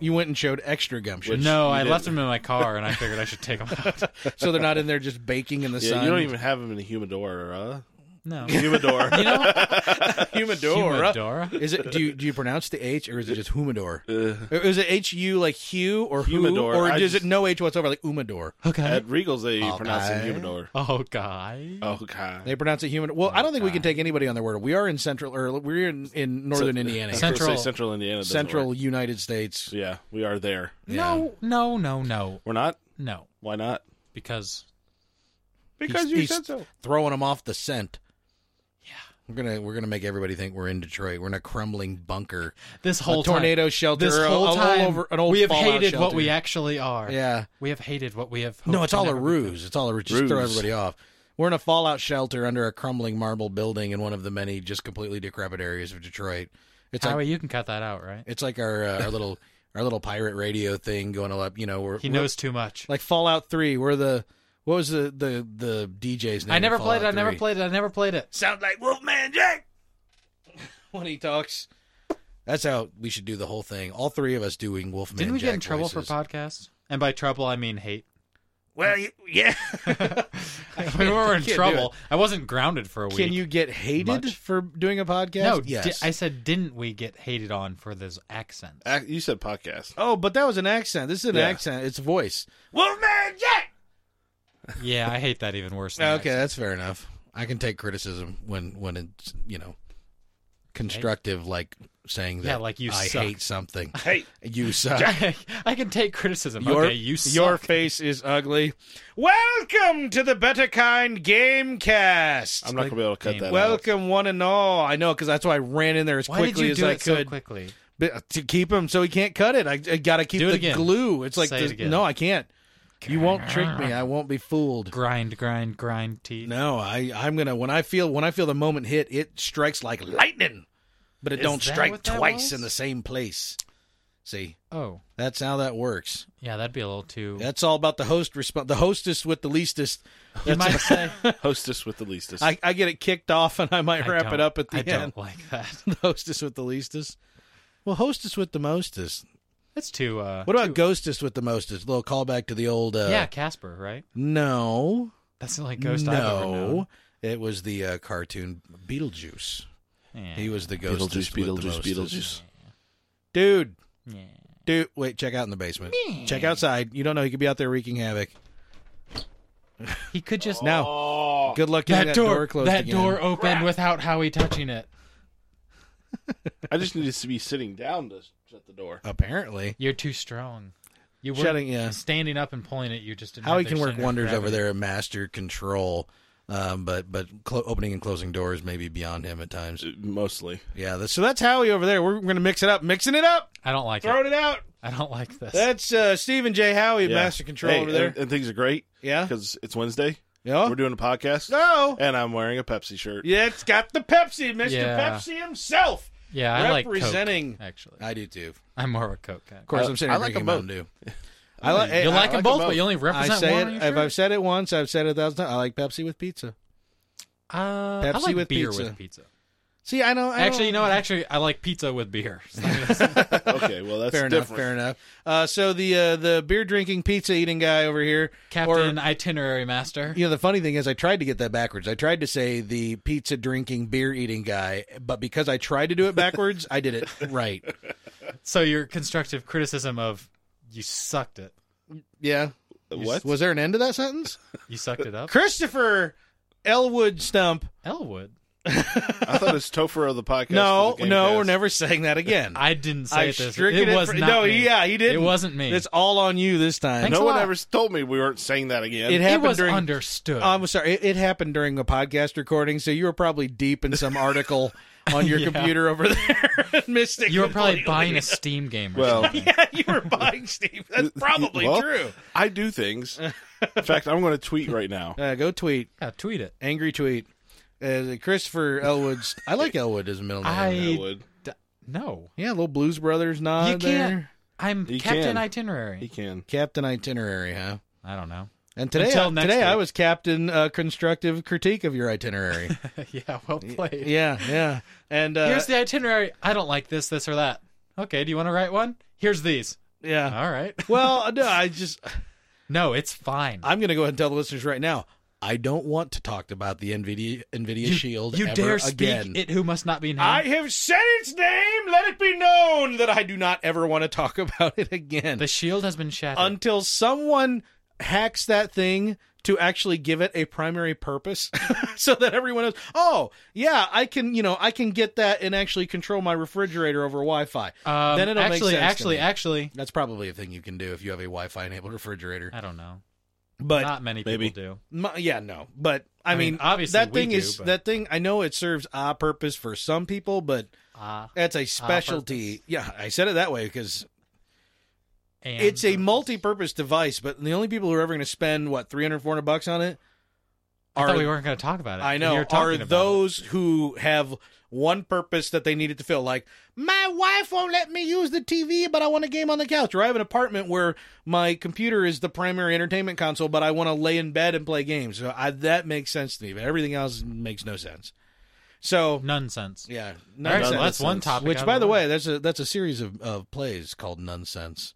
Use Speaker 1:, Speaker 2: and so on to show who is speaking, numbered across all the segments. Speaker 1: You went and showed extra gumption,
Speaker 2: no, I left them in my car, and I figured I should take them out.
Speaker 1: so they're not in there just baking in the
Speaker 3: Yeah,
Speaker 1: sun.
Speaker 3: you don't even have them in a humidor, huh?
Speaker 2: No,
Speaker 3: Humidor.
Speaker 2: you know,
Speaker 1: humidor.
Speaker 2: Humidora.
Speaker 1: Is it do you do you pronounce the H or is it just humidor? is it H U like Hugh or who?
Speaker 3: Uh. Humidor.
Speaker 1: or
Speaker 3: I
Speaker 1: does
Speaker 3: just-
Speaker 1: it no H whatsoever like humidor?
Speaker 2: Okay.
Speaker 3: At Regal's, they
Speaker 1: Okay.
Speaker 3: pronounce it humidor.
Speaker 2: Oh, guy.
Speaker 3: Okay.
Speaker 1: They pronounce it humidor. Well, I don't think we can take anybody on their word. We are in central or we're in, in northern Indiana,
Speaker 3: I was gonna say
Speaker 2: Central-
Speaker 3: Central Indiana. doesn't
Speaker 1: central
Speaker 3: work.
Speaker 1: United States.
Speaker 3: Yeah, we are there.
Speaker 2: No, no, no, no,
Speaker 3: We're not.
Speaker 2: no.
Speaker 3: Why not?
Speaker 2: Because
Speaker 3: Because
Speaker 1: He's-
Speaker 3: you
Speaker 1: he's
Speaker 3: said so.
Speaker 1: Throwing them off the scent. Yeah, we're gonna we're gonna make everybody think we're in Detroit. We're in a crumbling bunker,
Speaker 2: this whole
Speaker 1: a tornado
Speaker 2: time,
Speaker 1: shelter.
Speaker 2: this
Speaker 1: a-
Speaker 2: whole
Speaker 1: all
Speaker 2: time,
Speaker 1: over an old
Speaker 2: we have
Speaker 1: fallout
Speaker 2: hated what
Speaker 1: shelter.
Speaker 2: we actually are.
Speaker 1: Yeah.
Speaker 2: we have hated what we have.
Speaker 1: No,
Speaker 2: hoped
Speaker 1: it's
Speaker 2: to
Speaker 1: all a
Speaker 2: never become.
Speaker 1: ruse. It's all a ruse. Just throw
Speaker 3: Ruse.
Speaker 1: everybody off. We're in a fallout shelter under a crumbling marble building in one of the many just completely decrepit areas of Detroit. It's
Speaker 2: Howie,
Speaker 1: like
Speaker 2: you can cut that out, right?
Speaker 1: it's like our uh, our little our little pirate radio thing going all up. You know, we're
Speaker 2: He
Speaker 1: we're-
Speaker 2: knows too much.
Speaker 1: like Fallout Three. We're the what was the the the DJ's name?
Speaker 2: I never
Speaker 1: in
Speaker 2: played it. I
Speaker 1: Fallout
Speaker 2: never
Speaker 1: 3?
Speaker 2: played it. I never played it.
Speaker 1: Sounds like Wolfman Jack when he talks. That's how we should do the whole thing. All three of us doing Wolfman.
Speaker 2: Didn't we
Speaker 1: Jack
Speaker 2: get in trouble
Speaker 1: voices.
Speaker 2: for podcasts? And by trouble, I mean hate.
Speaker 1: Well, you, yeah.
Speaker 2: we were in
Speaker 1: can't do
Speaker 2: trouble. I wasn't grounded for a week.
Speaker 1: Can you get hated
Speaker 2: Much.
Speaker 1: for doing a podcast?
Speaker 2: No, di-
Speaker 1: yes.
Speaker 2: I said, didn't we get hated on for this accent?
Speaker 3: Ac- You said podcast.
Speaker 1: Oh, but that was an accent. This is an
Speaker 3: Yeah.
Speaker 1: accent. It's voice. Wolfman Jack.
Speaker 2: yeah, I hate that even worse. Than
Speaker 1: Okay,
Speaker 2: accent.
Speaker 1: that's fair enough. I can take criticism when when it's you know constructive, like saying that
Speaker 2: Yeah, like you
Speaker 1: I
Speaker 2: suck.
Speaker 1: hate something.
Speaker 3: Hey,
Speaker 1: You suck.
Speaker 2: I can take criticism. okay, you suck.
Speaker 1: face is ugly. Welcome to the Better Kind Gamecast.
Speaker 3: I'm not gonna be able to cut
Speaker 2: Like,
Speaker 3: that. out.
Speaker 1: Welcome, one and all. I know because that's why I ran in there as
Speaker 2: Why
Speaker 1: quickly
Speaker 2: did you
Speaker 1: as
Speaker 2: do
Speaker 1: I
Speaker 2: it so
Speaker 1: could
Speaker 2: quickly?
Speaker 1: But, uh, to keep him so he can't cut it. I, I gotta keep
Speaker 2: Do it
Speaker 1: the
Speaker 2: again.
Speaker 1: glue. It's like
Speaker 2: Say it
Speaker 1: the-
Speaker 2: again.
Speaker 1: no, I can't. You won't trick me. I won't be fooled.
Speaker 2: Grind, grind, grind. Teeth.
Speaker 1: No, I I'm gonna when I feel when I feel the moment hit, it strikes like lightning, but it
Speaker 2: Is
Speaker 1: don't
Speaker 2: that
Speaker 1: strike
Speaker 2: what that
Speaker 1: twice
Speaker 2: was?
Speaker 1: in the same place. See,
Speaker 2: Oh,
Speaker 1: that's how that works.
Speaker 2: yeah, that'd be a little too.
Speaker 1: That's all about the host response. The hostess with the leastest.
Speaker 2: you might say.
Speaker 3: Hostess with the leastest.
Speaker 1: I, I get it kicked off, and I might
Speaker 2: I
Speaker 1: wrap
Speaker 2: don't-
Speaker 1: it up at the
Speaker 2: I
Speaker 1: end.
Speaker 2: don't like that.
Speaker 1: The hostess with the leastest. Well, hostess with the mostest.
Speaker 2: That's too. Uh,
Speaker 1: What about
Speaker 2: too-
Speaker 1: ghostest with the mostest? little callback to the old. Uh,
Speaker 2: yeah, Casper, right?
Speaker 1: No.
Speaker 2: That's the only ghost
Speaker 1: no.
Speaker 2: I've ever known.
Speaker 1: It was the uh, cartoon Beetlejuice.
Speaker 2: Yeah.
Speaker 1: He was the ghost.
Speaker 3: Beetlejuice, Beetlejuice, Beetlejuice.
Speaker 1: Dude,
Speaker 2: yeah.
Speaker 1: dude, wait, check out in the basement. Check outside. You don't know he could be out there wreaking havoc.
Speaker 2: He could just
Speaker 1: Now,
Speaker 3: Oh,
Speaker 1: good luck getting
Speaker 2: that,
Speaker 1: that,
Speaker 2: door,
Speaker 1: closed.
Speaker 2: that
Speaker 1: again.
Speaker 2: door opened without Howie touching it.
Speaker 3: I just needed to be sitting down to shut the door.
Speaker 1: Apparently,
Speaker 2: You're too strong. You were
Speaker 1: Shutting- yeah.
Speaker 2: standing up and pulling it. You just didn't
Speaker 1: how
Speaker 2: have
Speaker 1: he
Speaker 2: the
Speaker 1: can work
Speaker 2: center of
Speaker 1: wonders over
Speaker 2: gravity.
Speaker 1: there at master control. Um, but but clo- opening and closing doors may be beyond him at times.
Speaker 3: Mostly.
Speaker 1: Yeah, that's, so that's Howie over there. We're gonna mix it up, mixing it up,
Speaker 2: I don't like it.
Speaker 1: throwing it out.
Speaker 2: I don't like this.
Speaker 1: That's uh, Stephen J. Howie,
Speaker 3: Yeah.
Speaker 1: master control
Speaker 3: Hey,
Speaker 1: over there.
Speaker 3: And, and things are great
Speaker 1: yeah,
Speaker 3: because it's Wednesday.
Speaker 1: yeah.
Speaker 3: We're doing a podcast,
Speaker 1: No,
Speaker 3: and I'm wearing a Pepsi shirt.
Speaker 1: yeah, it's got the Pepsi, Mister
Speaker 2: Yeah.
Speaker 1: Pepsi himself.
Speaker 2: yeah, I like Coke.
Speaker 1: representing.
Speaker 2: Actually,
Speaker 1: I do too.
Speaker 2: I'm more of a Coke guy.
Speaker 1: Of course,
Speaker 3: I-
Speaker 1: I'm sitting
Speaker 3: I
Speaker 1: here
Speaker 3: like
Speaker 1: drinking
Speaker 3: them
Speaker 1: Mountain Dew. I like.
Speaker 2: You
Speaker 1: I
Speaker 2: like, them
Speaker 3: them
Speaker 2: both,
Speaker 3: both.
Speaker 2: but you only
Speaker 1: I
Speaker 2: represent
Speaker 1: say
Speaker 2: one. on
Speaker 1: it. If
Speaker 2: your shirt?
Speaker 1: I've said it once, I've said it a thousand times. I like Pepsi with pizza.
Speaker 2: Uh, I
Speaker 1: Pepsi
Speaker 2: like
Speaker 1: with
Speaker 2: beer
Speaker 1: pizza.
Speaker 2: with pizza.
Speaker 1: See, I don't. I
Speaker 2: Actually, you
Speaker 1: don't-
Speaker 2: know what? Actually, I like pizza with beer.
Speaker 3: okay, well that's
Speaker 1: Fair enough.
Speaker 3: different.
Speaker 1: Fair enough. Uh, so the uh, the beer drinking, pizza eating guy over here,
Speaker 2: Captain
Speaker 1: Or,
Speaker 2: itinerary master.
Speaker 1: you know, the funny thing is, I tried to get that backwards. I tried to say the pizza drinking, beer eating guy, but because I tried to do it backwards, I did it right.
Speaker 2: So your constructive criticism of you sucked it.
Speaker 1: Yeah.
Speaker 3: What?
Speaker 1: was there an end to that sentence?
Speaker 2: You sucked it up.
Speaker 1: Christopher Elwood Stump.
Speaker 2: Elwood.
Speaker 3: I thought it was Topher of the podcast.
Speaker 1: No,
Speaker 3: for the
Speaker 1: no, we're
Speaker 3: Gamecast.
Speaker 1: never saying that again.
Speaker 2: I didn't say
Speaker 1: I
Speaker 2: it this.
Speaker 1: stricken
Speaker 2: It
Speaker 1: it
Speaker 2: was
Speaker 1: for-
Speaker 2: not
Speaker 1: no,
Speaker 2: me.
Speaker 1: yeah, he didn't.
Speaker 2: It wasn't me.
Speaker 1: It's all on you this time.
Speaker 2: Thanks
Speaker 3: No
Speaker 2: a
Speaker 3: one
Speaker 2: lot.
Speaker 3: ever told me we weren't saying that again.
Speaker 1: It
Speaker 2: it
Speaker 1: happened
Speaker 2: was
Speaker 1: during.
Speaker 2: understood.
Speaker 1: Oh, I'm sorry. It, it happened during a podcast recording, so you were probably deep in some article on your
Speaker 2: Yeah.
Speaker 1: computer over there and missed it.
Speaker 2: you were probably buying
Speaker 1: completely.
Speaker 2: a Steam game. Or
Speaker 3: Well-
Speaker 2: something.
Speaker 1: Yeah, you were buying Steve. That's probably
Speaker 3: Well,
Speaker 1: true.
Speaker 3: I do things. In fact, I'm going to tweet right now.
Speaker 1: Uh, go tweet.
Speaker 2: yeah, tweet it.
Speaker 1: Angry tweet. Uh, Christopher Elwood's. I like Elwood as a middle name.
Speaker 2: I-
Speaker 3: I would.
Speaker 2: D- no,
Speaker 1: yeah, little Blues Brothers nod
Speaker 2: you can't.
Speaker 1: there.
Speaker 2: I'm
Speaker 3: He
Speaker 2: Captain
Speaker 3: can.
Speaker 2: Itinerary.
Speaker 3: He can.
Speaker 1: Captain Itinerary, huh?
Speaker 2: I don't know.
Speaker 1: And today,
Speaker 2: Until
Speaker 1: I,
Speaker 2: next
Speaker 1: today I
Speaker 2: week.
Speaker 1: was captain uh, constructive critique of your itinerary.
Speaker 2: yeah, well played.
Speaker 1: yeah, yeah. And uh,
Speaker 2: Here's the itinerary. I don't like this, this, or that. Okay, do you want to write one? Here's these.
Speaker 1: Yeah.
Speaker 2: All right.
Speaker 1: Well, uh, no, I just
Speaker 2: No, it's fine.
Speaker 1: I'm going to go ahead and tell the listeners right now. I don't want to talk about the Nvidia Nvidia Shield.
Speaker 2: You
Speaker 1: ever
Speaker 2: dare speak
Speaker 1: again.
Speaker 2: it who must not be named.
Speaker 1: I have said its name. Let it be known that I do not ever want to talk about it again
Speaker 2: the shield has been shattered.
Speaker 1: until someone hacks that thing to actually give it a primary purpose so that everyone knows oh yeah i can you know i can get that and actually control my refrigerator over wi-fi
Speaker 2: Um,
Speaker 1: then it'll make
Speaker 2: actually,
Speaker 1: sense to
Speaker 2: actually,
Speaker 1: me.
Speaker 2: actually,
Speaker 1: that's probably a thing you can do if you have a wi-fi enabled refrigerator
Speaker 2: I don't know.
Speaker 1: but
Speaker 2: Uh, not many
Speaker 3: maybe.
Speaker 2: people do.
Speaker 1: my, yeah no but i,
Speaker 2: I
Speaker 1: mean,
Speaker 2: mean, obviously
Speaker 1: that
Speaker 2: we
Speaker 1: thing
Speaker 2: do,
Speaker 1: is
Speaker 2: but-
Speaker 1: that thing i know it serves a purpose for some people but
Speaker 2: Ah,
Speaker 1: that's a specialty. yeah, I said it that way because
Speaker 2: and
Speaker 1: it's a multi-purpose device. But the only people who are ever going to spend what 300, 400 bucks on it
Speaker 2: I
Speaker 1: are
Speaker 2: thought we weren't going to talk about it.
Speaker 1: I
Speaker 2: and
Speaker 1: know
Speaker 2: you're
Speaker 1: are
Speaker 2: talking about
Speaker 1: those who have one purpose that they needed to fill. Like my wife won't let me use the TV, but I want a game on the couch. Or I have an apartment where my computer is the primary entertainment console, but I want to lay in bed and play games. So I, that makes sense to me. But everything else makes no sense. So
Speaker 2: it. nonsense.
Speaker 1: yeah,
Speaker 2: All right, so
Speaker 1: nonsense.
Speaker 2: that's one topic. out
Speaker 1: Which,
Speaker 2: of
Speaker 1: by the
Speaker 2: way.
Speaker 1: way, that's a that's a series of, of plays called Nonsense.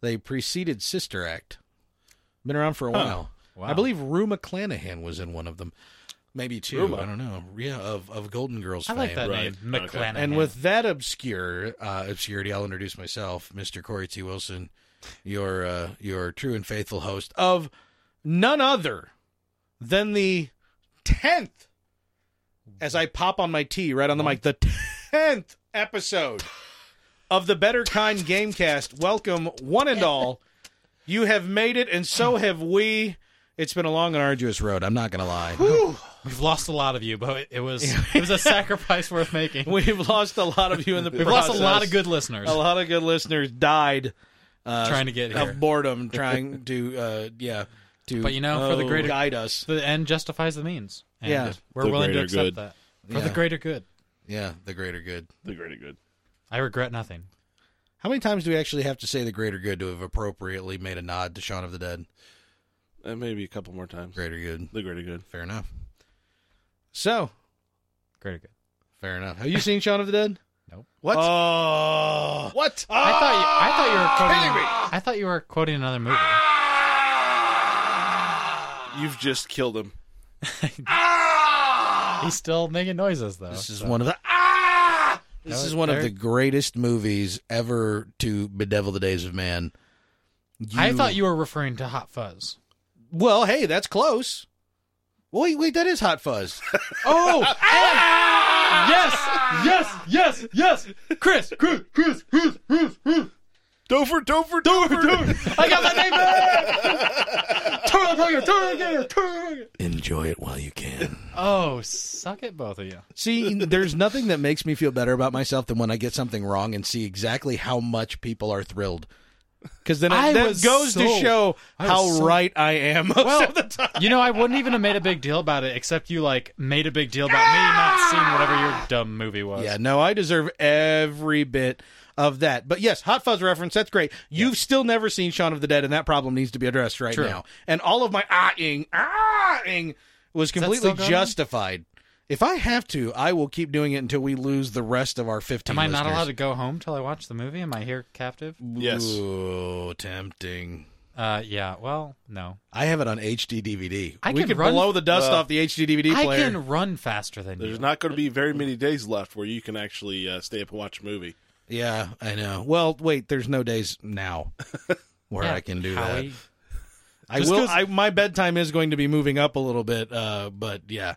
Speaker 1: They preceded Sister Act. Been around for a while.
Speaker 2: Wow.
Speaker 1: I believe Rue McClanahan was in one of them, maybe two.
Speaker 3: Rue Ma.
Speaker 1: I don't know. Yeah, of of Golden Girls
Speaker 2: I
Speaker 1: fame.
Speaker 2: like that
Speaker 3: Right.
Speaker 2: name,
Speaker 3: Okay.
Speaker 2: McClanahan.
Speaker 1: And with that obscure uh, obscurity, I'll introduce myself, Mr. Corey T. Wilson, your uh, your true and faithful host of none other than the tenth. As I pop on my T right on the mic, the tenth episode of the Better Kind Gamecast. Welcome, one and all. You have made it, and so have we. It's been a long and arduous road. I'm not going to lie.
Speaker 2: we've lost a lot of you, but it, it was it was a sacrifice worth making.
Speaker 1: We've lost a lot of you in the
Speaker 2: We've
Speaker 1: process.
Speaker 2: lost a lot of good listeners
Speaker 1: a lot of good listeners died uh,
Speaker 2: trying to get here.
Speaker 1: of boredom, trying to uh, yeah to
Speaker 2: But you know, for the
Speaker 1: oh,
Speaker 2: greater-
Speaker 1: guide us.
Speaker 2: the end justifies the means. And
Speaker 1: Yeah.
Speaker 2: we're
Speaker 3: The
Speaker 2: willing to
Speaker 3: greater
Speaker 2: accept
Speaker 3: good.
Speaker 2: that for
Speaker 1: Yeah.
Speaker 2: the greater good.
Speaker 1: Yeah, the greater good.
Speaker 3: The greater good.
Speaker 2: I regret nothing.
Speaker 1: How many times do we actually have to say the greater good to have appropriately made a nod to Shaun of the Dead?
Speaker 3: Uh, maybe a couple more times.
Speaker 1: Greater good.
Speaker 3: The greater good.
Speaker 1: Fair enough. So
Speaker 2: Greater good.
Speaker 1: fair enough. Have you seen Shaun of the Dead?
Speaker 2: Nope.
Speaker 1: What? what?
Speaker 2: I thought you, I thought you were quoting.
Speaker 1: kidding me.
Speaker 2: I thought you were quoting another movie.
Speaker 3: You've just killed him.
Speaker 2: He's still making noises though.
Speaker 1: This is
Speaker 2: so.
Speaker 1: one of the Ah! This
Speaker 2: No,
Speaker 1: is one of
Speaker 2: there-
Speaker 1: the greatest movies ever to bedevil the days of man.
Speaker 2: I thought you were referring to Hot Fuzz.
Speaker 1: Well, hey, that's close. Wait, wait, that is Hot Fuzz.
Speaker 2: Oh! yes! Yes! Yes! Yes! Chris! Chris! Chris! Chris! Chris! Chris!
Speaker 3: Dover, Dover, Dover, Dover.
Speaker 2: I got my name back! Turn it again! Turn it again! Turn it again!
Speaker 1: Enjoy it while you can.
Speaker 2: Oh, suck it, both of you.
Speaker 1: See, there's nothing that makes me feel better about myself than when I get something wrong and see exactly how much people are thrilled. Because then
Speaker 2: I
Speaker 1: it that
Speaker 2: was
Speaker 1: goes to
Speaker 2: so-
Speaker 1: show
Speaker 2: I was
Speaker 1: how
Speaker 2: so-
Speaker 1: right I am most
Speaker 2: Well,
Speaker 1: of the time.
Speaker 2: you know, I wouldn't even have made a big deal about it, except you, like, made a big deal about me not seeing whatever your dumb movie was.
Speaker 1: Yeah, no, I deserve every bit of that. But yes, Hot Fuzz reference, that's great. You've still never seen Shaun of the Dead, and that problem needs to be addressed right
Speaker 2: True.
Speaker 1: now. And all of my ah-ing, ah-ing was completely
Speaker 2: still going on?
Speaker 1: justified. If I have to, I will keep doing it until we lose the rest of our 15
Speaker 2: Am I not
Speaker 1: listeners.
Speaker 2: allowed to go home till I watch the movie? Am I here captive?
Speaker 3: Yes.
Speaker 1: Ooh, tempting.
Speaker 2: Uh, yeah, well, no.
Speaker 1: I have it on HD DVD.
Speaker 2: I
Speaker 1: we
Speaker 2: can
Speaker 1: could
Speaker 2: run-
Speaker 1: blow the dust
Speaker 3: Well,
Speaker 1: off the HD DVD
Speaker 2: I
Speaker 1: player.
Speaker 2: can run faster than you.
Speaker 3: There's not going to be very many days left where you can actually uh, stay up and watch a movie.
Speaker 1: Yeah, I know. Well, wait, there's no days now where
Speaker 2: Yeah,
Speaker 1: I can do that.
Speaker 2: Howie.
Speaker 1: I
Speaker 2: Just
Speaker 1: will.
Speaker 2: 'cause-
Speaker 1: I, my bedtime is going to be moving up a little bit, uh, but yeah,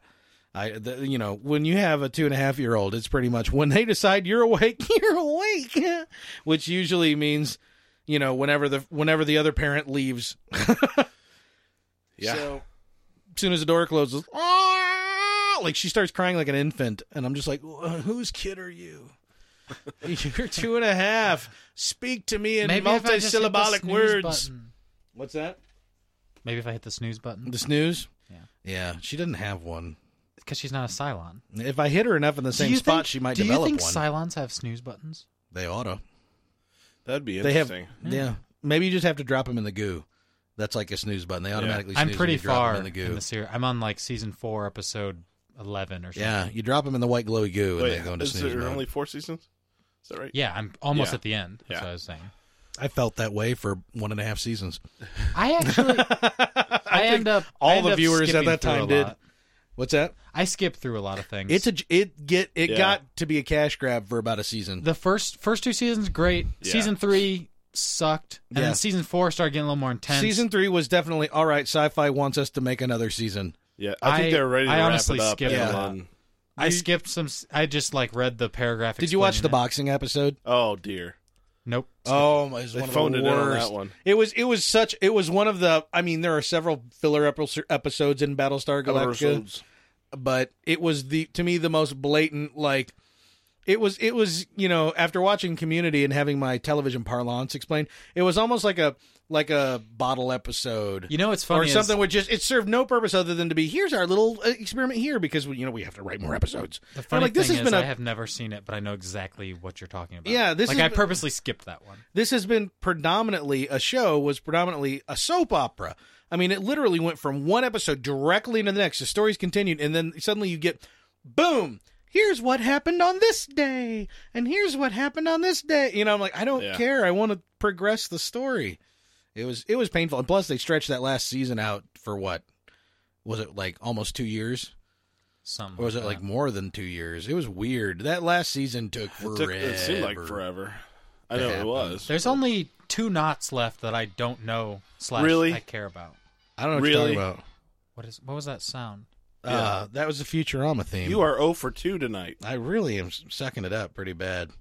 Speaker 1: I the, you know when you have a two and a half year old, it's pretty much when they decide you're awake, you're awake, which usually means you know whenever the whenever the other parent leaves,
Speaker 3: Yeah.
Speaker 1: So as soon as the door closes, "Ah!" like she starts crying like an infant, and I'm just like, "Wh- whose kid are you? You're two and a half. Speak to me in
Speaker 2: Maybe if I just hit the
Speaker 1: multisyllabic
Speaker 2: snooze
Speaker 1: words.
Speaker 2: button.
Speaker 1: What's that?
Speaker 2: Maybe if I hit the snooze button
Speaker 1: The snooze.
Speaker 2: Yeah.
Speaker 1: Yeah, she doesn't have one.
Speaker 2: because she's not a Cylon.
Speaker 1: If I hit her enough in the
Speaker 2: do
Speaker 1: same
Speaker 2: you
Speaker 1: spot,
Speaker 2: think,
Speaker 1: she might
Speaker 2: do
Speaker 1: develop
Speaker 2: you think
Speaker 1: one.
Speaker 2: Cylons have snooze buttons?
Speaker 1: they oughta.
Speaker 3: That'd be
Speaker 1: They have.
Speaker 3: interesting.
Speaker 1: Yeah.
Speaker 2: Hmm.
Speaker 1: Maybe you just have to drop them in the goo. That's like a snooze button. They automatically.
Speaker 2: I'm
Speaker 1: snooze
Speaker 2: pretty
Speaker 1: when you drop 'em
Speaker 2: far
Speaker 1: in the goo.
Speaker 2: series. I'm on like season four, episode eleven or something.
Speaker 1: Yeah, you drop them in the white glowy goo, and
Speaker 3: Wait,
Speaker 1: they go into
Speaker 3: is
Speaker 1: snooze
Speaker 3: there
Speaker 1: mode.
Speaker 3: only four seasons? Is that right?
Speaker 2: Yeah, I'm almost
Speaker 3: Yeah.
Speaker 2: at the end. That's
Speaker 3: Yeah.
Speaker 2: what I was saying.
Speaker 1: I felt that way for one and a half seasons.
Speaker 2: I actually,
Speaker 1: I,
Speaker 2: I,
Speaker 1: think
Speaker 2: end up I
Speaker 1: all
Speaker 2: end
Speaker 1: the
Speaker 2: up
Speaker 1: viewers at
Speaker 2: skipping
Speaker 1: that
Speaker 2: through
Speaker 1: time
Speaker 2: a
Speaker 1: did.
Speaker 2: lot.
Speaker 1: What's that?
Speaker 2: I skip through a lot of things.
Speaker 1: It's a it get it
Speaker 3: Yeah.
Speaker 1: got to be a cash grab for about a season.
Speaker 2: the first first two seasons great.
Speaker 3: Yeah.
Speaker 2: Season three sucked, and
Speaker 1: Yeah.
Speaker 2: then season four started getting a little more intense.
Speaker 1: Season three was definitely all right. Sci-fi wants us to make another season.
Speaker 3: Yeah, I,
Speaker 2: I-
Speaker 3: think they're ready to
Speaker 2: I
Speaker 3: wrap
Speaker 2: honestly
Speaker 3: it up.
Speaker 2: skipped
Speaker 1: a
Speaker 2: lot.
Speaker 3: then-
Speaker 2: I skipped some. s- I just like read the paragraph.
Speaker 1: Did you watch the
Speaker 2: explaining
Speaker 1: boxing episode?
Speaker 3: Oh dear,
Speaker 2: it. Nope.
Speaker 1: Oh, my- it was
Speaker 3: they
Speaker 1: one of
Speaker 3: phoned
Speaker 1: the
Speaker 3: it in on
Speaker 1: worst.
Speaker 3: that one.
Speaker 1: It was it was such it was one of the I mean there are several filler epi- episodes in Battlestar Galactica,
Speaker 3: Episodes.
Speaker 1: but it was the to me the most blatant like it was it was you know after watching Community and having my television parlance explained it was almost like a like a bottle episode
Speaker 2: You know what's funny?
Speaker 1: or
Speaker 2: is-
Speaker 1: something which just it served no purpose other than to be here's our little uh, experiment here because we, you know we have to write more episodes.
Speaker 2: The funny
Speaker 1: like,
Speaker 2: thing
Speaker 1: this has
Speaker 2: is,
Speaker 1: been a-
Speaker 2: I have never seen it, but I know exactly what you're talking about.
Speaker 1: Yeah, this
Speaker 2: like
Speaker 1: has
Speaker 2: I
Speaker 1: been-
Speaker 2: purposely skipped that one.
Speaker 1: This has been predominantly a show was predominantly a soap opera. I mean, it literally went from one episode directly into the next. The stories continued, and then suddenly you get boom. Here's what happened on this day, and here's what happened on this day. You know, I'm like, I don't
Speaker 3: Yeah.
Speaker 1: care. I want to progress the story. It was it was painful, and plus they stretched that last season out for what was it like almost two years?
Speaker 2: Some
Speaker 1: Or was it like more than two years? It was weird. That last season took
Speaker 3: It,
Speaker 1: forever.
Speaker 3: took, it seemed like forever. I know it
Speaker 1: happened.
Speaker 3: was.
Speaker 2: There's only two knots left that I don't know. Slash,
Speaker 3: Really?
Speaker 2: I care about.
Speaker 1: I don't know what
Speaker 3: Really?
Speaker 1: you're talking
Speaker 2: What is? What was that sound?
Speaker 1: about. Uh, that was the Futurama theme.
Speaker 3: you are 0 for 2 tonight.
Speaker 1: I really am sucking it up pretty bad.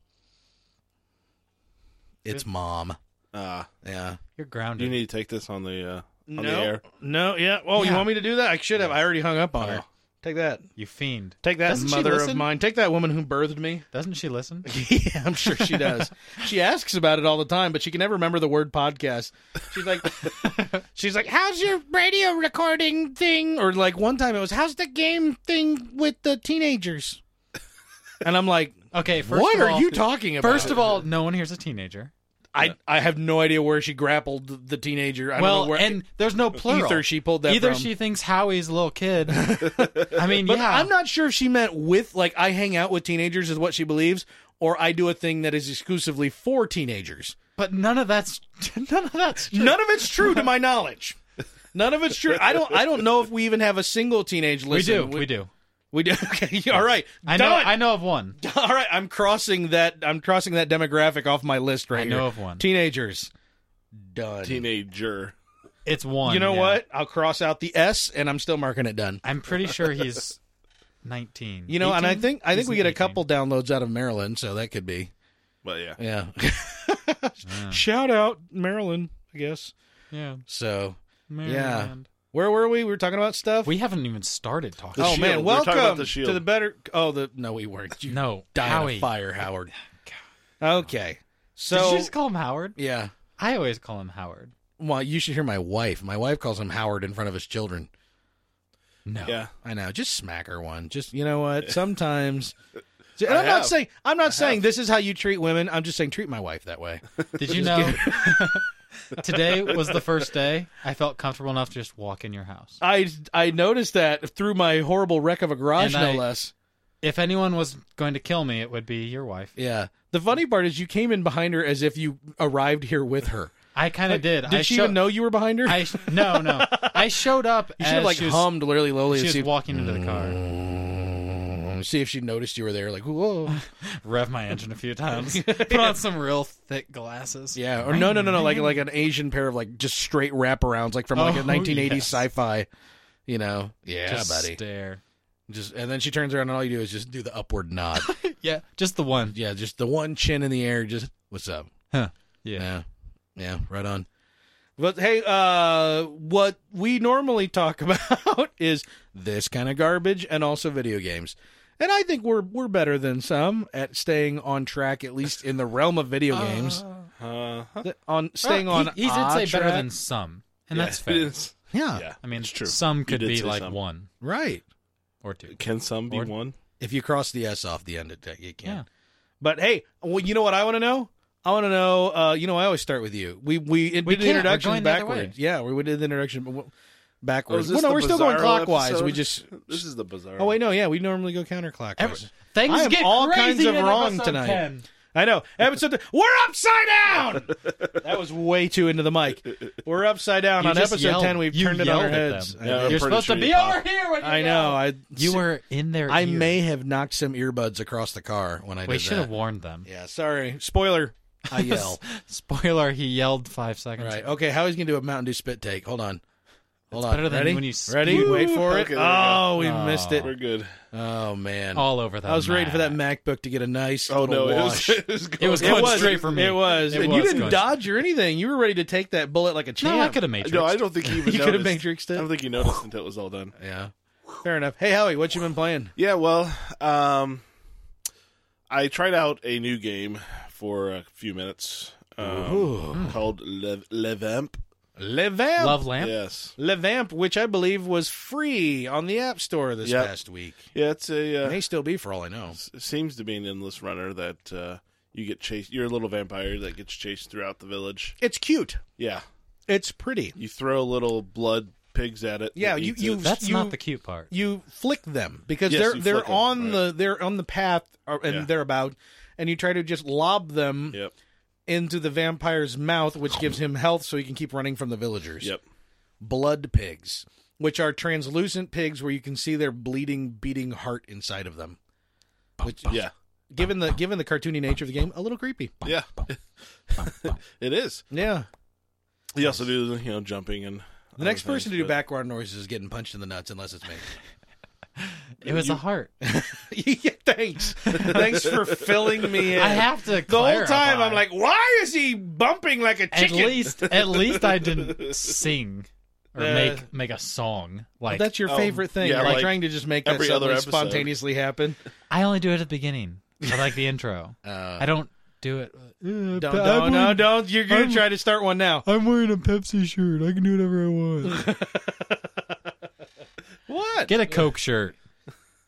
Speaker 1: It's mom.
Speaker 3: Uh,
Speaker 1: Yeah.
Speaker 2: You're grounded.
Speaker 3: you need to take this on the uh, on the air.
Speaker 1: No. Yeah. Oh,
Speaker 2: Yeah.
Speaker 1: you want me to do that? I should have. I already hung up on
Speaker 3: Oh.
Speaker 1: her. Take that.
Speaker 2: You fiend.
Speaker 1: Take that,
Speaker 2: Doesn't she
Speaker 1: mother of
Speaker 2: listen?
Speaker 1: mine. Take that woman who birthed me.
Speaker 2: Doesn't she listen?
Speaker 1: Yeah, I'm sure she does. she asks about it all the time, but she can never remember the word podcast. She's like, she's like, how's your radio recording thing? Or like one time it was, how's the game thing with the teenagers? And I'm like,
Speaker 2: Okay. First
Speaker 1: what
Speaker 2: of
Speaker 1: are
Speaker 2: all,
Speaker 1: you talking about?
Speaker 2: First of all, no one here's a teenager.
Speaker 1: I I have no idea where she grappled the teenager. I don't know
Speaker 2: well,
Speaker 1: where
Speaker 2: and there's no plural.
Speaker 1: ether she pulled that
Speaker 2: Either
Speaker 1: from.
Speaker 2: she thinks Howie's a little kid. I mean,
Speaker 1: But
Speaker 2: yeah.
Speaker 1: I'm not sure if she meant with like I hang out with teenagers is what she believes, or I do a thing that is exclusively for teenagers.
Speaker 2: But none of that's none of that's true.
Speaker 1: None of it's true to my knowledge. None of it's true. I don't. I don't know if we even have a single teenage
Speaker 2: we
Speaker 1: listen.
Speaker 2: do.
Speaker 1: We
Speaker 2: We, do.
Speaker 1: do. Okay. All right.
Speaker 2: I know.
Speaker 1: Done.
Speaker 2: I know of one.
Speaker 1: All right. I'm crossing that. I'm crossing that demographic off my list right
Speaker 2: I
Speaker 1: here.
Speaker 2: know of one.
Speaker 1: Teenagers. Done.
Speaker 3: Teenager.
Speaker 2: It's one.
Speaker 1: you know
Speaker 2: yeah.
Speaker 1: what? I'll cross out the S, and I'm still marking it done.
Speaker 2: I'm pretty sure he's 19.
Speaker 1: You know, and I
Speaker 2: 18?
Speaker 1: think I think
Speaker 2: He's
Speaker 1: we get a
Speaker 2: 18.
Speaker 1: couple downloads out of Maryland, so that could be.
Speaker 3: But yeah.
Speaker 1: Yeah.
Speaker 2: Ah,
Speaker 1: Shout out Maryland, I guess.
Speaker 2: yeah.
Speaker 1: So
Speaker 2: Maryland.
Speaker 1: where were we? We were talking about stuff.
Speaker 2: We haven't even started talking.
Speaker 3: The
Speaker 1: oh
Speaker 3: Shield. We
Speaker 1: man,
Speaker 3: were talking
Speaker 1: welcome
Speaker 3: about The Shield.
Speaker 1: to the better. Oh, the no, we weren't. You
Speaker 2: no,
Speaker 1: die in
Speaker 2: Howie.
Speaker 1: a fire, Howard. Okay, so
Speaker 2: Did you just call him Howard?
Speaker 1: yeah.
Speaker 2: I always call him Howard.
Speaker 1: Well, you should hear my wife. My wife calls him Howard in front of his children.
Speaker 2: No.
Speaker 3: Yeah.
Speaker 1: I know. Just smack her one. Just you know what? Sometimes. And
Speaker 3: I
Speaker 1: I'm not
Speaker 3: have.
Speaker 1: saying I'm not saying this is how you treat women. I'm just saying treat my wife that way.
Speaker 2: Did you know? Today was the first day I felt comfortable enough to just walk in your house.
Speaker 1: I I noticed that through my horrible wreck of a garage,
Speaker 2: And
Speaker 1: no
Speaker 2: I-
Speaker 1: less.
Speaker 2: If anyone was going to kill me, it would be your wife.
Speaker 1: Yeah. The funny part is you came in behind her as if you arrived here with her.
Speaker 2: I kind of did.
Speaker 1: Did
Speaker 2: I
Speaker 1: she
Speaker 2: sho-
Speaker 1: even know you were behind her?
Speaker 2: I sh- no, no. I showed up.
Speaker 1: you
Speaker 2: as
Speaker 1: should have like
Speaker 2: she was,
Speaker 1: hummed literally lowly
Speaker 2: She
Speaker 1: and
Speaker 2: was
Speaker 1: see if,
Speaker 2: walking into the car.
Speaker 1: Mm, see if she noticed you were there. Like whoa.
Speaker 2: Rev my engine a few times. Put on some real thick glasses.
Speaker 1: Yeah. Or no no no no like like an Asian pair of like just straight wraparounds like from like
Speaker 2: Oh,
Speaker 1: a 1980s
Speaker 2: yes.
Speaker 1: sci-fi. You know. Yeah,
Speaker 2: just
Speaker 1: buddy.
Speaker 2: stare.
Speaker 1: Just and then she turns around and all you do is just do the upward nod.
Speaker 2: Yeah, just the one.
Speaker 1: yeah, just the one chin in the air. Just what's up.
Speaker 2: Yeah.
Speaker 1: Yeah. Yeah, right on. But hey, uh what we normally talk about is this kind of garbage and also video games. And I think we're we're better than some at staying on track at least in the realm of video games.
Speaker 3: Uh,
Speaker 1: Th- on staying on
Speaker 2: He, he did
Speaker 1: a
Speaker 2: say better
Speaker 1: track.
Speaker 2: than some, and that's
Speaker 3: yeah,
Speaker 2: fair.
Speaker 3: it is.
Speaker 1: yeah,
Speaker 3: Yeah.
Speaker 2: I mean,
Speaker 3: It's true.
Speaker 2: Some
Speaker 3: You
Speaker 2: could
Speaker 3: did
Speaker 2: be
Speaker 3: say
Speaker 2: like
Speaker 3: some.
Speaker 2: one
Speaker 1: right.
Speaker 2: or two.
Speaker 3: Can some be
Speaker 2: Or-
Speaker 3: one?
Speaker 1: If you cross the S off the end of that, you can.
Speaker 2: Yeah.
Speaker 1: But hey, well, you know what I want to know? I want to know. Uh, you know, I always start with you. We we did
Speaker 2: We
Speaker 1: the
Speaker 2: can't. We're
Speaker 1: introduction
Speaker 2: going the other way. Oh,
Speaker 1: backwards. Yeah, we we did the introduction but w-
Speaker 3: Or Oh, is
Speaker 1: backwards.
Speaker 3: this
Speaker 1: well, no,
Speaker 3: the
Speaker 1: we're still going
Speaker 3: Bizarro
Speaker 1: clockwise. We
Speaker 3: episode?
Speaker 1: just.
Speaker 3: This is the bizarre.
Speaker 1: Oh wait, no, yeah, we normally go counterclockwise.
Speaker 2: Things
Speaker 1: I am
Speaker 2: get
Speaker 1: all
Speaker 2: crazy
Speaker 1: kinds of
Speaker 2: in
Speaker 1: wrong
Speaker 2: episode
Speaker 1: tonight.
Speaker 2: 10.
Speaker 1: I know. Episode th- we're upside down. that was way too into the mic. We're upside down
Speaker 2: You
Speaker 1: on
Speaker 2: just
Speaker 1: episode
Speaker 2: yelled-
Speaker 1: ten. We've
Speaker 2: you
Speaker 1: turned it on our
Speaker 2: yelled at
Speaker 1: heads.
Speaker 2: them.
Speaker 1: I
Speaker 3: Yeah,
Speaker 1: did.
Speaker 2: You're
Speaker 3: I'm pretty
Speaker 2: supposed
Speaker 3: sure
Speaker 2: to
Speaker 3: you
Speaker 2: be
Speaker 3: popped.
Speaker 2: over here when you
Speaker 1: I know. I
Speaker 2: You were in their.
Speaker 1: I
Speaker 2: ear.
Speaker 1: may have knocked some earbuds across the car when I did
Speaker 2: We should
Speaker 1: that.
Speaker 2: have warned them.
Speaker 1: Yeah, sorry. Spoiler. I yell.
Speaker 2: Spoiler: He yelled five seconds.
Speaker 1: right. Okay. How he's gonna do a Mountain Dew spit take? Hold on. Hold on.
Speaker 2: better than
Speaker 1: Ready?
Speaker 2: when you
Speaker 1: Ready?
Speaker 2: spew.
Speaker 1: Wait for it.
Speaker 3: Okay, there we go.
Speaker 1: oh, we missed it.
Speaker 3: We're good.
Speaker 1: Oh man.
Speaker 2: All over that.
Speaker 1: I was ready for that MacBook to get a nice.
Speaker 3: Oh
Speaker 1: little
Speaker 3: no, it
Speaker 1: wash.
Speaker 3: was, it was going.
Speaker 2: It was going straight for me.
Speaker 1: It was.
Speaker 2: It
Speaker 1: and you
Speaker 2: was
Speaker 1: didn't
Speaker 2: going-
Speaker 1: dodge or anything. You were ready to take that bullet like a champ.
Speaker 2: No, I could have matrixed.
Speaker 3: No, I don't think he even
Speaker 1: You could have
Speaker 3: noticed.
Speaker 1: matrixed
Speaker 3: I don't
Speaker 1: it.
Speaker 3: think he noticed until it was all done.
Speaker 1: Yeah. Fair enough. Hey, Howie, what you been playing?
Speaker 3: Yeah, well, um, I tried out a new game for a few minutes um,
Speaker 1: Ooh.
Speaker 3: called Le- Levamp.
Speaker 1: Levamp.
Speaker 2: Love lamp.
Speaker 3: Yes,
Speaker 1: Levamp, which I believe was free on the App Store this
Speaker 3: Yep.
Speaker 1: past week.
Speaker 3: yeah, it's a uh,
Speaker 1: May still be, for all I know.
Speaker 3: s- seems to be an endless runner that uh, you get chased. You're a little vampire that gets chased throughout the village.
Speaker 1: It's cute.
Speaker 3: Yeah,
Speaker 1: It's pretty.
Speaker 3: you throw little blood pigs at it.
Speaker 1: Yeah,
Speaker 3: It
Speaker 1: you-
Speaker 3: eats
Speaker 1: you-
Speaker 3: it.
Speaker 2: That's
Speaker 1: You-
Speaker 2: not the cute part.
Speaker 1: You flick them because
Speaker 3: Yes,
Speaker 1: they're
Speaker 3: you
Speaker 1: they're
Speaker 3: flick 'em,
Speaker 1: on
Speaker 3: right.
Speaker 1: the they're on the path or, and
Speaker 3: Yeah.
Speaker 1: they're about, and you try to just lob them
Speaker 3: Yep,
Speaker 1: into the vampire's mouth, which gives him health so he can keep running from the villagers.
Speaker 3: yep.
Speaker 1: blood pigs, which are translucent pigs where you can see their bleeding, beating heart inside of them. Which,
Speaker 3: Yeah,
Speaker 1: given the given the cartoony nature of the game, a little creepy.
Speaker 3: yeah. it is.
Speaker 1: Yeah.
Speaker 3: You also do you know jumping and
Speaker 1: The
Speaker 3: other
Speaker 1: next person to
Speaker 3: things,
Speaker 1: do
Speaker 3: but-
Speaker 1: background noises is getting punched in the nuts, unless it's me.
Speaker 2: It was
Speaker 3: you-
Speaker 2: a heart.
Speaker 1: yeah, thanks, thanks for filling me in.
Speaker 2: I have to.
Speaker 1: the whole time
Speaker 2: clarify.
Speaker 1: I'm like, why is he bumping like a
Speaker 2: at
Speaker 1: chicken?
Speaker 2: least, at least I didn't sing or
Speaker 1: Uh,
Speaker 2: make make a song. Like
Speaker 1: That's your
Speaker 3: Oh,
Speaker 1: favorite thing.
Speaker 3: yeah,
Speaker 1: You're
Speaker 3: like
Speaker 1: trying to just make that
Speaker 3: every other
Speaker 1: suddenly
Speaker 3: episode.
Speaker 1: spontaneously happen.
Speaker 2: I only do it at the beginning. I like the intro. I
Speaker 1: Uh,
Speaker 2: don't do it.
Speaker 1: don't, don't, no, don't. You're gonna
Speaker 3: Um,
Speaker 2: I'm-
Speaker 1: try to start one now.
Speaker 2: I'm wearing a Pepsi shirt. I can do whatever I want.
Speaker 1: What?
Speaker 2: Get a Coke shirt.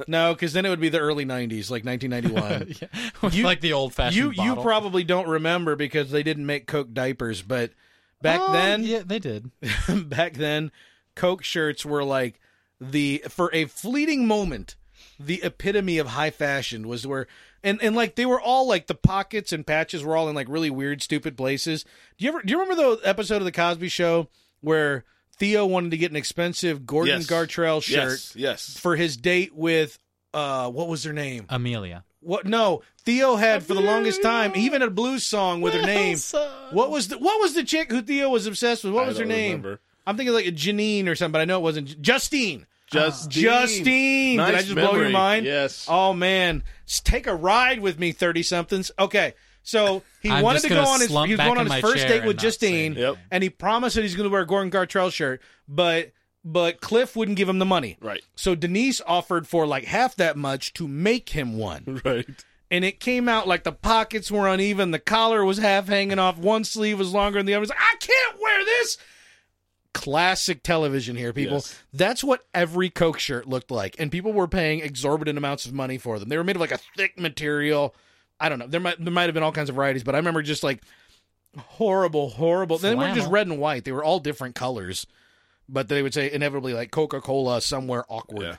Speaker 1: No, because then it would be the early '90s, like 1991.
Speaker 2: Yeah. With,
Speaker 1: You-
Speaker 2: like the old fashioned.
Speaker 1: you you probably don't remember because they didn't make Coke diapers, but back
Speaker 3: Oh,
Speaker 1: then,
Speaker 2: yeah, they did.
Speaker 1: back then, Coke shirts were like the for a fleeting moment, the epitome of high fashion was where and and like they were all like the pockets and patches were all in like really weird, stupid places. Do you ever do you remember the episode of the Cosby Show where Theo wanted to get an expensive Gordon
Speaker 3: Yes.
Speaker 1: Gartrell shirt?
Speaker 3: Yes, yes.
Speaker 1: for his date with uh what was her name?
Speaker 2: Amelia.
Speaker 1: What no, Theo had for the longest time, he even had a blues song with her name. What was the what was the chick who Theo was obsessed with? What
Speaker 3: I
Speaker 1: was her
Speaker 3: don't
Speaker 1: name?
Speaker 3: remember.
Speaker 1: I'm thinking like a Janine or something, but I know it wasn't Justine.
Speaker 3: Justine.
Speaker 1: Justine. Did I
Speaker 3: Nice
Speaker 1: just blow your
Speaker 3: memory.
Speaker 1: mind?
Speaker 3: Yes.
Speaker 1: Oh man, S- take a ride with me, thirty somethings. Okay, so he
Speaker 2: I'm
Speaker 1: wanted
Speaker 2: just
Speaker 1: to go
Speaker 2: gonna
Speaker 1: on his he
Speaker 2: slump
Speaker 1: was
Speaker 2: back
Speaker 1: going on
Speaker 2: in
Speaker 1: his
Speaker 2: my
Speaker 1: first
Speaker 2: chair
Speaker 1: date
Speaker 2: and
Speaker 1: with
Speaker 2: not say
Speaker 1: Justine,
Speaker 3: anything. Yep.
Speaker 1: and he promised that he's going to wear a Gordon Gartrell shirt, but but Cliff wouldn't give him the money.
Speaker 3: Right.
Speaker 1: So Denise offered for like half that much to make him one.
Speaker 3: Right.
Speaker 1: And it came out like the pockets were uneven, the collar was half hanging off, one sleeve was longer than the other. He's like, I can't wear this. Classic television here, people.
Speaker 3: Yes.
Speaker 1: That's what every Coke shirt looked like. And people were paying exorbitant amounts of money for them. They were made of like a thick material. I don't know. There might there might have been all kinds of varieties, but I remember just like horrible, horrible. They weren't just
Speaker 2: Flannel.
Speaker 1: red and white. They were all different colors. But they would say inevitably like Coca Cola somewhere awkward.
Speaker 3: Yeah.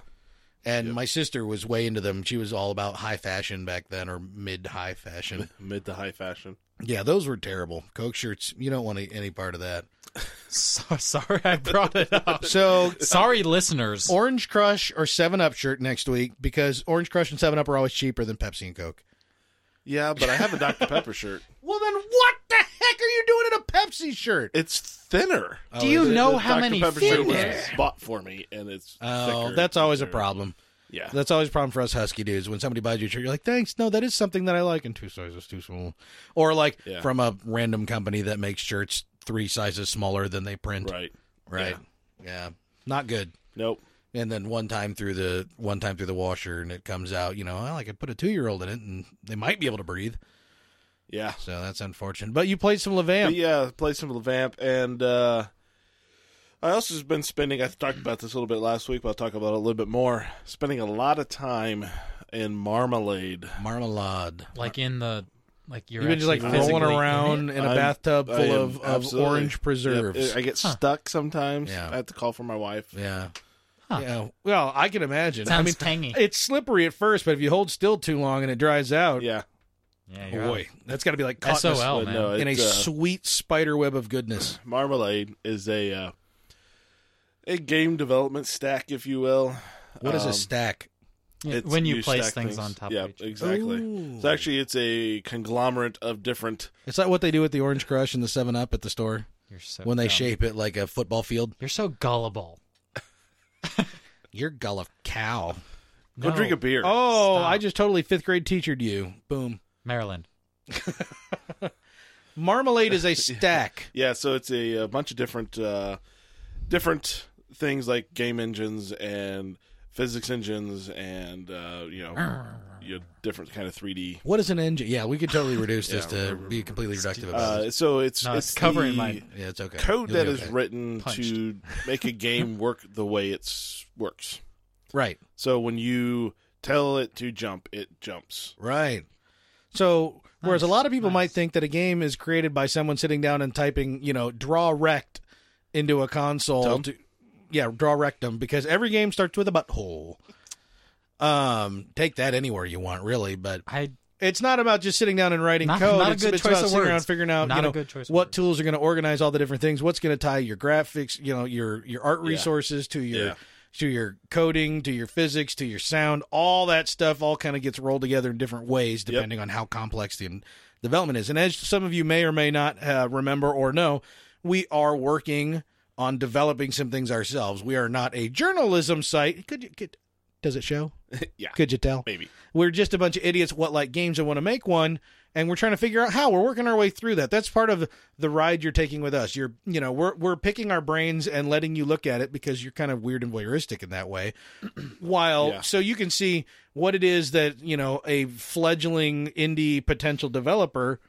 Speaker 1: And my sister was way into them. She was all about high fashion back then or mid high fashion.
Speaker 3: Mid to high fashion.
Speaker 1: yeah, those were terrible. Coke shirts, you don't want any, any part of that.
Speaker 2: So, sorry, I brought it
Speaker 3: Uh,
Speaker 2: up.
Speaker 1: So,
Speaker 2: sorry, listeners.
Speaker 1: Orange Crush or 7 Up shirt next week because Orange Crush and 7 Up are always cheaper than Pepsi and Coke.
Speaker 3: Yeah, but I have a Dr. Pepper shirt.
Speaker 1: Well, then what the heck are you doing in a Pepsi shirt?
Speaker 3: It's thinner.
Speaker 1: Do you
Speaker 3: Uh, The-
Speaker 2: know
Speaker 3: Oh, the
Speaker 2: how
Speaker 3: Dr.
Speaker 2: many
Speaker 3: Pepper
Speaker 2: fit
Speaker 3: shirt was
Speaker 2: there?
Speaker 3: bought for me, and it's.
Speaker 1: Oh,
Speaker 3: thicker
Speaker 1: that's always a
Speaker 3: and thinner.
Speaker 1: problem.
Speaker 3: Yeah.
Speaker 1: That's always a problem for us husky dudes. When somebody buys you a shirt, you're like, thanks. No, that is something that I like and two sizes too small. Or like
Speaker 3: Yeah.
Speaker 1: from a random company that makes shirts three sizes smaller than they print.
Speaker 3: right.
Speaker 1: Right. Yeah. Not good.
Speaker 3: Nope.
Speaker 1: And then one time through the one time through the washer and it comes out, you know, well, I could put a two year old in it and they might be able to breathe.
Speaker 3: Yeah.
Speaker 1: So that's unfortunate. But you played some
Speaker 3: But
Speaker 1: Levamp.
Speaker 3: yeah, played some Levamp, and uh, I also has been spending. I talked about this a little bit last week, but I'll talk about it a little bit more. Spending a lot of time in Marmalade.
Speaker 1: Marmalade.
Speaker 2: like in the like you're
Speaker 1: You've been just like
Speaker 2: actually
Speaker 1: rolling
Speaker 2: physically in
Speaker 1: around
Speaker 2: it?
Speaker 1: in a
Speaker 3: I'm-
Speaker 1: bathtub
Speaker 3: I
Speaker 1: full
Speaker 3: am
Speaker 1: of, of
Speaker 3: absolutely-
Speaker 1: orange preserves.
Speaker 3: Yep, I get
Speaker 2: Huh.
Speaker 3: stuck sometimes.
Speaker 1: Yeah.
Speaker 3: I have to call for my wife.
Speaker 1: Yeah.
Speaker 2: Huh.
Speaker 1: Yeah. Well, I can imagine.
Speaker 2: Sounds
Speaker 1: I mean,
Speaker 2: tangy.
Speaker 1: it's slippery at first, but if you hold still too long and it dries out,
Speaker 3: Yeah.
Speaker 2: Yeah, you're
Speaker 1: Boy, that's got to be like caught in a-
Speaker 2: SOL,
Speaker 3: But
Speaker 2: Oh, man.
Speaker 3: no,
Speaker 1: in a
Speaker 3: it's, uh,
Speaker 1: sweet spider web of goodness.
Speaker 3: Marmalade is a uh, a game development stack, if you will.
Speaker 1: What is
Speaker 3: Um,
Speaker 1: a stack?
Speaker 2: Yeah,
Speaker 3: It's-
Speaker 2: when you, place
Speaker 3: stack
Speaker 2: things, on top
Speaker 3: yeah,
Speaker 2: of each other.
Speaker 3: exactly.
Speaker 1: Ooh.
Speaker 3: So actually, it's a conglomerate of different.
Speaker 1: Is that what they do with the Orange Crush and the Seven Up at the store
Speaker 2: You're so
Speaker 1: when they
Speaker 2: dumb.
Speaker 1: shape it like a football field?
Speaker 2: You're so gullible.
Speaker 1: You're gull cow.
Speaker 3: Go
Speaker 2: No,
Speaker 3: drink a beer.
Speaker 1: Oh,
Speaker 2: Stop.
Speaker 1: I just totally fifth grade teachered you. Boom.
Speaker 2: Maryland.
Speaker 1: Marmalade is a stack.
Speaker 3: Yeah, so it's a, a bunch of different uh, different things like game engines and physics engines and uh, you know you know, different kind of 3D.
Speaker 1: What is an engine? Yeah, we could totally reduce this
Speaker 3: Yeah,
Speaker 1: to be completely reductive about it. Uh,
Speaker 3: Uh, so it's
Speaker 2: No, it's
Speaker 3: it's
Speaker 2: covering
Speaker 3: the
Speaker 2: mine.
Speaker 1: Yeah, it's okay.
Speaker 3: code
Speaker 1: You'll
Speaker 3: that
Speaker 1: be
Speaker 3: is
Speaker 1: okay.
Speaker 3: written to
Speaker 2: Punched.
Speaker 3: make a game work the way it's works.
Speaker 1: right.
Speaker 3: So when you tell it to jump, it jumps.
Speaker 1: Right. So, whereas a
Speaker 2: Nice,
Speaker 1: lot of people might
Speaker 2: nice.
Speaker 1: think that a game is created by someone sitting down and typing, you know, draw rect into a console.
Speaker 3: Dumb.
Speaker 1: To, yeah, draw rectum because every game starts with a butthole. Um, take that anywhere you want, really, but
Speaker 2: I
Speaker 1: it's not about just sitting down and writing
Speaker 2: Not-
Speaker 1: code.
Speaker 2: not a
Speaker 1: it's
Speaker 2: good
Speaker 1: it's
Speaker 2: choice
Speaker 1: about
Speaker 2: of
Speaker 1: sitting
Speaker 2: words.
Speaker 1: around figuring out,
Speaker 2: Not
Speaker 1: you
Speaker 2: a
Speaker 1: know,
Speaker 2: good choice of
Speaker 1: what
Speaker 2: words.
Speaker 1: tools are going to organize all the different things. What's going to tie your graphics, you know, your your art
Speaker 3: Yeah.
Speaker 1: resources to your
Speaker 3: Yeah.
Speaker 1: to your coding, to your physics, to your sound. All that stuff all kind of gets rolled together in different ways depending on how complex the development is. And as some of you may or may not uh, remember or know, we are working on developing some things ourselves. We are not a journalism site. Could you could does it show?
Speaker 3: Yeah.
Speaker 1: Could you tell?
Speaker 3: Maybe.
Speaker 1: we're just a bunch of idiots what like games and want to make one and we're trying to figure out how we're working our way through that that's part of the ride you're taking with us you're you know we're we're picking our brains and letting you look at it because you're kind of weird and voyeuristic in that way while
Speaker 3: Yeah.
Speaker 1: so you can see what it is that you know a fledgling indie potential developer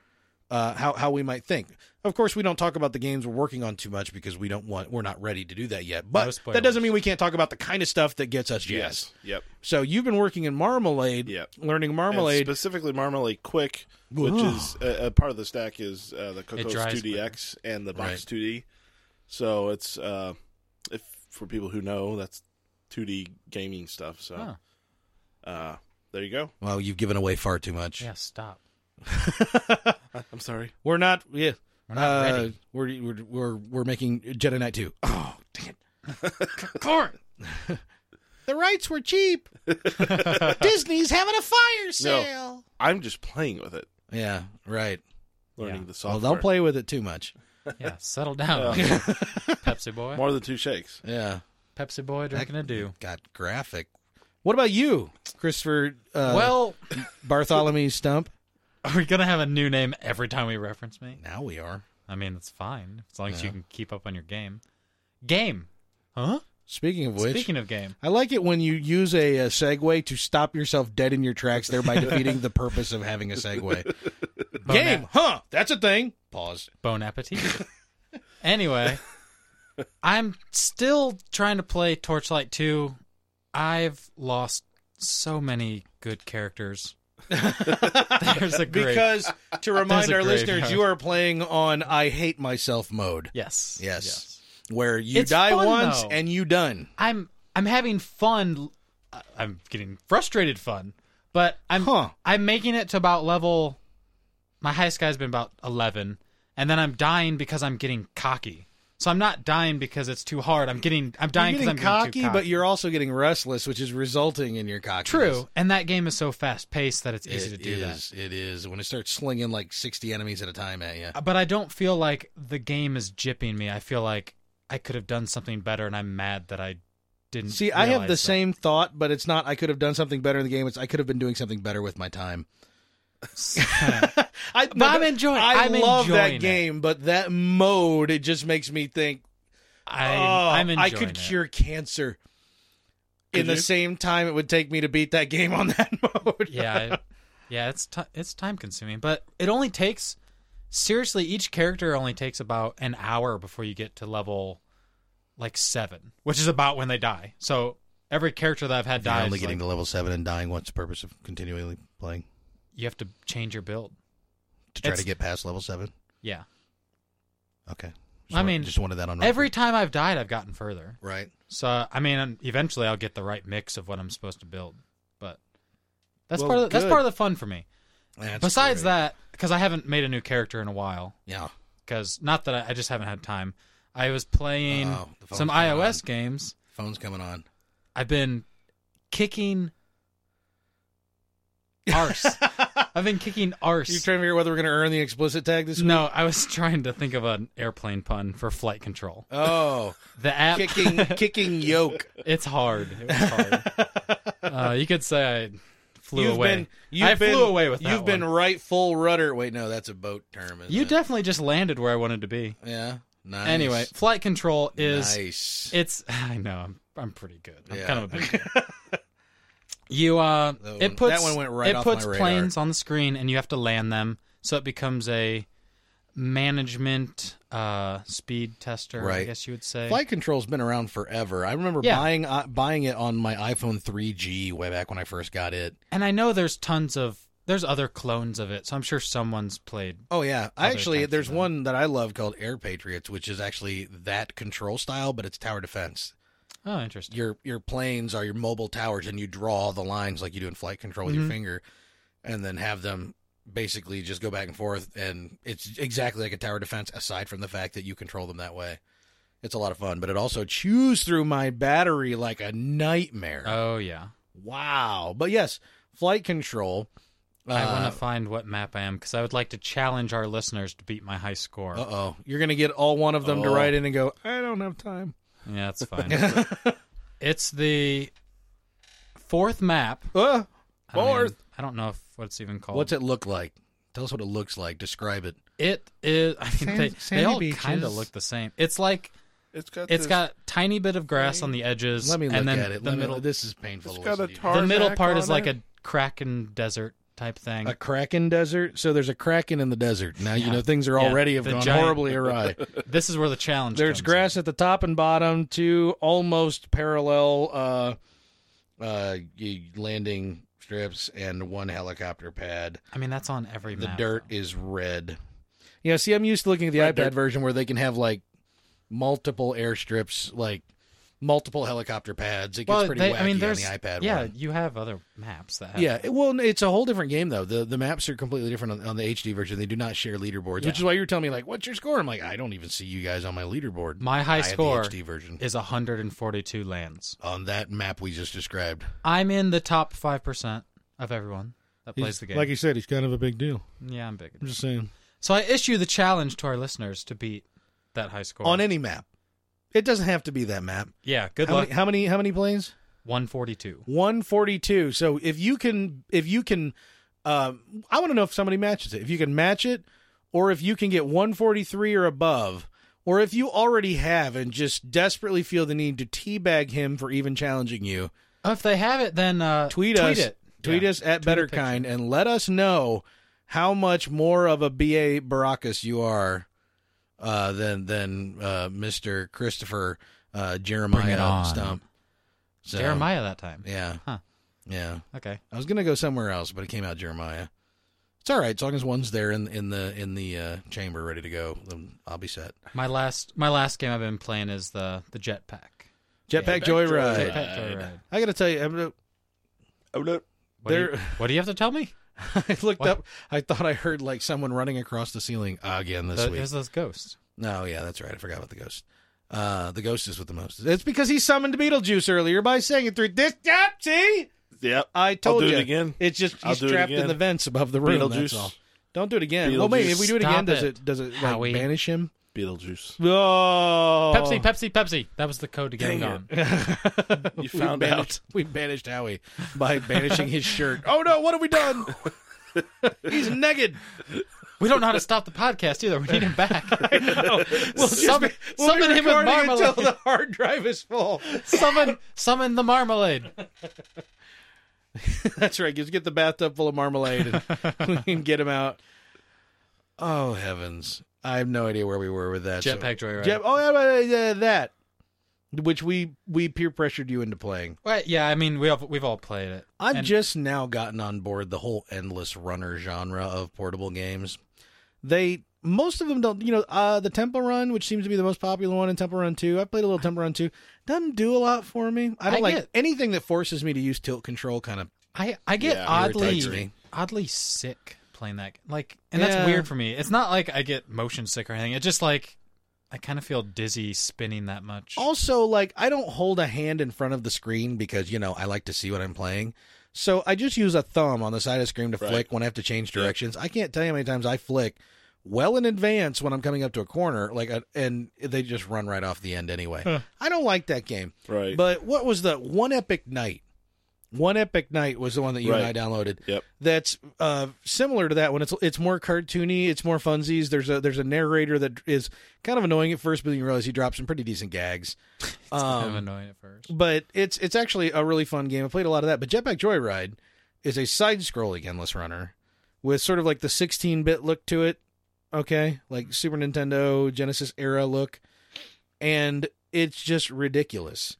Speaker 1: uh, how how we might think. Of course, we don't talk about the games we're working on too much because we don't want we're not ready to do that yet. But
Speaker 2: spoilers.
Speaker 1: that doesn't mean we can't talk about the kind of stuff that gets us jazzed.
Speaker 3: Yep.
Speaker 1: So you've been working in marmalade,
Speaker 3: Yep.
Speaker 1: learning
Speaker 3: And
Speaker 1: marmalade.
Speaker 3: specifically Marmalade Quick, which
Speaker 1: Whoa.
Speaker 3: is uh, a, a part of the stack is uh, the Cocos
Speaker 2: dries
Speaker 3: 2DX and the Box 2D. So it's uh, if for people who know that's 2D gaming stuff. So
Speaker 2: Huh.
Speaker 3: uh, there you go.
Speaker 1: well, you've given away far too much.
Speaker 2: yeah, stop.
Speaker 3: I'm sorry.
Speaker 1: We're not. Yeah,
Speaker 2: We're not
Speaker 1: uh,
Speaker 2: ready.
Speaker 1: We're, we're we're we're making Jedi Knight two. Oh, dang it!
Speaker 2: Corn.
Speaker 1: The rights were cheap. Disney's having a fire
Speaker 3: sale. I'm just playing with it,
Speaker 1: Yeah, right.
Speaker 3: learning the
Speaker 1: Well,
Speaker 3: software.
Speaker 1: don't play with it too much.
Speaker 2: Yeah, settle down. Pepsi boy.
Speaker 3: more than two shakes.
Speaker 1: Yeah,
Speaker 2: Pepsi boy drinking a do.
Speaker 1: got graphic. What about you, Christopher? Uh,
Speaker 2: well,
Speaker 1: Bartholomew Stump.
Speaker 2: are we gonna have a new name every time we reference me?
Speaker 1: Now we are
Speaker 2: I mean, that's fine as long as you can keep up on your game. Game, huh?
Speaker 1: speaking of which.
Speaker 2: Speaking of game,
Speaker 1: I like it when you use a, uh segue to stop yourself dead in your tracks, thereby defeating the purpose of having a segue.
Speaker 2: Bon
Speaker 1: Game, huh? That's a thing. Pause.
Speaker 2: Bon appetit. anyway, I'm still trying to play Torchlight 2. I've lost so many good characters. There's a great.
Speaker 1: Because to
Speaker 2: That's
Speaker 1: remind
Speaker 2: a
Speaker 1: our
Speaker 2: great
Speaker 1: listeners,
Speaker 2: house.
Speaker 1: you are playing on I hate myself mode,
Speaker 2: yes.
Speaker 1: Yes. where you
Speaker 2: It's
Speaker 1: die
Speaker 2: fun,
Speaker 1: once
Speaker 2: though.
Speaker 1: and you done.
Speaker 2: I'm I'm having fun. I- I'm getting frustrated fun, but I'm
Speaker 1: Huh.
Speaker 2: I'm making it to about level. My highest guy's been about eleven, and then I'm dying because I'm getting cocky. So I'm not dying because it's too hard. I'm getting I'm dying
Speaker 1: you're
Speaker 2: because
Speaker 1: getting
Speaker 2: I'm
Speaker 1: cocky,
Speaker 2: getting too cocky.
Speaker 1: but you're also getting restless, which is resulting in your cocky.
Speaker 2: True, and that game is so fast paced that it's easy to do
Speaker 1: that. It is when it starts slinging like sixty enemies at a time at you.
Speaker 2: that. But I don't feel like the game is jipping me. I feel like I could have done something better, and I'm mad that I didn't.
Speaker 1: See, I have the
Speaker 2: realize that.
Speaker 1: same thought, but it's not. I could have done something better in the game. It's I could have been doing something better with my time. I,
Speaker 2: But I'm enjoying-
Speaker 1: I
Speaker 2: I'm
Speaker 1: love
Speaker 2: enjoying
Speaker 1: that
Speaker 2: it.
Speaker 1: game, but that mode it just makes me think.
Speaker 2: I,
Speaker 1: oh,
Speaker 2: I'm enjoying
Speaker 1: I could
Speaker 2: it.
Speaker 1: cure cancer in
Speaker 3: Could
Speaker 1: the
Speaker 3: you?
Speaker 1: same time it would take me to beat that game on that mode.
Speaker 2: yeah, I- yeah, it's ti it's time consuming, but it only takes seriously each character only takes about an hour before you get to level like seven, which is about when they die. So every character that I've had die,
Speaker 1: only getting to level seven and dying. What's the purpose of continually playing
Speaker 2: you have to change your build.
Speaker 1: to try
Speaker 2: It's-
Speaker 1: to get past level seven?
Speaker 2: Yeah,
Speaker 1: Okay.
Speaker 2: I mean,
Speaker 1: just wanted that on record.
Speaker 2: every time I've died, I've gotten further.
Speaker 1: right.
Speaker 2: So I mean, eventually I'll get the right mix of what I'm supposed to build, but that's
Speaker 3: Well,
Speaker 2: part of the, that's
Speaker 3: good.
Speaker 2: part of the fun for me.
Speaker 1: That's
Speaker 2: Besides
Speaker 1: great.
Speaker 2: that, because I haven't made a new character in a while,
Speaker 1: yeah.
Speaker 2: because not that I, I just haven't had time. I was playing
Speaker 1: Oh, the phone's
Speaker 2: some
Speaker 1: going
Speaker 2: iOS games.
Speaker 1: Phone's coming on.
Speaker 2: I've been kicking arse. I've been kicking arse.
Speaker 1: You trying to figure out whether we're going to earn the explicit tag this week?
Speaker 2: no, I was trying to think of an airplane pun for flight control.
Speaker 1: Oh,
Speaker 2: The app,
Speaker 1: kicking kicking yoke.
Speaker 2: it's hard. It was hard. uh, you could say I flew
Speaker 1: you've
Speaker 2: away.
Speaker 1: been you've
Speaker 2: I
Speaker 1: been,
Speaker 2: flew away with that
Speaker 1: You've been
Speaker 2: one.
Speaker 1: right full rudder. Wait, no, that's a boat term. Isn't
Speaker 2: You
Speaker 1: it?
Speaker 2: definitely just landed where I wanted to be.
Speaker 1: Yeah. Nice.
Speaker 2: Anyway, flight control is
Speaker 1: nice.
Speaker 2: it's. I know I'm, I'm pretty good. I'm
Speaker 1: Yeah.
Speaker 2: kind of a big. kid. you uh,
Speaker 1: That
Speaker 2: it
Speaker 1: one-
Speaker 2: puts
Speaker 1: that one went right
Speaker 2: it
Speaker 1: off my
Speaker 2: puts
Speaker 1: radar.
Speaker 2: planes on the screen, and you have to land them, so it becomes a management uh speed tester. I
Speaker 1: Right.
Speaker 2: guess you would say.
Speaker 1: Flight control's been around forever. I remember
Speaker 2: Yeah.
Speaker 1: buying uh, buying it on my iPhone 3G way back when I first got it.
Speaker 2: and I know there's tons of there's other clones of it, so I'm sure someone's played.
Speaker 1: Oh yeah, I
Speaker 2: Other
Speaker 1: actually
Speaker 2: types
Speaker 1: there's
Speaker 2: of them.
Speaker 1: one that I love called Air Patriots, which is actually that control style, but it's tower defense.
Speaker 2: Oh, interesting.
Speaker 1: Your your planes are your mobile towers, and you draw the lines like you do in flight control with
Speaker 2: Mhm.
Speaker 1: your finger, and then have them basically just go back and forth, and it's exactly like a tower defense, aside from the fact that you control them that way. It's a lot of fun, but it also chews through my battery like a nightmare.
Speaker 2: Oh yeah.
Speaker 1: Wow. But yes, flight control. uh,
Speaker 2: I want to find what map I am because I would like to challenge our listeners to beat my high score.
Speaker 1: Uh oh. You're going to get all one of them to
Speaker 3: Oh.
Speaker 1: write in and go, I don't have time.
Speaker 2: Yeah, that's fine. it's the fourth map.
Speaker 1: Uh,
Speaker 2: I don't even-
Speaker 1: Fourth.
Speaker 2: I don't know if what it's even called.
Speaker 1: what's it look like? Tell us what it looks like. Describe it.
Speaker 2: It is. I mean,
Speaker 1: Sand-
Speaker 2: they, they
Speaker 1: sandy
Speaker 2: all
Speaker 1: beaches.
Speaker 2: kind of look the same. It's like
Speaker 3: It's got
Speaker 2: it's
Speaker 3: this-
Speaker 2: got tiny bit of grass on the edges,
Speaker 1: Let me look
Speaker 2: and then
Speaker 1: at it.
Speaker 2: the
Speaker 1: Let me-
Speaker 2: middle.
Speaker 1: this is painful.
Speaker 3: It's
Speaker 1: to
Speaker 3: got
Speaker 1: listen
Speaker 3: a
Speaker 1: to you.
Speaker 3: tar-
Speaker 2: the middle
Speaker 3: Tarmac
Speaker 2: part
Speaker 3: on
Speaker 2: is like
Speaker 3: it.
Speaker 2: a kraken desert type thing.
Speaker 1: A kraken desert. So there's a kraken in the desert. Now you
Speaker 2: Yeah.
Speaker 1: know things are
Speaker 2: Yeah,
Speaker 1: already have
Speaker 2: the
Speaker 1: gone
Speaker 2: giant-
Speaker 1: horribly awry.
Speaker 2: this is where the challenge.
Speaker 1: there's
Speaker 2: comes in.
Speaker 1: grass at the top and bottom. Two almost parallel uh, uh, y- landing strips and one helicopter pad.
Speaker 2: I mean, that's on every
Speaker 1: The
Speaker 2: map.
Speaker 1: dirt
Speaker 2: though.
Speaker 1: is red. Yeah, see, I'm used to looking at the iPad
Speaker 3: Red dirt.
Speaker 1: version where they can have like multiple airstrips, like multiple helicopter pads. It gets
Speaker 2: Well,
Speaker 1: pretty
Speaker 2: they,
Speaker 1: wacky
Speaker 2: I mean,
Speaker 1: on
Speaker 2: there's
Speaker 1: the iPad.
Speaker 2: yeah.
Speaker 1: one.
Speaker 2: You have other maps that have
Speaker 1: yeah. it- Well, it's a whole different game though. the The maps are completely different on, on the HD version. They do not share leaderboards, which
Speaker 2: Yeah.
Speaker 1: is why you were telling me like, "What's your score?" I'm like, "I don't even see you guys on my leaderboard."
Speaker 2: My high
Speaker 1: I have
Speaker 2: score
Speaker 1: the HD version
Speaker 2: is 142 lands.
Speaker 1: on that map we just described.
Speaker 2: I'm in the top five percent of everyone that plays the game.
Speaker 1: you said, he's kind of a big deal.
Speaker 2: yeah, I'm big.
Speaker 1: just saying.
Speaker 2: So I issue the challenge to our listeners to beat that high score.
Speaker 1: On any map, it doesn't have to be that map.
Speaker 2: yeah, good
Speaker 1: How
Speaker 2: luck.
Speaker 1: many, how many? How many planes?
Speaker 2: 142.
Speaker 1: 142 so if you can if you can um i want to know if somebody matches it if you can match it or if you can get 143 or above or if you already have and just desperately feel the need to teabag him for even challenging you
Speaker 2: Oh, if they have it, then uh,
Speaker 1: tweet, us
Speaker 2: It.
Speaker 1: tweet
Speaker 2: Yeah.
Speaker 1: us at
Speaker 2: Tweet a
Speaker 1: better kind and let us know how much more of a ba baracus you are uh than than uh mr christopher uh jeremiah
Speaker 2: on.
Speaker 1: stump so,
Speaker 2: Jeremiah that time.
Speaker 1: yeah
Speaker 2: Huh.
Speaker 1: yeah
Speaker 2: Okay.
Speaker 1: I was gonna go somewhere else, but it came out Jeremiah. It's all right, as long as one's there in in the in the uh, chamber ready to go, then I'll be set.
Speaker 2: My last my last game I've been playing is the the jetpack.
Speaker 1: Jetpack
Speaker 3: Jetpack
Speaker 1: Joyride.
Speaker 3: Joyride.
Speaker 2: Jetpack Joyride.
Speaker 1: I gotta tell you, I'm gonna-
Speaker 3: Oh, no.
Speaker 2: What, do you,
Speaker 1: There-
Speaker 2: what do you have to tell me?
Speaker 1: I looked
Speaker 2: What?
Speaker 1: up. I thought I heard like someone running across the ceiling again this
Speaker 2: The,
Speaker 1: week.
Speaker 2: Uh, there's those ghosts.
Speaker 1: No, yeah, that's right. I forgot about the ghost. Uh, the ghost is with the most. It's because he summoned Beetlejuice earlier by saying it through this. Yep, see,
Speaker 3: Yep.
Speaker 1: I told
Speaker 3: do it
Speaker 1: you
Speaker 3: again.
Speaker 1: It's just
Speaker 3: I'll
Speaker 1: he's
Speaker 3: do it
Speaker 1: trapped in
Speaker 3: again.
Speaker 1: the vents above the room. That's
Speaker 3: Beetlejuice.
Speaker 1: all. Don't do it again. Well, wait, if we do it
Speaker 2: Beetlejuice.
Speaker 1: again,
Speaker 2: Stop
Speaker 1: does
Speaker 2: it,
Speaker 1: it does it like
Speaker 2: Howie.
Speaker 1: banish him?
Speaker 3: Beetlejuice.
Speaker 1: Oh,
Speaker 2: Pepsi, Pepsi, Pepsi. That was the code to get
Speaker 3: Dang
Speaker 2: it on.
Speaker 3: You found
Speaker 1: we
Speaker 3: out.
Speaker 1: banished, We banished Howie by banishing his shirt. Oh no, what have we done? He's naked.
Speaker 2: We don't know how to stop the podcast either. We need him back.
Speaker 1: We'll
Speaker 2: Summon- summon him with marmalade.
Speaker 1: until the hard drive is full.
Speaker 2: summon summon the marmalade.
Speaker 1: That's right. Just get the bathtub full of marmalade and, and get him out. Oh heavens! I have no idea where we were with that. so-
Speaker 2: Jetpack Joyride.
Speaker 1: Jet- oh yeah, yeah, yeah, that which we we peer pressured you into playing.
Speaker 2: Right, yeah, I mean we all, we've all played it.
Speaker 1: I've
Speaker 2: And-
Speaker 1: just now gotten on board the whole endless runner genre of portable games. They most of them don't, you know, uh, the Temple Run, which seems to be the most popular one, and Temple Run Two. I played a little Temple Run Two. Doesn't do a lot for me. I don't
Speaker 2: I
Speaker 1: like
Speaker 2: get-
Speaker 1: anything that forces me to use tilt control. Kind of
Speaker 2: I I get
Speaker 3: Yeah,
Speaker 2: oddly
Speaker 1: irritates me.
Speaker 2: oddly sick playing that. Like, and
Speaker 1: Yeah.
Speaker 2: that's weird for me. It's not like I get motion sick or anything. It's just like I kind of feel dizzy spinning that much.
Speaker 1: Also, like I don't hold a hand in front of the screen because you know I like to see what I'm playing. So I just use a thumb on the side of the screen to
Speaker 3: Right.
Speaker 1: flick when I have to change directions. I can't tell you how many times I flick well in advance when I'm coming up to a corner, like, uh, and they just run right off the end anyway. I don't like that game.
Speaker 3: Right.
Speaker 1: But what was the one epic night? One epic night was the one that you and I
Speaker 3: Right.
Speaker 1: downloaded.
Speaker 3: Yep.
Speaker 1: That's uh, similar to that one. It's it's more cartoony. It's more funsies. There's a there's a narrator that is kind of annoying at first, but then you realize he drops some pretty decent gags.
Speaker 2: it's kind of
Speaker 1: Um,
Speaker 2: annoying at first.
Speaker 1: but it's it's actually a really fun game. I played a lot of that. But Jetpack Joyride is a side-scrolling endless runner with sort of like the 16-bit look to it. Okay, like Super Nintendo Genesis era look, and it's just ridiculous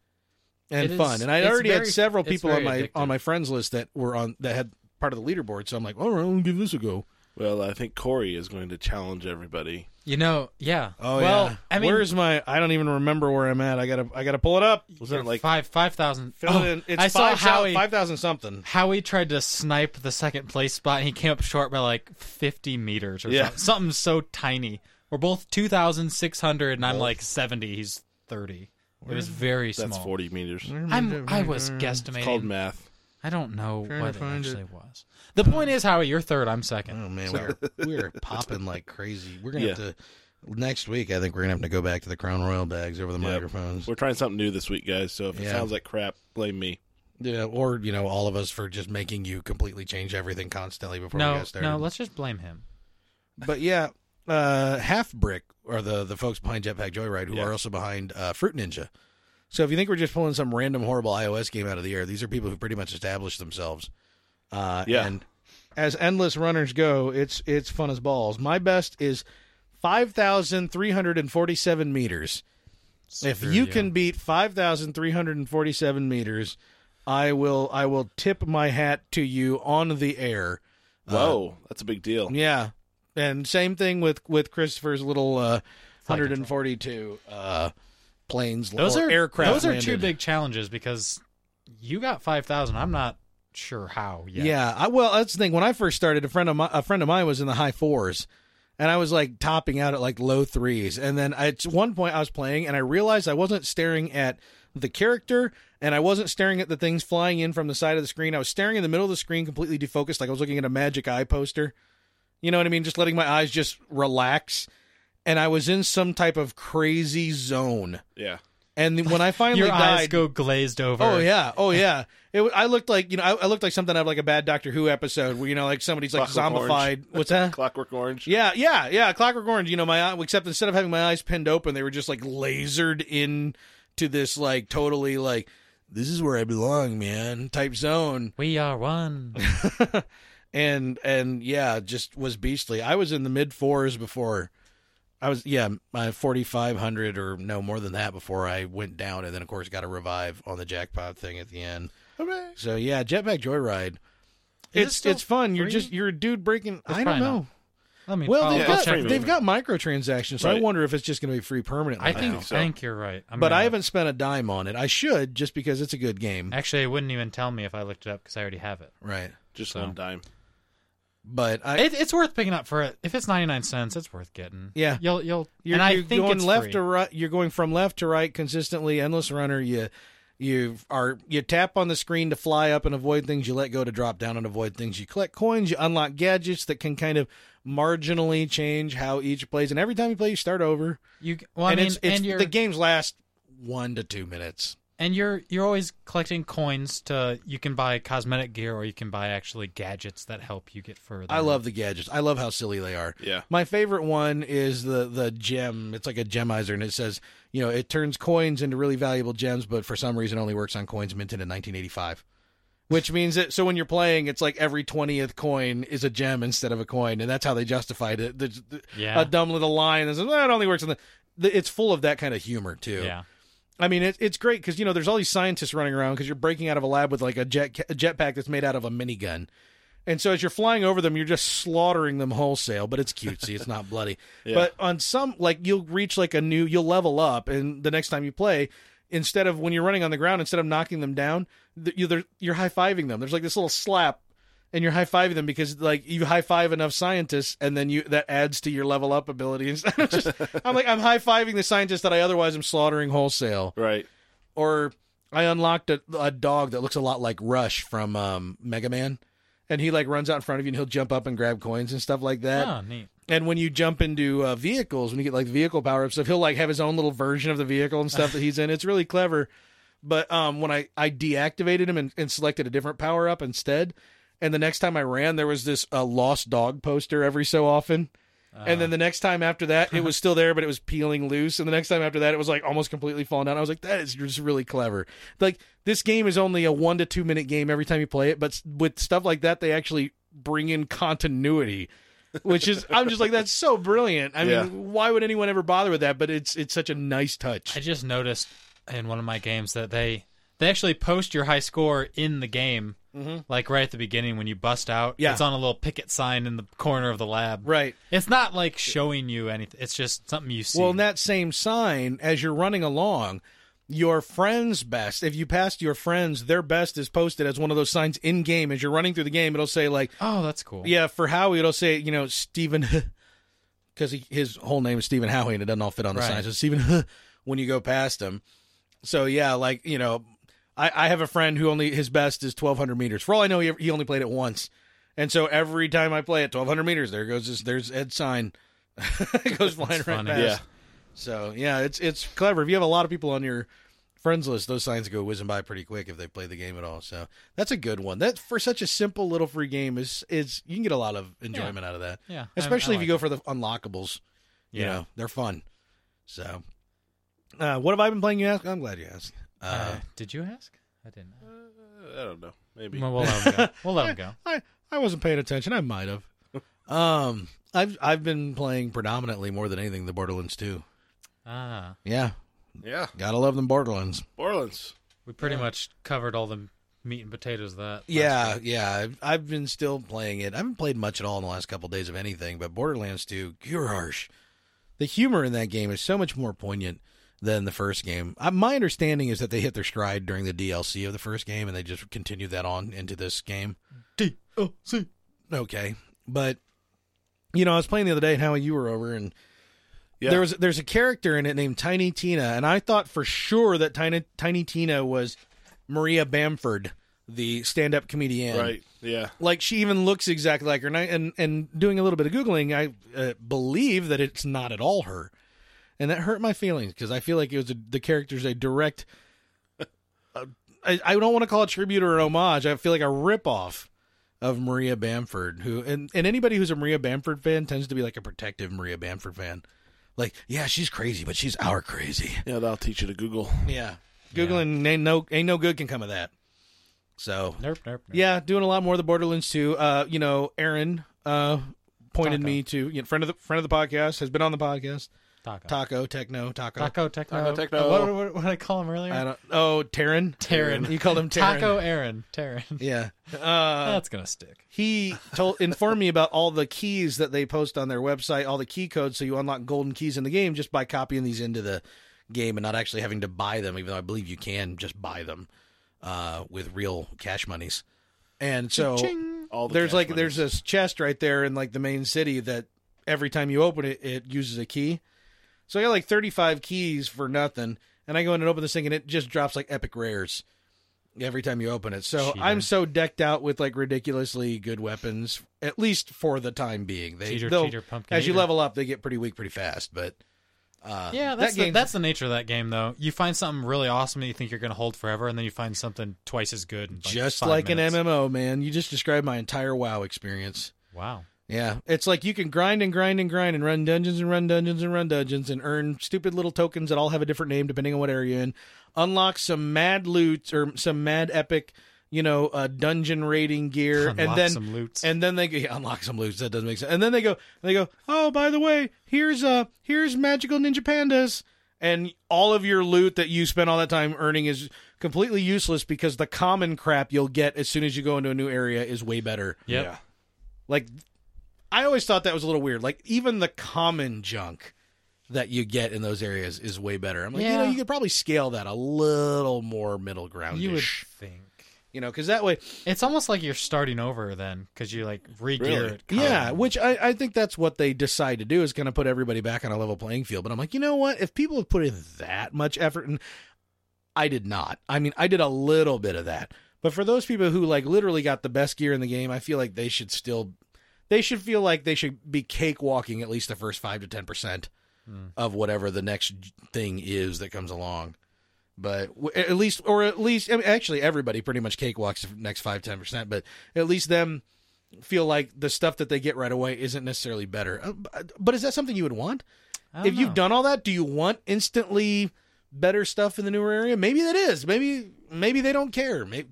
Speaker 1: and
Speaker 2: It is-
Speaker 1: fun. And I
Speaker 2: it's
Speaker 1: already
Speaker 2: very-
Speaker 1: had several
Speaker 2: it's
Speaker 1: people on
Speaker 2: very
Speaker 1: my
Speaker 2: addictive.
Speaker 1: on my friends list that were on that had part of the leaderboard. So I'm like, all right, I'll give this a go.
Speaker 3: Well, I think Corey is going to challenge everybody.
Speaker 2: You know, yeah.
Speaker 1: Oh
Speaker 2: well,
Speaker 1: yeah.
Speaker 2: I mean,
Speaker 1: where's my? I don't even remember where I'm at. I gotta I gotta pull it up.
Speaker 3: Was that like
Speaker 2: five five thousand?
Speaker 1: Fill it in. It's
Speaker 2: Oh, I saw
Speaker 1: five thou-
Speaker 2: Howie.
Speaker 1: five thousand something.
Speaker 2: Howie tried to snipe the second place spot, and he came up short by like fifty meters or
Speaker 3: Yeah.
Speaker 2: something. Something so tiny. We're both two thousand six hundred, and I'm like seventy. He's thirty. It was very small.
Speaker 3: that's forty meters?
Speaker 2: I'm, I was
Speaker 3: It's called
Speaker 2: guesstimating.
Speaker 3: math.
Speaker 2: I don't know
Speaker 1: Trying to
Speaker 2: what it
Speaker 1: find
Speaker 2: actually was. The point is, Howie, you're third. I'm second.
Speaker 1: Oh man, we are we are popping like crazy. We're gonna
Speaker 3: Yeah.
Speaker 1: have to next week. I think we're gonna have to go back to the Crown Royal bags over the
Speaker 3: Yep.
Speaker 1: microphones.
Speaker 3: We're trying something new this week, guys. So if it
Speaker 1: Yeah.
Speaker 3: sounds like crap, blame me.
Speaker 1: Yeah, or you know, all of us for just making you completely change everything constantly before we
Speaker 2: no,
Speaker 1: got started.
Speaker 2: no, let's just blame him.
Speaker 1: but yeah, uh, Half Brick are the the folks behind Jetpack Joyride, who
Speaker 3: Yeah.
Speaker 1: are also behind uh, Fruit Ninja. So if you think we're just pulling some random horrible iOS game out of the air, these are people who pretty much established themselves. Uh,
Speaker 3: Yeah.
Speaker 1: And as endless runners go, it's it's fun as balls. My best is five thousand three hundred and forty seven meters. if
Speaker 2: Screw
Speaker 1: you can beat five thousand three hundred and forty seven meters, I will I will tip my hat to you on the air.
Speaker 3: Whoa, that's a big deal.
Speaker 1: Yeah, and same thing with with Christopher's little uh, 142 uh, planes.
Speaker 2: those
Speaker 1: or
Speaker 2: are
Speaker 1: aircraft.
Speaker 2: Those are two
Speaker 1: landed.
Speaker 2: big challenges because you got five thousand. I'm not sure how
Speaker 1: Yeah.
Speaker 2: yet.
Speaker 1: I, well, that's the thing. When I first started, a friend of my, a friend of mine was in the high fours, and I was like topping out at like low threes. And then I- at one point, I was playing, and I realized I wasn't staring at the character, and I wasn't staring at the things flying in from the side of the screen. I was staring in the middle of the screen, completely defocused, like I was looking at a magic eye poster. You know what I mean? Just letting my eyes just relax. And I was in some type of crazy zone.
Speaker 3: Yeah.
Speaker 1: And when I finally
Speaker 2: Your
Speaker 1: died,
Speaker 2: eyes go glazed over.
Speaker 1: Oh yeah, oh yeah. It, wa- I looked like you know I, I looked like something out of like a bad Doctor Who episode where you know like somebody's like
Speaker 3: Clockwork
Speaker 1: zombified.
Speaker 3: Orange.
Speaker 1: What's that?
Speaker 3: Clockwork Orange.
Speaker 1: Yeah, yeah, yeah. Clockwork Orange. You know my eye- except instead of having my eyes pinned open, they were just like lasered in to this like totally like this is where I belong, man type zone.
Speaker 2: We are one.
Speaker 1: and and yeah, just was beastly. I was in the mid fours before. I was yeah, my forty five hundred or no more than that before I went down, and then of course got a revive on the jackpot thing at the end.
Speaker 3: Hooray.
Speaker 1: So yeah, Jetpack Joyride.
Speaker 2: it
Speaker 1: It's
Speaker 2: still
Speaker 1: it's fun. You're
Speaker 2: free?
Speaker 1: just you're a dude breaking. I
Speaker 2: probably
Speaker 1: don't
Speaker 2: not.
Speaker 1: know.
Speaker 2: Let me.
Speaker 1: Well,
Speaker 2: I'll-
Speaker 1: they've,
Speaker 2: I'll
Speaker 3: yeah,
Speaker 1: got,
Speaker 2: check
Speaker 3: free.
Speaker 1: they've got microtransactions, so I
Speaker 3: Right.
Speaker 1: wonder if it's just going to be free permanently.
Speaker 2: I think I
Speaker 3: think so.
Speaker 2: think you're right. I'm
Speaker 1: but
Speaker 2: gonna-
Speaker 1: I haven't spent a dime on it. I should just because it's a good game,
Speaker 2: Actually, it wouldn't even tell me if I looked it up because I already have it.
Speaker 1: right?
Speaker 3: Just
Speaker 2: So.
Speaker 3: one dime.
Speaker 1: But I,
Speaker 2: it. It's worth picking up for it. If it's ninety nine cents, it's worth getting.
Speaker 1: Yeah.
Speaker 2: you'll you'll.
Speaker 1: you're,
Speaker 2: and I
Speaker 1: you're
Speaker 2: think
Speaker 1: going
Speaker 2: it's
Speaker 1: left
Speaker 2: free.
Speaker 1: to right. You're going from left to right consistently. Endless runner. You you are you tap on the screen to fly up and avoid things. You let go to drop down and avoid things. You collect coins. You unlock gadgets that can kind of marginally change how each plays. And every time you play, you start over.
Speaker 2: You well, I
Speaker 1: and
Speaker 2: mean,
Speaker 1: it's, it's
Speaker 2: and you're
Speaker 1: the games last one to two minutes.
Speaker 2: and you're you're always collecting coins to you can buy cosmetic gear or you can buy actually gadgets that help you get further.
Speaker 1: I love the gadgets. I love how silly they are.
Speaker 3: Yeah.
Speaker 1: My favorite one is the the gem. It's like a gemizer, and it says, you know, it turns coins into really valuable gems, but for some reason only works on coins minted in 1985. Which means that so when you're playing, it's like every twentieth coin is a gem instead of a coin, and that's how they justified it. The, the-
Speaker 2: Yeah.
Speaker 1: A dumb little line that says, well, it only works on the. the- It's full of that kind of humor too.
Speaker 2: yeah.
Speaker 1: I mean, it, it's great because you know there's all these scientists running around because you're breaking out of a lab with like a jet a jetpack that's made out of a minigun, and so as you're flying over them, you're just slaughtering them wholesale. But it's cutesy; it's not bloody. But on some, like you'll reach like a new, you'll level up, and the next time you play, instead of when you're running on the ground, instead of knocking them down, th- you- they're- you're high fiving them. There's like this little slap and you're high fiving them because like you high five enough scientists, and then you that adds to your level up ability. And I'm, just, I'm like I'm high fiving the scientists that I otherwise am slaughtering wholesale,
Speaker 3: Right.
Speaker 1: or I unlocked a, a dog that looks a lot like Rush from um, Mega Man. And he like runs out in front of you, and he'll jump up and grab coins and stuff like that.
Speaker 2: Oh, neat.
Speaker 1: And when you jump into uh, vehicles, when you get like vehicle power up stuff, he'll like have his own little version of the vehicle and stuff that he's in. It's really clever. But um, when I, I deactivated him and, and selected a different power up instead, and the next time I ran, there was this uh, lost dog poster every so often. and then the next time after that, it was still there, but it was peeling loose. And the next time after that, it was like almost completely falling down. I was like, that is just really clever. Like this game is only a one to two minute game every time you play it, but s- with stuff like that, they actually bring in continuity which is I'm just like that's so brilliant. I
Speaker 3: Yeah.
Speaker 1: mean, why would anyone ever bother with that? But it's it's such a nice touch.
Speaker 2: I just noticed in one of my games that they they actually post your high score in the game, like right at the beginning when you bust out.
Speaker 1: Mm-hmm. Yeah.
Speaker 2: It's on a little picket sign in the corner of the lab.
Speaker 1: right.
Speaker 2: It's not like showing you anything. It's just something you see.
Speaker 1: Well, in that same sign, as you're running along, your friend's best. If you passed your friends, their best is posted as one of those signs in game. As you're running through the game, it'll say like,
Speaker 2: oh, that's cool.
Speaker 1: yeah, for Howie, it'll say you know Stephen, because his whole name is Stephen Howie, and it doesn't all fit on the
Speaker 2: Right.
Speaker 1: sign. So Stephen, when you go past him, so yeah, like you know, I, I have a friend who only his best is 1,200 meters. For all I know, he, he only played it once, and so every time I play it, 1,200 meters, there goes this, there's Ed's sign, it goes flying
Speaker 2: That's
Speaker 1: right
Speaker 2: funny.
Speaker 1: past.
Speaker 3: Yeah.
Speaker 1: So yeah, it's it's clever. If you have a lot of people on your friends list, those signs go whizzing by pretty quick if they play the game at all. So that's a good one. That for such a simple little free game is is you can get a lot of enjoyment out of that.
Speaker 2: Yeah. I- I
Speaker 1: Especially if
Speaker 2: like
Speaker 1: you go for the unlockables. You
Speaker 2: Yeah.
Speaker 1: know, they're fun. So uh, what have I been playing? You ask. I'm glad you asked.
Speaker 2: it.
Speaker 1: Uh,
Speaker 2: Uh, did you ask? I didn't.
Speaker 3: I don't know. Maybe.
Speaker 2: Well, we'll let him go. We'll let him go.
Speaker 1: I I wasn't paying attention. I might have. um, I've I've been playing predominantly more than anything the Borderlands 2.
Speaker 2: Ah,
Speaker 1: Yeah,
Speaker 3: Yeah.
Speaker 1: gotta love them Borderlands.
Speaker 3: Orleans.
Speaker 2: we pretty much covered all the meat and potatoes of that. last
Speaker 1: Yeah,
Speaker 2: week.
Speaker 1: yeah. I've, I've been still playing it. I haven't played much at all in the last couple days of anything, but Borderlands 2, Gurarsh. The humor in that game is so much more poignant than the first game. I, my understanding is that they hit their stride during the DLC of the first game and they just continue that on into this game.
Speaker 2: DLC.
Speaker 1: Okay. But, you know, I was playing the other day and Howie, you were over and
Speaker 3: Yeah.
Speaker 1: there was there's a character in it named Tiny Tina, and I thought for sure that Tiny Tiny Tina was Maria Bamford, the stand up comedian
Speaker 3: right. Yeah.
Speaker 1: like she even looks exactly like her and I, and, and doing a little bit of googling i uh, believe that it's not at all her and that hurt my feelings because i feel like it was a, the character's a direct uh, I, I don't want to call it tribute or an homage i feel like a ripoff of maria bamford who and, and anybody who's a maria bamford fan tends to be like a protective maria bamford fan like yeah she's crazy but she's our crazy
Speaker 3: Yeah, that'll teach you to Google.
Speaker 1: yeah googling ain't no ain't no good can come of that so
Speaker 2: Nerp, nerp, nerp.
Speaker 1: yeah, doing a lot more of the Borderlands too. Uh, you know, Aaron uh pointed
Speaker 2: Taco.
Speaker 1: me to you know, friend of the friend of the podcast has been on the podcast.
Speaker 2: Taco.
Speaker 1: Taco Techno Taco.
Speaker 2: Taco Techno.
Speaker 3: Taco Techno.
Speaker 2: Uh, what, what, what did I call him earlier?
Speaker 1: I don't. Oh, Taryn.
Speaker 2: Taryn.
Speaker 1: You called him Taryn.
Speaker 2: Taco Aaron. Taryn.
Speaker 1: Yeah. Uh,
Speaker 2: That's gonna stick.
Speaker 1: he told informed me about all the keys that they post on their website, all the key codes, so you unlock golden keys in the game just by copying these into the game and not actually having to buy them. Even though I believe you can just buy them uh, with real cash monies. And so.
Speaker 3: All the
Speaker 1: there's
Speaker 3: cash
Speaker 1: like
Speaker 3: monies.
Speaker 1: there's this chest right there in like the main city that every time you open it it uses a key so i got like 35 keys for nothing and i go in and open this thing and it just drops like epic rares every time you open it so
Speaker 2: Cheater.
Speaker 1: i'm so decked out with like ridiculously good weapons at least for the time being they
Speaker 2: Cheater,
Speaker 1: they'll-
Speaker 2: cheater, pumpkin.
Speaker 1: as you
Speaker 2: eater.
Speaker 1: level up they get pretty weak pretty fast but uh,
Speaker 2: Yeah, that's
Speaker 1: that
Speaker 2: the,
Speaker 1: game's-
Speaker 2: that's the nature of that game, though. You find something really awesome that you think you're going to hold forever, and then you find something twice as good. In like
Speaker 1: just
Speaker 2: five
Speaker 1: like
Speaker 2: minutes.
Speaker 1: an mmo man you just described my entire wow experience
Speaker 2: Wow.
Speaker 1: Yeah, it's like you can grind and grind and grind and run dungeons and run dungeons and run dungeons and earn stupid little tokens that all have a different name depending on what area you're in. Unlock some mad loot or some mad epic, you know, uh, dungeon raiding gear,
Speaker 2: Unlock
Speaker 1: and then
Speaker 2: some loots.
Speaker 1: and then they go, yeah, unlock some loot. That doesn't make sense. And then they go, they go, oh, by the way, here's uh, here's magical ninja pandas, and all of your loot that you spent all that time earning is completely useless because the common crap you'll get as soon as you go into a new area is way better.
Speaker 2: Yep.
Speaker 3: Yeah.
Speaker 1: Like, I always thought that was a little weird. Like, even the common junk that you get in those areas is way better. I'm like, you know,
Speaker 2: Yeah.
Speaker 1: you could probably scale that a little more middle ground.
Speaker 2: You would think.
Speaker 1: You know, because that way,
Speaker 2: It's almost like you're starting over then, because you like regear
Speaker 3: Really?
Speaker 2: it. kinda.
Speaker 1: yeah. Which I, I think that's what they decide to do is kind of put everybody back on a level playing field. But I'm like, you know what? If people have put in that much effort, and I did not. I mean, I did a little bit of that. But for those people who like literally got the best gear in the game, I feel like they should still, they should feel like they should be cakewalking at least the first five to ten percent
Speaker 2: Mm.
Speaker 1: of whatever the next thing is that comes along. But w- at least, or at least, I mean, actually, everybody pretty much cakewalks the next five ten percent. But at least them feel like the stuff that they get right away isn't necessarily better. Uh, b- But is that something you would want?
Speaker 2: I don't
Speaker 1: if you've
Speaker 2: know.
Speaker 1: done all that, do you want instantly better stuff in the newer area? Maybe that is. Maybe maybe they don't care. Maybe,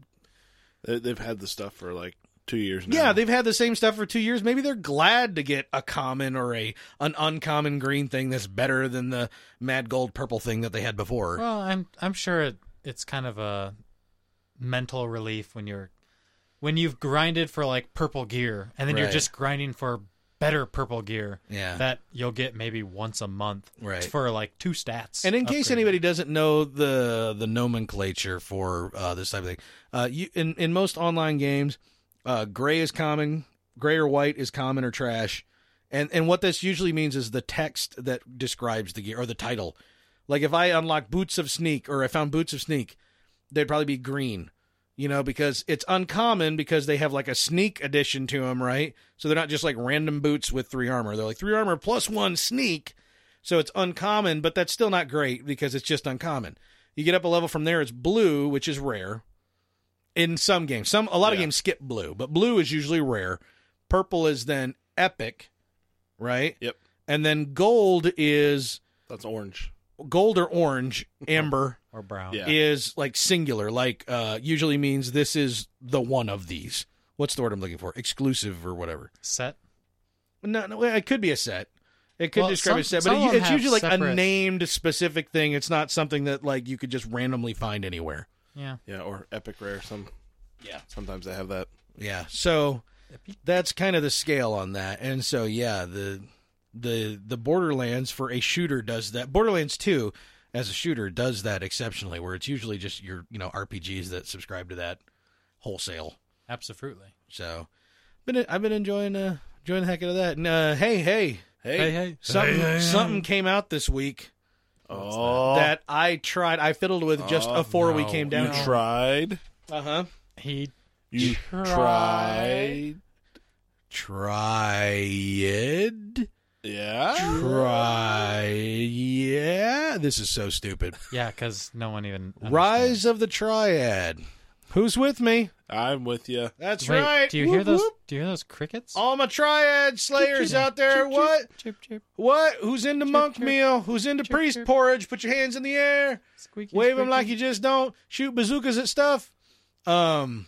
Speaker 3: They, they've had the stuff for like two years now.
Speaker 1: yeah, they've had the same stuff for two years. Maybe they're glad to get a common or a an uncommon green thing that's better than the mad gold purple thing that they had before.
Speaker 2: Well, I'm I'm sure it, it's kind of a mental relief when you're when you've grinded for like purple gear and then you're
Speaker 1: Right.
Speaker 2: just grinding for better purple gear
Speaker 1: yeah,
Speaker 2: that you'll get maybe once a month
Speaker 1: Right.
Speaker 2: for like two stats.
Speaker 1: And in case
Speaker 2: upgraded.
Speaker 1: anybody doesn't know the the nomenclature for uh, this type of thing, uh, you in in most online games, uh, gray is common, gray or white is common or trash, and and what this usually means is the text that describes the gear or the title. Like if I unlock boots of sneak or I found boots of sneak, they'd probably be green, you know, because it's uncommon because they have like a sneak addition to them, right? So they're not just like random boots with three armor. They're like three armor plus one sneak. So it's uncommon, but that's still not great because it's just uncommon. You get up a level from there, it's blue, which is rare. In some games, some a lot of
Speaker 3: Yeah.
Speaker 1: games skip blue, but blue is usually rare. Purple is then epic, right?
Speaker 3: Yep.
Speaker 1: And then gold is
Speaker 3: That's orange.
Speaker 1: gold or orange, amber
Speaker 2: or brown.
Speaker 3: Yeah.
Speaker 1: is like singular, like uh usually means this is the one of these. What's the word I'm looking for? Exclusive or whatever.
Speaker 2: Set.
Speaker 1: No, no, it could be a set. It could
Speaker 2: Well,
Speaker 1: describe a
Speaker 2: some-
Speaker 1: set, but
Speaker 2: some
Speaker 1: it,
Speaker 2: of 'em
Speaker 1: it's
Speaker 2: have
Speaker 1: usually like a
Speaker 2: separate-
Speaker 1: named specific thing. It's not something that like you could just randomly find anywhere.
Speaker 2: Yeah.
Speaker 3: Yeah, or epic rare. Some.
Speaker 1: Yeah.
Speaker 3: Sometimes they have that.
Speaker 1: Yeah. So
Speaker 2: Epic.
Speaker 1: that's kind of the scale on that. And so yeah, the the the Borderlands for a shooter does that. Borderlands 2 as a shooter does that exceptionally where it's usually just your, you know, RPGs that subscribe to that wholesale.
Speaker 2: Absolutely.
Speaker 1: So been I've been enjoying uh enjoying the heck out of that. And uh hey, hey,
Speaker 2: Hey, hey.
Speaker 1: something something came out this week.
Speaker 3: Oh,
Speaker 1: that I tried. I fiddled with just
Speaker 3: Oh,
Speaker 1: before we
Speaker 2: no.
Speaker 1: came
Speaker 3: you
Speaker 1: down.
Speaker 3: tried.
Speaker 1: uh huh.
Speaker 2: He
Speaker 3: You
Speaker 2: Tried.
Speaker 3: tried.
Speaker 1: Tried.
Speaker 3: Yeah.
Speaker 1: Try. Yeah. This is so stupid.
Speaker 2: yeah, because no one even understands.
Speaker 1: Rise of the Triad. Who's with me?
Speaker 3: I'm with you.
Speaker 1: That's
Speaker 2: Wait,
Speaker 1: right.
Speaker 2: Do you
Speaker 1: Whoop,
Speaker 2: hear those?
Speaker 1: whoop.
Speaker 2: Do you hear those crickets?
Speaker 1: All my Triad Slayers
Speaker 2: Chirp, chirp,
Speaker 1: out there.
Speaker 2: chirp, chirp,
Speaker 1: What?
Speaker 2: Chirp chirp.
Speaker 1: What? Who's into monk
Speaker 2: chirp.
Speaker 1: meal? Who's into
Speaker 2: Chirp,
Speaker 1: priest
Speaker 2: chirp.
Speaker 1: porridge? Put your hands in the air.
Speaker 2: Squeaky,
Speaker 1: Wave them
Speaker 2: squeaky.
Speaker 1: like you just don't shoot bazookas at stuff. Um.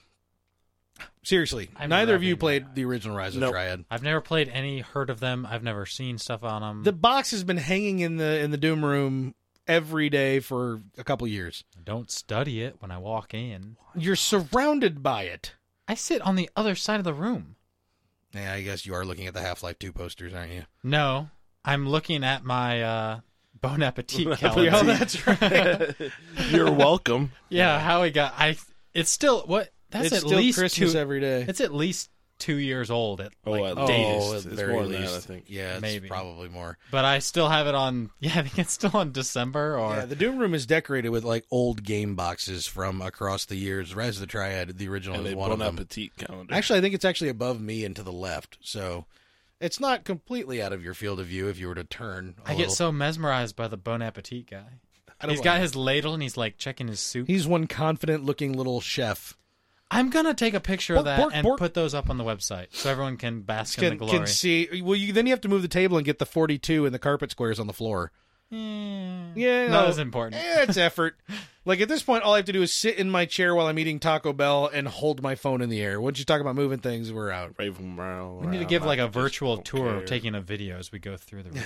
Speaker 1: Seriously,
Speaker 2: I'm
Speaker 1: neither of you
Speaker 2: rubbing my
Speaker 1: played the original Rise of the
Speaker 3: Nope.
Speaker 1: Triad.
Speaker 2: I've never played any, heard of them. I've never seen stuff on them.
Speaker 1: The box has been hanging in the in the doom room every day for a couple years.
Speaker 2: Don't study it when I walk in.
Speaker 1: You're surrounded by it.
Speaker 2: I sit on the other side of the room.
Speaker 1: Yeah, I guess you are looking at the Half Life Two posters, aren't you?
Speaker 2: No, I'm looking at my uh, Bon Appetit
Speaker 3: Bon
Speaker 2: calendar.
Speaker 1: Oh, that's right.
Speaker 3: You're welcome.
Speaker 2: yeah, how we got. I. It's still what. That's
Speaker 1: it's
Speaker 2: at
Speaker 1: still
Speaker 2: least
Speaker 1: Christmas
Speaker 2: two.
Speaker 1: every day.
Speaker 2: It's at least two years old. At,
Speaker 3: Oh,
Speaker 2: like,
Speaker 3: at
Speaker 2: dated.
Speaker 3: least. It's more than that, I think.
Speaker 1: Yeah, it's
Speaker 2: Maybe.
Speaker 1: probably more.
Speaker 2: But I still have it on. Yeah, I think it's still on December or.
Speaker 1: Yeah, the Doom Room is decorated with like old game boxes from across the years. Rise of the Triad, the original,
Speaker 3: And
Speaker 1: is
Speaker 3: a
Speaker 1: one of
Speaker 3: Bon
Speaker 1: them.
Speaker 3: Appetit calendar.
Speaker 1: Actually, I think it's actually above me and to the left, so it's not completely out of your field of view if you were to turn. I
Speaker 2: I get so mesmerized by the Bon Appetit guy.
Speaker 1: Oh. I don't
Speaker 2: He's
Speaker 1: know.
Speaker 2: got his ladle and he's like checking his soup.
Speaker 1: He's one confident looking little chef.
Speaker 2: I'm gonna take a picture
Speaker 1: Bork,
Speaker 2: of that
Speaker 1: bork,
Speaker 2: and
Speaker 1: bork.
Speaker 2: put those up on the website so everyone can bask
Speaker 1: can,
Speaker 2: in the glory.
Speaker 1: can see. Well, you then you have to move the table and get the forty-two and the carpet squares on the floor.
Speaker 2: Yeah,
Speaker 1: Yeah,
Speaker 2: not
Speaker 1: no.
Speaker 2: as important.
Speaker 1: Eh, it's effort. like at this point, all I have to do is sit in my chair while I'm eating Taco Bell and hold my phone in the air. Once you talk about moving things, we're out.
Speaker 3: Raven Brown.
Speaker 2: We need to give like a virtual tour of taking a video as we go through the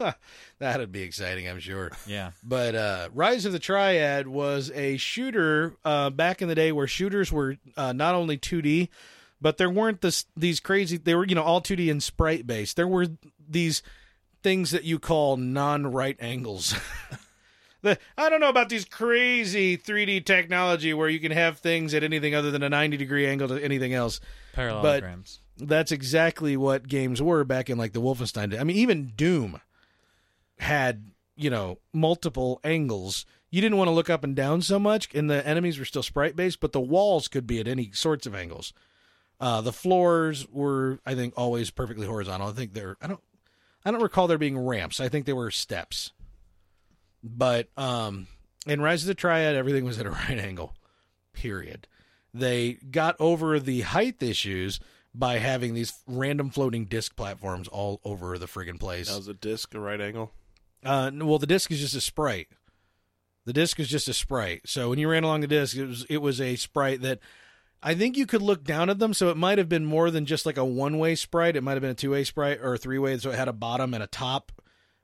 Speaker 2: room.
Speaker 1: That'd be exciting, I'm sure.
Speaker 2: yeah,
Speaker 1: But uh, Rise of the Triad was a shooter uh, back in the day where shooters were uh, not only 2D, but there weren't this these crazy. They were you know all 2D and sprite based. There were these things that you call non right angles. The, I don't know about these crazy 3D technology where you can have things at anything other than a 90 degree angle to anything else.
Speaker 2: Parallelograms.
Speaker 1: That's exactly what games were back in like the Wolfenstein. day. I mean, even Doom had you know multiple angles. You didn't want to look up and down so much, and the enemies were still sprite based, but the walls could be at any sorts of angles. Uh, the floors were, I think, always perfectly horizontal. I think they're, I don't, I don't recall there being ramps. I think they were steps. But um, in Rise of the Triad, everything was at a right angle. Period. They got over the height issues by having these random floating disc platforms all over the friggin' place.
Speaker 3: That was a disc, a right angle.
Speaker 1: Uh, n- well, the disc is just a sprite. The disc is just a sprite. So when you ran along the disc, it was it was a sprite that I think you could look down at them. So it might have been more than just like a one way sprite. It might have been a two way sprite or a three way. So it had a bottom and a top.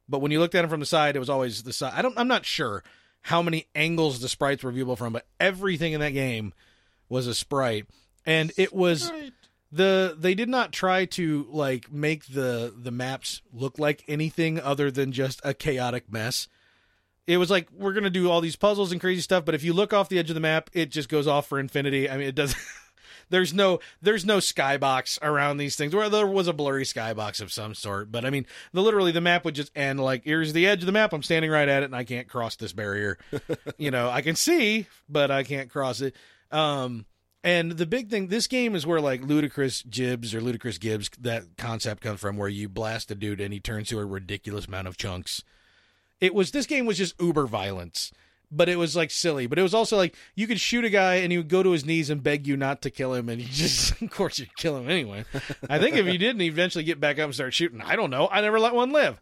Speaker 1: But when you looked at it from the side, it was always the side. I don't. I'm not sure how many angles the sprites were viewable from, but everything in that game was a sprite, and it was the they did not try to like make the the maps look like anything other than just a chaotic mess it was like we're gonna do all these puzzles and crazy stuff but if you look off the edge of the map it just goes off for infinity i mean it doesn't there's no there's no skybox around these things well there was a blurry skybox of some sort but i mean the literally the map would just end like here's the edge of the map i'm standing right at it and i can't cross this barrier you know i can see but i can't cross it um and the big thing, this game is where like ludicrous jibs or ludicrous gibbs that concept comes from, where you blast a dude and he turns to a ridiculous amount of chunks. It was this game was just uber violence, but it was like silly. But it was also like you could shoot a guy and he would go to his knees and beg you not to kill him, and you just of course you'd kill him anyway. I think if you didn't, he'd eventually get back up and start shooting. I don't know. I never let one live.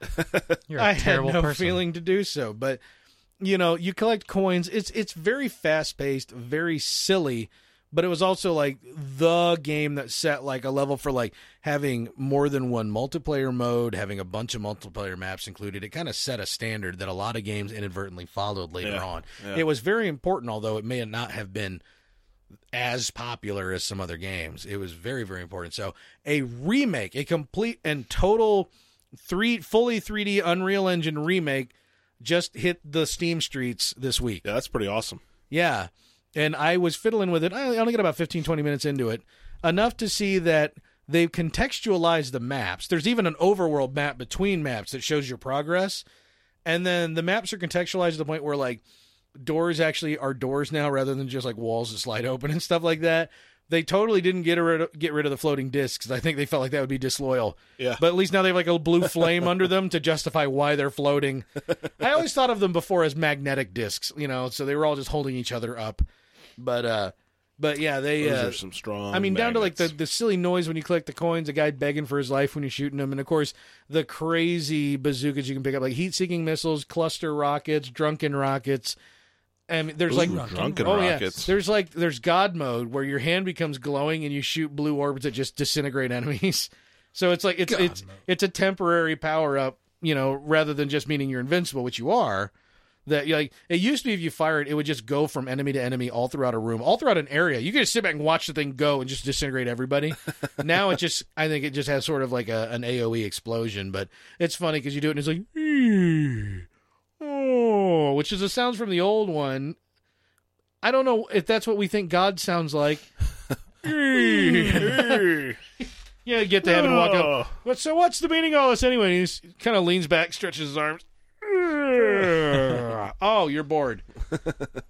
Speaker 2: You're a
Speaker 1: I
Speaker 2: terrible
Speaker 1: had no
Speaker 2: person.
Speaker 1: feeling to do so, but you know, you collect coins. It's it's very fast paced, very silly, but it was also like the game that set like a level for like having more than one multiplayer mode, having a bunch of multiplayer maps included. It kind of set a standard that a lot of games inadvertently followed later
Speaker 3: Yeah,
Speaker 1: on.
Speaker 3: yeah.
Speaker 1: It was very important, although it may not have been as popular as some other games. It was very, very important. So a remake, a complete and total three fully 3D Unreal Engine remake just hit the Steam streets this week.
Speaker 3: Yeah, that's pretty awesome.
Speaker 1: Yeah. And I was fiddling with it. I only got about 15, 20 minutes into it. Enough to see that they've contextualized the maps. There's even an overworld map between maps that shows your progress. And then the maps are contextualized to the point where, like, doors actually are doors now rather than just like walls that slide open and stuff like that. They totally didn't get rid of, get rid of the floating discs. I think they felt like that would be disloyal.
Speaker 3: Yeah.
Speaker 1: But at least now they have like a blue flame under them to justify why they're floating. I always thought of them before as magnetic discs, you know, so they were all just holding each other up. But uh but yeah, they
Speaker 3: Those
Speaker 1: uh,
Speaker 3: are some strong.
Speaker 1: I mean, down to like the,
Speaker 3: magnets.
Speaker 1: the silly noise when you collect the coins, a guy begging for his life when you're shooting him, and of course the crazy bazookas you can pick up, like heat-seeking missiles, cluster rockets, drunken rockets. And there's
Speaker 3: Ooh,
Speaker 1: like
Speaker 3: drunken
Speaker 1: oh
Speaker 3: rockets.
Speaker 1: yeah, there's like there's God mode where your hand becomes glowing and you shoot blue orbs that just disintegrate enemies. So it's like it's it's it's a temporary power up, you know, rather than just meaning you're invincible, which you are. That you like it used to be if you fired, it would just go from enemy to enemy all throughout a room, all throughout an area. You could just sit back and watch the thing go and just disintegrate everybody. now it just I think it just has sort of like a, an AOE explosion, but it's funny because you do it and it's like oh, which is the sounds from the old one. I don't know if that's what we think God sounds like. yeah, you get to heaven and walk up. But so what's the meaning of all this anyway? And he kind of leans back, stretches his arms. oh, you're bored.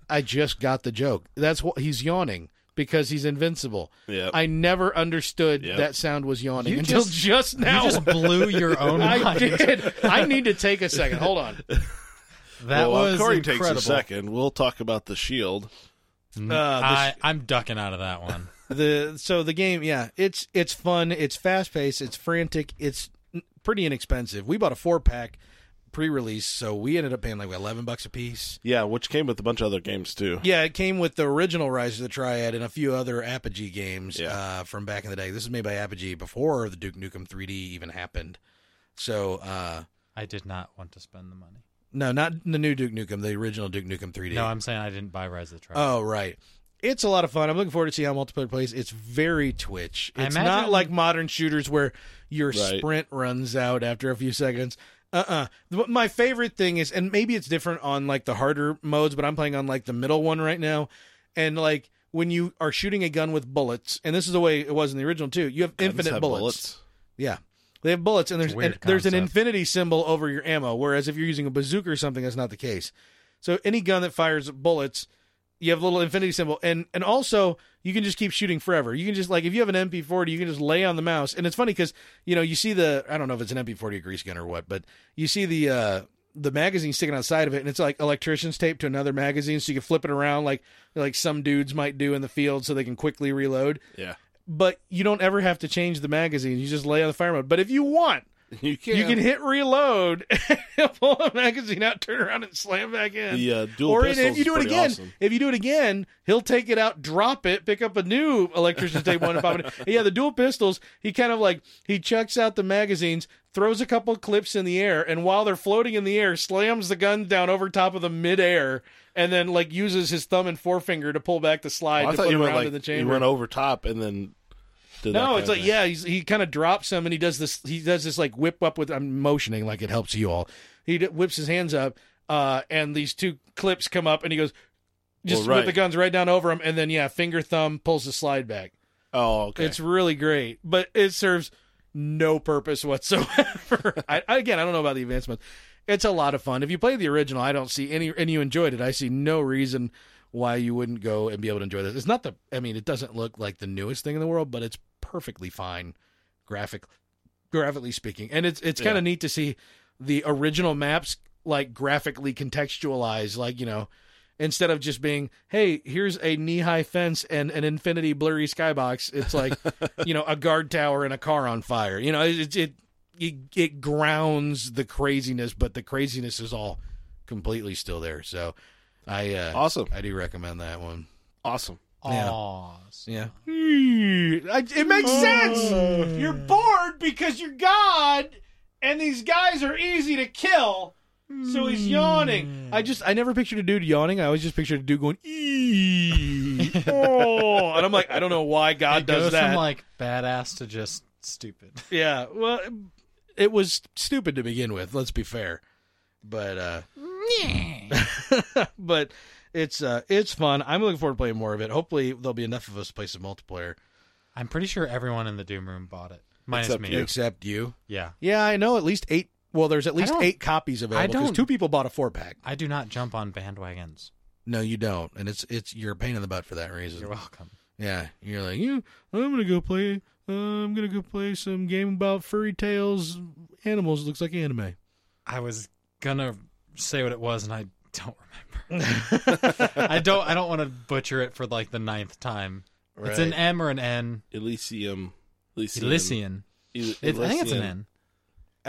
Speaker 1: I just got the joke. That's what he's yawning because he's invincible.
Speaker 3: Yep.
Speaker 1: I never understood
Speaker 3: Yep.
Speaker 1: that sound was yawning
Speaker 2: You
Speaker 1: until just,
Speaker 2: just-
Speaker 1: now.
Speaker 2: You just blew your own
Speaker 1: I
Speaker 2: mind.
Speaker 1: did. I need to take a second. Hold on.
Speaker 2: That
Speaker 3: well, while
Speaker 2: was
Speaker 3: Corey
Speaker 2: incredible.
Speaker 3: takes a second. We'll talk about the shield.
Speaker 2: I, I'm ducking out of that one.
Speaker 1: the so the game yeah it's it's fun it's fast paced it's frantic it's n- pretty inexpensive we bought a four pack pre-release so we ended up paying like 11 bucks a piece
Speaker 3: Yeah, which came with a bunch of other games too.
Speaker 1: yeah it came with the original rise of the triad and a few other apogee games
Speaker 3: Yeah.
Speaker 1: uh, from back in the day this is made by apogee before the duke nukem 3d even happened so uh
Speaker 2: I did not want to spend the money.
Speaker 1: no not the new duke nukem the original duke nukem 3d
Speaker 2: No, I'm saying I didn't buy Rise of the Tribe.
Speaker 1: oh right it's a lot of fun. I'm looking forward to see how multiplayer plays. It's very twitch.
Speaker 2: I
Speaker 1: It's
Speaker 2: imagine-
Speaker 1: not like modern shooters where your
Speaker 3: Right.
Speaker 1: sprint runs out after a few seconds. Uh-uh. Th- My favorite thing is, and maybe it's different on like the harder modes, but I'm playing on like the middle one right now. And like when you are shooting a gun with bullets, and this is the way it was in the original too, you have infinite
Speaker 3: have
Speaker 1: bullets. Yeah. They have bullets and there's
Speaker 2: a weird
Speaker 1: and there's an
Speaker 2: concept.
Speaker 1: infinity symbol over your ammo, whereas if you're using a bazooka or something, that's not the case. So any gun that fires bullets, you have a little infinity symbol. And and also you can just keep shooting forever. You can just like if you have an MP40, you can just lay on the mouse. And it's funny because you know you see the I don't know if it's an MP40 grease gun or what, but you see the uh the magazine sticking outside of it, and it's like electrician's tape to another magazine, so you can flip it around like like some dudes might do in the field, so they can quickly reload
Speaker 3: Yeah.
Speaker 1: but you don't ever have to change the magazine. You just lay on the fire mode. But if you want,
Speaker 3: You can.
Speaker 1: you can hit reload, pull the magazine out, turn around, and slam back in.
Speaker 3: The uh, dual
Speaker 1: or
Speaker 3: pistols
Speaker 1: if you
Speaker 3: is
Speaker 1: do it
Speaker 3: pretty
Speaker 1: again,
Speaker 3: awesome.
Speaker 1: if you do it again, he'll take it out, drop it, pick up a new electrician's tape one and pop it. in. Yeah, the dual pistols. He kind of like he chucks out the magazines, throws a couple clips in the air, and while they're floating in the air, slams the gun down over top of the midair, and then like uses his thumb and forefinger to pull back the slide
Speaker 3: Well, I
Speaker 1: to
Speaker 3: thought
Speaker 1: put
Speaker 3: you
Speaker 1: around
Speaker 3: went
Speaker 1: in the
Speaker 3: like you
Speaker 1: chamber.
Speaker 3: went over top and then. Did that
Speaker 1: No,
Speaker 3: kind
Speaker 1: it's
Speaker 3: of
Speaker 1: like
Speaker 3: thing.
Speaker 1: yeah, he's, he kind of drops him and he does this. He does this like whip up with. I'm motioning like it helps you all. He d- whips his hands up, uh, and these two clips come up, and he goes just
Speaker 3: Well, right.
Speaker 1: with the guns right down over him, and then yeah, finger thumb pulls the slide back.
Speaker 3: Oh, okay.
Speaker 1: It's really great, but it serves no purpose whatsoever. I, I- again, I don't know about the advancements. It's a lot of fun. If you play the original, I don't see any, and you enjoyed it. I see no reason why you wouldn't go and be able to enjoy this. It's not the, I mean, it doesn't look like the newest thing in the world, but it's perfectly fine, graphic, graphically speaking, and it's it's kind
Speaker 3: Yeah.
Speaker 1: of neat to see the original maps like graphically contextualized, like you know. Instead of just being, hey, here's a knee high fence and an infinity blurry skybox, it's like, you know, a guard tower and a car on fire. You know, it, it it it grounds the craziness, but the craziness is all completely still there. So, I uh,
Speaker 3: awesome.
Speaker 1: I do recommend that one.
Speaker 3: Awesome.
Speaker 1: Oh, Yeah.
Speaker 2: Awesome.
Speaker 1: Yeah, Hmm. it makes sense. You're bored because you're God, and these guys are easy to kill. So he's yawning. I just I never pictured a dude yawning. I always just pictured a dude going "Ee." oh, and I'm like I don't know why God
Speaker 2: It
Speaker 1: does
Speaker 2: goes
Speaker 1: that.
Speaker 2: from like badass to just stupid.
Speaker 1: Yeah, well, it was stupid to begin with. Let's be fair, but uh, but it's uh, it's fun. I'm looking forward to playing more of it. Hopefully, there'll be enough of us to play some multiplayer.
Speaker 2: I'm pretty sure everyone in the Doom Room bought it. Minus
Speaker 3: Except
Speaker 2: me.
Speaker 3: you.
Speaker 1: Except you.
Speaker 2: Yeah.
Speaker 1: Yeah, I know at least eight. Well, there's at least
Speaker 2: don't-
Speaker 1: eight copies available.
Speaker 2: I
Speaker 1: 'cause
Speaker 2: don't-
Speaker 1: Two people bought a four pack.
Speaker 2: I do not jump on bandwagons.
Speaker 1: No, you don't, and it's it's you're a pain in the butt for that reason.
Speaker 2: You're welcome.
Speaker 1: Yeah, you're like you. I'm gonna go play. Uh, I'm gonna go play some game about furry tails. Animals looks like anime.
Speaker 2: I was gonna say what it was and I don't remember. I don't I don't want to butcher it for like the ninth time. It's an M or an N.
Speaker 3: Elysium. Elysium.
Speaker 2: Elysian.
Speaker 3: Ely-
Speaker 2: It's, I think it's an
Speaker 3: Elysium.
Speaker 2: N.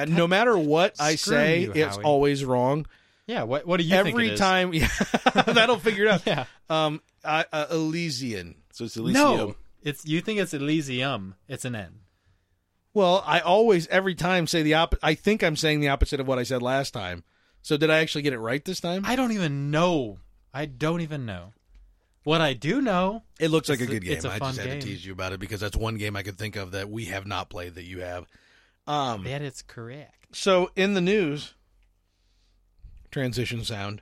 Speaker 1: And no matter what I
Speaker 2: Screw
Speaker 1: say,
Speaker 2: you,
Speaker 1: it's
Speaker 2: Howie.
Speaker 1: always wrong.
Speaker 2: Yeah, what what do you think
Speaker 1: Every
Speaker 2: it is?
Speaker 1: time, yeah, that'll figure it out.
Speaker 2: Yeah.
Speaker 1: Um, I, uh, Elysian.
Speaker 3: So it's Elysium.
Speaker 2: No. It's you think it's Elysium. It's an N.
Speaker 1: Well, I always every time say the opposite. I think I'm saying the opposite of what I said last time. So did I actually get it right this time?
Speaker 2: I don't even know. I don't even know. What I do know
Speaker 1: it looks like a
Speaker 2: It's a-
Speaker 1: good game.
Speaker 2: it's a
Speaker 1: I
Speaker 2: fun
Speaker 1: just had
Speaker 2: game.
Speaker 1: to tease you about it because that's one game I could think of that we have not played that you have. Um,
Speaker 2: that it's correct.
Speaker 1: so in the news, transition sound.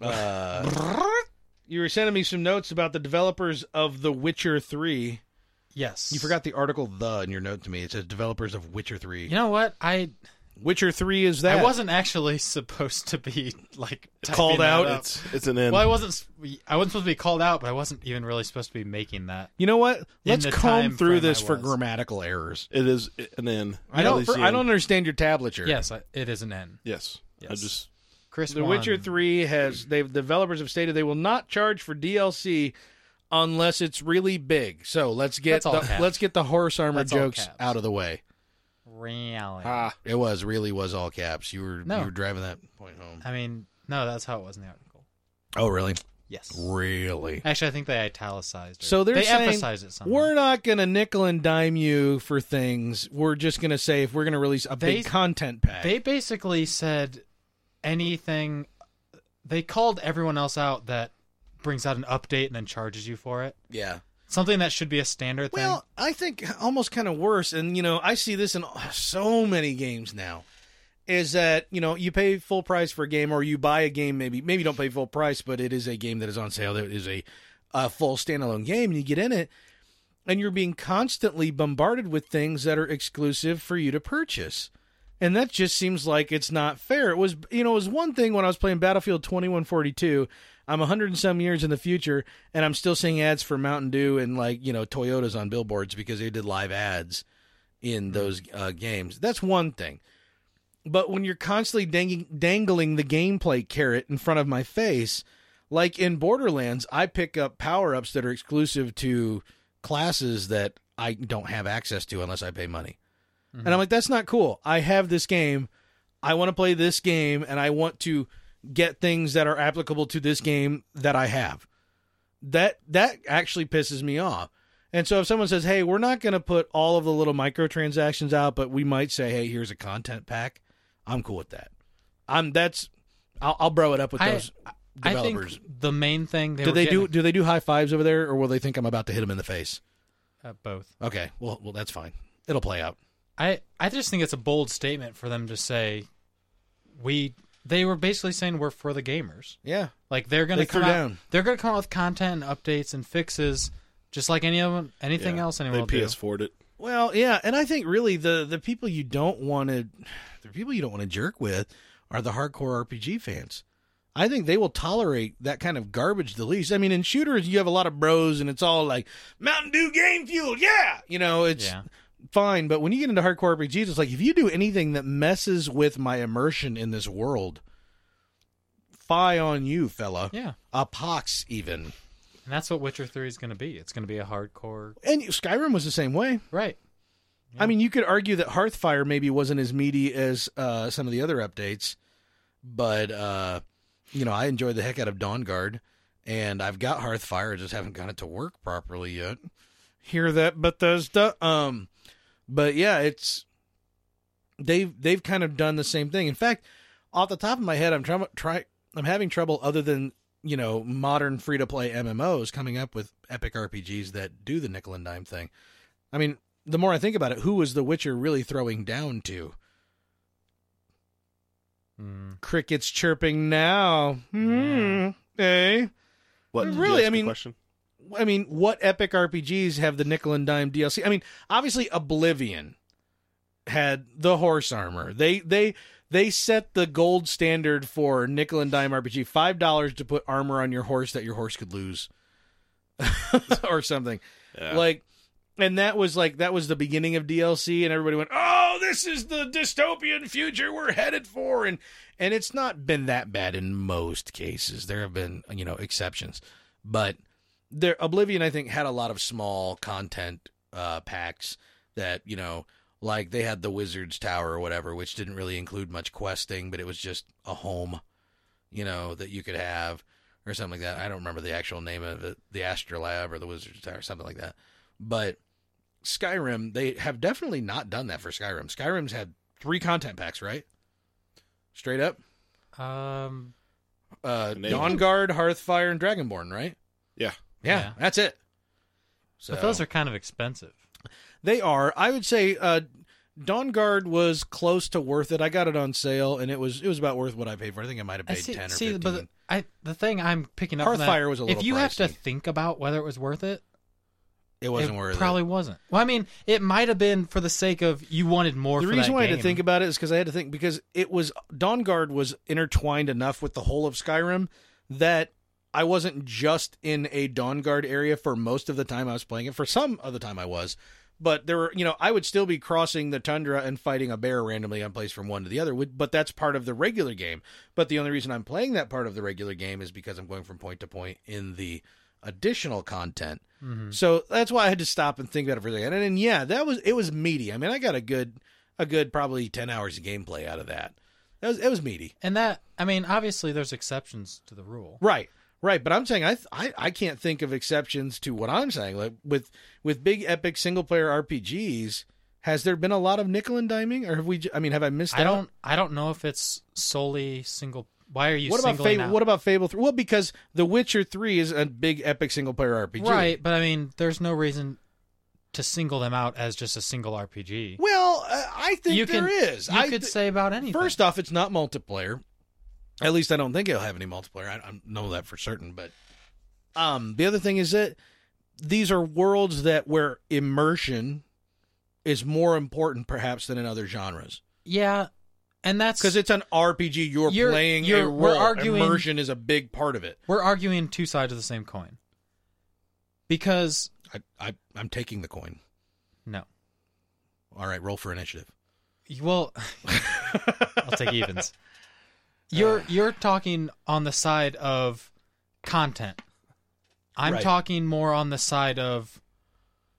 Speaker 1: Uh, you were sending me some notes about the developers of The Witcher Three.
Speaker 2: Yes.
Speaker 1: You forgot the article the in your note to me. It says developers of Witcher 3.
Speaker 2: You know what? I
Speaker 1: Witcher 3 is that.
Speaker 2: I wasn't actually supposed to be like typing
Speaker 1: Called
Speaker 2: that
Speaker 1: out?
Speaker 2: up.
Speaker 3: It's it's an N.
Speaker 2: Well, I wasn't. s- I wasn't supposed to be called out, but I wasn't even really supposed to be making that.
Speaker 1: You know what? Let's
Speaker 2: the
Speaker 1: comb
Speaker 2: time
Speaker 1: through
Speaker 2: frame
Speaker 1: this
Speaker 2: I
Speaker 1: for
Speaker 2: was.
Speaker 1: grammatical errors.
Speaker 3: It is an N.
Speaker 1: I don't for,
Speaker 3: Elysium.
Speaker 1: I don't understand your tablature.
Speaker 2: Yes, I, it is an N.
Speaker 3: Yes. I
Speaker 2: Yes.
Speaker 3: just.
Speaker 2: Chris,
Speaker 1: The
Speaker 2: won.
Speaker 1: Witcher 3 has they've developers have stated they will not charge for DLC unless it's really big. So, let's get
Speaker 2: That's all
Speaker 1: the,
Speaker 2: caps.
Speaker 1: let's get the horse armor
Speaker 2: That's all
Speaker 1: jokes
Speaker 2: caps.
Speaker 1: out of the way.
Speaker 2: Really?
Speaker 3: Ah.
Speaker 1: It was really was all caps. You were
Speaker 2: No.
Speaker 1: you were driving that point home.
Speaker 2: I mean, no, that's how it was in the article.
Speaker 1: Oh, really?
Speaker 2: Yes.
Speaker 1: Really?
Speaker 2: Actually, I think they italicized. It.
Speaker 1: So they're
Speaker 2: they
Speaker 1: saying
Speaker 2: emphasized it. Somehow.
Speaker 1: We're not going to nickel and dime you for things. We're just going to say if we're going to release a
Speaker 2: They-
Speaker 1: big content pack.
Speaker 2: They basically said anything. They called everyone else out that brings out an update and then charges you for it.
Speaker 1: yeah.
Speaker 2: Something that should be a standard thing.
Speaker 1: Well, I think almost kind of worse. And, you know, I see this in so many games now is that you know you pay full price for a game or you buy a game maybe maybe you don't pay full price but it is a game that is on sale that is a, a full standalone game and you get in it and you're being constantly bombarded with things that are exclusive for you to purchase and that just seems like it's not fair it was you know it was one thing when i was playing battlefield 2142 i'm 100 and some years in the future and i'm still seeing ads for mountain dew and like you know toyotas on billboards because they did live ads in those uh, games that's one thing but when you're constantly dangling, dangling the gameplay carrot in front of my face, like in Borderlands, I pick up power ups that are exclusive to classes that I don't have access to unless I pay money.
Speaker 2: Mm-hmm.
Speaker 1: And I'm like, that's not cool. I have this game. I want to play this game and I want to get things that are applicable to this game that I have. That that actually pisses me off. And so if someone says, "Hey, we're not going to put all of the little microtransactions out, but we might say, "Hey, here's a content pack." I'm cool with that. I'm that's I'll, I'll bro it up with
Speaker 2: I-
Speaker 1: those
Speaker 2: I
Speaker 1: developers.
Speaker 2: think the main thing they
Speaker 1: do
Speaker 2: were
Speaker 1: they do
Speaker 2: getting-
Speaker 1: do they do high fives over there or will they think I'm about to hit them in the face?
Speaker 2: uh, both.
Speaker 1: Okay. Well, well that's fine. It'll play out.
Speaker 2: I I just think it's a bold statement for them to say we they were basically saying we're for the gamers.
Speaker 1: Yeah.
Speaker 2: Like they're gonna
Speaker 1: They threw
Speaker 2: come out,
Speaker 1: down.
Speaker 2: they're gonna come out with content and updates and fixes just like any of 'em- anything
Speaker 3: Yeah.
Speaker 2: else anyone
Speaker 3: They
Speaker 2: will do.
Speaker 3: PS4'd it.
Speaker 1: Well, yeah, and I think really the the people you don't want to the people you don't want to jerk with are the hardcore RPG fans. I think they will tolerate that kind of garbage the least. I mean, in shooters you have a lot of bros and it's all like Mountain Dew game fuel, yeah. You know, it's
Speaker 2: Yeah.
Speaker 1: fine, but when you get into hardcore RPGs, it's like if you do anything that messes with my immersion in this world, fie on you, fella.
Speaker 2: Yeah.
Speaker 1: A pox even.
Speaker 2: And that's what Witcher 3 is going to be. It's going to be a hardcore.
Speaker 1: And Skyrim was the same way.
Speaker 2: Right.
Speaker 1: I mean, you could argue that Hearthfire maybe wasn't as meaty as uh, some of the other updates, but uh, you know, I enjoyed the heck out of Dawn Guard, and I've got Hearthfire, I just haven't got it to work properly yet. Hear that, Bethesda? Um, but yeah, it's they've they've kind of done the same thing. In fact, off the top of my head, I'm trying try I'm having trouble other than you know modern free to play MMOs coming up with epic RPGs that do the nickel and dime thing. I mean, the more I think about it, who was The Witcher really throwing down to?
Speaker 2: Mm.
Speaker 1: Crickets chirping now. Hmm. Eh?
Speaker 3: What? Did you
Speaker 1: Really?
Speaker 3: ask
Speaker 1: I
Speaker 3: a
Speaker 1: mean-
Speaker 3: question?
Speaker 1: I mean, what epic RPGs have the nickel and dime DLC? I mean, obviously Oblivion had the horse armor. They they they set the gold standard for nickel and dime RPG. Five dollars to put armor on your horse that your horse could lose, or something.
Speaker 3: Yeah.
Speaker 1: Like, and that was like that was the beginning of DLC, and everybody went, "Oh, this is the dystopian future we're headed for." And and it's not been that bad in most cases. There have been you know exceptions, but there Oblivion I think had a lot of small content uh, packs that you know like they had the Wizard's Tower or whatever, which didn't really include much questing, but it was just a home, you know, that you could have or something like that. I don't remember the actual name of it, the Astrolab or the Wizard's Tower, something like that. But Skyrim, they have definitely not done that for Skyrim. Skyrim's had three content packs, right? Straight up,
Speaker 2: Um,
Speaker 1: uh,
Speaker 3: Amazing.
Speaker 1: Dawn Guard, Hearthfire, and Dragonborn, right?
Speaker 3: Yeah.
Speaker 1: yeah,
Speaker 2: Yeah.
Speaker 1: that's it. So
Speaker 2: But those are kind of expensive.
Speaker 1: They are. I would say uh Dawn Guard was close to worth it. I got it on sale and it was it was about worth what I paid for. it. I think I might have
Speaker 2: I
Speaker 1: paid
Speaker 2: see,
Speaker 1: ten or
Speaker 2: see
Speaker 1: fifteen.
Speaker 2: but I, the thing I'm picking up. on that-
Speaker 1: Hearthfire was a little
Speaker 2: If you have to
Speaker 1: pricey.
Speaker 2: think about whether it was worth it,
Speaker 1: it wasn't worth
Speaker 2: probably wasn't. Well, I mean, it might have been for the sake of you wanted more
Speaker 1: it. The
Speaker 2: for
Speaker 1: reason
Speaker 2: that
Speaker 1: why I had
Speaker 2: game.
Speaker 1: to think about it is because I had to think because it was Dawn Guard was intertwined enough with the whole of Skyrim that I wasn't just in a Dawn Guard area for most of the time I was playing it. For some of the time I was. But there were, you know, I would still be crossing the tundra and fighting a bear randomly on place from one to the other. would- But that's part of the regular game. But the only reason I'm playing that part of the regular game is because I'm going from point to point in the additional content.
Speaker 2: Hmm.
Speaker 1: So that's why I had to stop and think about it for a second. And, and yeah, that was it was meaty. I mean, I got a good a good probably ten hours of gameplay out of that. That was it was meaty.
Speaker 2: And that, I mean, obviously there's exceptions to the rule.
Speaker 1: Right, right. But I'm saying I, I I can't think of exceptions to what I'm saying. Like with with big epic single player RPGs, has there been a lot of nickel and diming, or have we? j- I mean, have I missed?
Speaker 2: I
Speaker 1: out?
Speaker 2: don't. I don't know if it's solely single. Why are you
Speaker 1: What about
Speaker 2: singling
Speaker 1: Fable?
Speaker 2: out?
Speaker 1: What about Fable Three? Well, because The Witcher Three is a big epic single player RPG.
Speaker 2: Right, but I mean, there's no reason to single them out as just a single RPG.
Speaker 1: Well, uh, I think
Speaker 2: You
Speaker 1: there
Speaker 2: can-
Speaker 1: is.
Speaker 2: You
Speaker 1: I
Speaker 2: could
Speaker 1: thi-
Speaker 2: say about anything.
Speaker 1: First off, it's not multiplayer. At least I don't think it'll have any multiplayer. I, I know that for certain. But um, the other thing is that these are worlds that where immersion is more important, perhaps, than in other genres.
Speaker 2: yeah, and that's
Speaker 1: Because it's an RPG. You're,
Speaker 2: You're-
Speaker 1: playing a
Speaker 2: you're-
Speaker 1: role.
Speaker 2: we're arguing-
Speaker 1: immersion is a big part of it.
Speaker 2: we're arguing two sides of the same coin. Because
Speaker 1: I, I I'm taking the coin.
Speaker 2: no,
Speaker 1: All right, roll for initiative.
Speaker 2: well, I'll take evens. You're you're talking on the side of content. I'm
Speaker 1: Right.
Speaker 2: talking more on the side of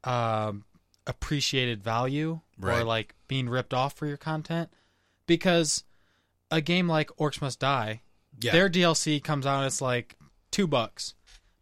Speaker 2: um, appreciated value or
Speaker 1: Right.
Speaker 2: like being ripped off for your content, because a game like Orcs Must Die,
Speaker 1: Yeah.
Speaker 2: their DLC comes out and it's like two bucks,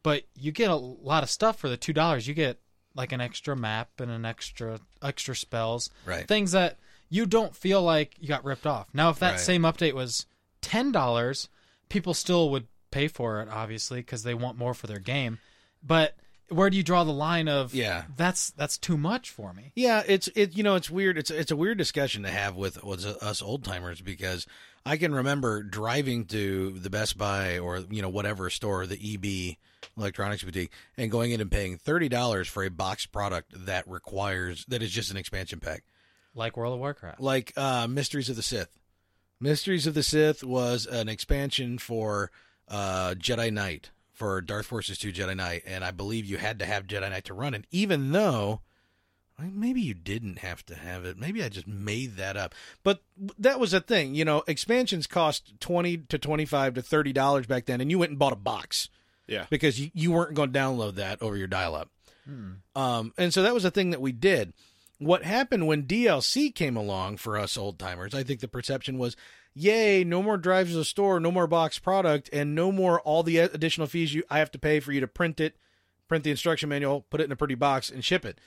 Speaker 2: but you get a lot of stuff for the two dollars. You get like an extra map and an extra extra spells,
Speaker 1: Right.
Speaker 2: Things that you don't feel like you got ripped off. Now, if that
Speaker 1: Right.
Speaker 2: same update was ten dollars, people still would pay for it, obviously, because they want more for their game. But where do you draw the line of
Speaker 1: Yeah.
Speaker 2: That's that's too much for me.
Speaker 1: Yeah, it's it. You know, it's weird. It's it's a weird discussion to have with, with us old timers because I can remember driving to the Best Buy or you know whatever store, the EB Electronics Boutique, and going in and paying thirty dollars for a boxed product that requires that is just an expansion pack,
Speaker 2: Like World of Warcraft.
Speaker 1: like uh, Mysteries of the Sith. Mysteries of the Sith was an expansion for uh, Jedi Knight for Darth Forces Two Jedi Knight, and I believe you had to have Jedi Knight to run it, even though. I- Maybe you didn't have to have it. Maybe I just made that up. But that was a thing, you know. Expansions cost twenty to twenty-five to thirty dollars back then, and you went and bought a box,
Speaker 3: Yeah.
Speaker 1: because you, you weren't going to download that over your dial-up.
Speaker 2: Hmm.
Speaker 1: Um, and so that was a thing that we did. What happened when DLC came along for us old timers? I think the perception was, "Yay, no more drives to the store, no more box product, and no more all the additional fees you I have to pay for you to print it, print the instruction manual, put it in a pretty box, and ship it."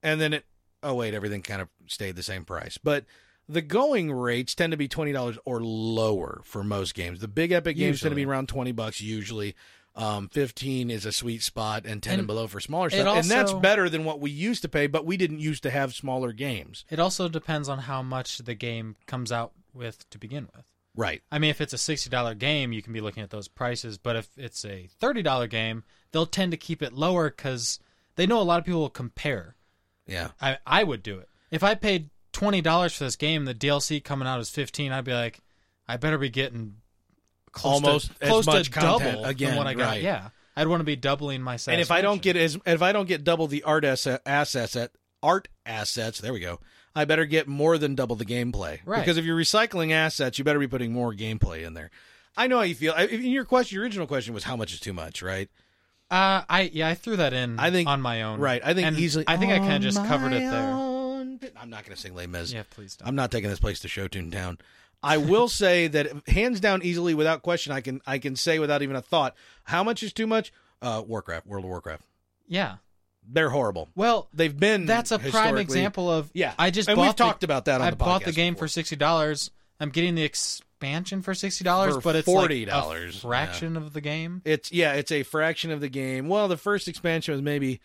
Speaker 1: and then it oh wait everything kind of stayed the same price but the going rates tend to be $20 or lower for most games the big epic games tend to be
Speaker 2: Usually.
Speaker 1: around 20 bucks usually um, 15 is a sweet spot and 10 and,
Speaker 2: And
Speaker 1: below for smaller
Speaker 2: it
Speaker 1: stuff and that's
Speaker 2: also-
Speaker 1: better than what we used to pay but we didn't used to have smaller games
Speaker 2: It also depends on how much the game comes out with to begin with.
Speaker 1: right
Speaker 2: I mean, if it's a sixty dollar game, you can be looking at those prices. But if it's a thirty dollar game, they'll tend to keep it lower because they know a lot of people will compare.
Speaker 1: yeah
Speaker 2: I I would do it if I paid twenty dollars for this game. The DLC coming out is fifteen. I'd be like, I better be getting close
Speaker 1: Almost
Speaker 2: to,
Speaker 1: as
Speaker 2: close
Speaker 1: much
Speaker 2: to
Speaker 1: content
Speaker 2: double
Speaker 1: again,
Speaker 2: than what I got.
Speaker 1: right.
Speaker 2: Yeah, I'd want to be doubling my.
Speaker 1: and if i don't
Speaker 2: satisfaction.
Speaker 1: get as if i don't get double the art asset, assets at art assets there we go i better get more than double the gameplay
Speaker 2: Right.
Speaker 1: because if you're recycling assets you better be putting more gameplay in there i know how you feel I, in your question your original question was how much is too much right
Speaker 2: Uh, I yeah, I threw that in.
Speaker 1: I think-
Speaker 2: on my own.
Speaker 1: right i think
Speaker 2: Um, And
Speaker 1: easily
Speaker 2: I think I kind
Speaker 1: On
Speaker 2: of just covered it
Speaker 1: my
Speaker 2: there.
Speaker 1: own- i'm not going to sing Les Mis.
Speaker 2: Yeah, please don't.
Speaker 1: i'm not taking this place to show tune town i will say that hands down easily without question i can i can say without even a thought how much is too much uh warcraft world of warcraft
Speaker 2: yeah.
Speaker 1: they're horrible
Speaker 2: Well,
Speaker 1: they've been
Speaker 2: that's a prime
Speaker 1: historically-
Speaker 2: example of
Speaker 1: Yeah,
Speaker 2: I just
Speaker 1: and
Speaker 2: bought
Speaker 1: we've
Speaker 2: the-
Speaker 1: talked about that. On
Speaker 2: I
Speaker 1: the
Speaker 2: bought the
Speaker 1: podcast
Speaker 2: game
Speaker 1: before.
Speaker 2: for sixty dollars. I'm getting the expansion for sixty dollars,
Speaker 1: For
Speaker 2: but it's
Speaker 1: $40,
Speaker 2: like a
Speaker 1: yeah.
Speaker 2: fraction of the game.
Speaker 1: It's yeah, it's a fraction of the game. Well, the first expansion was maybe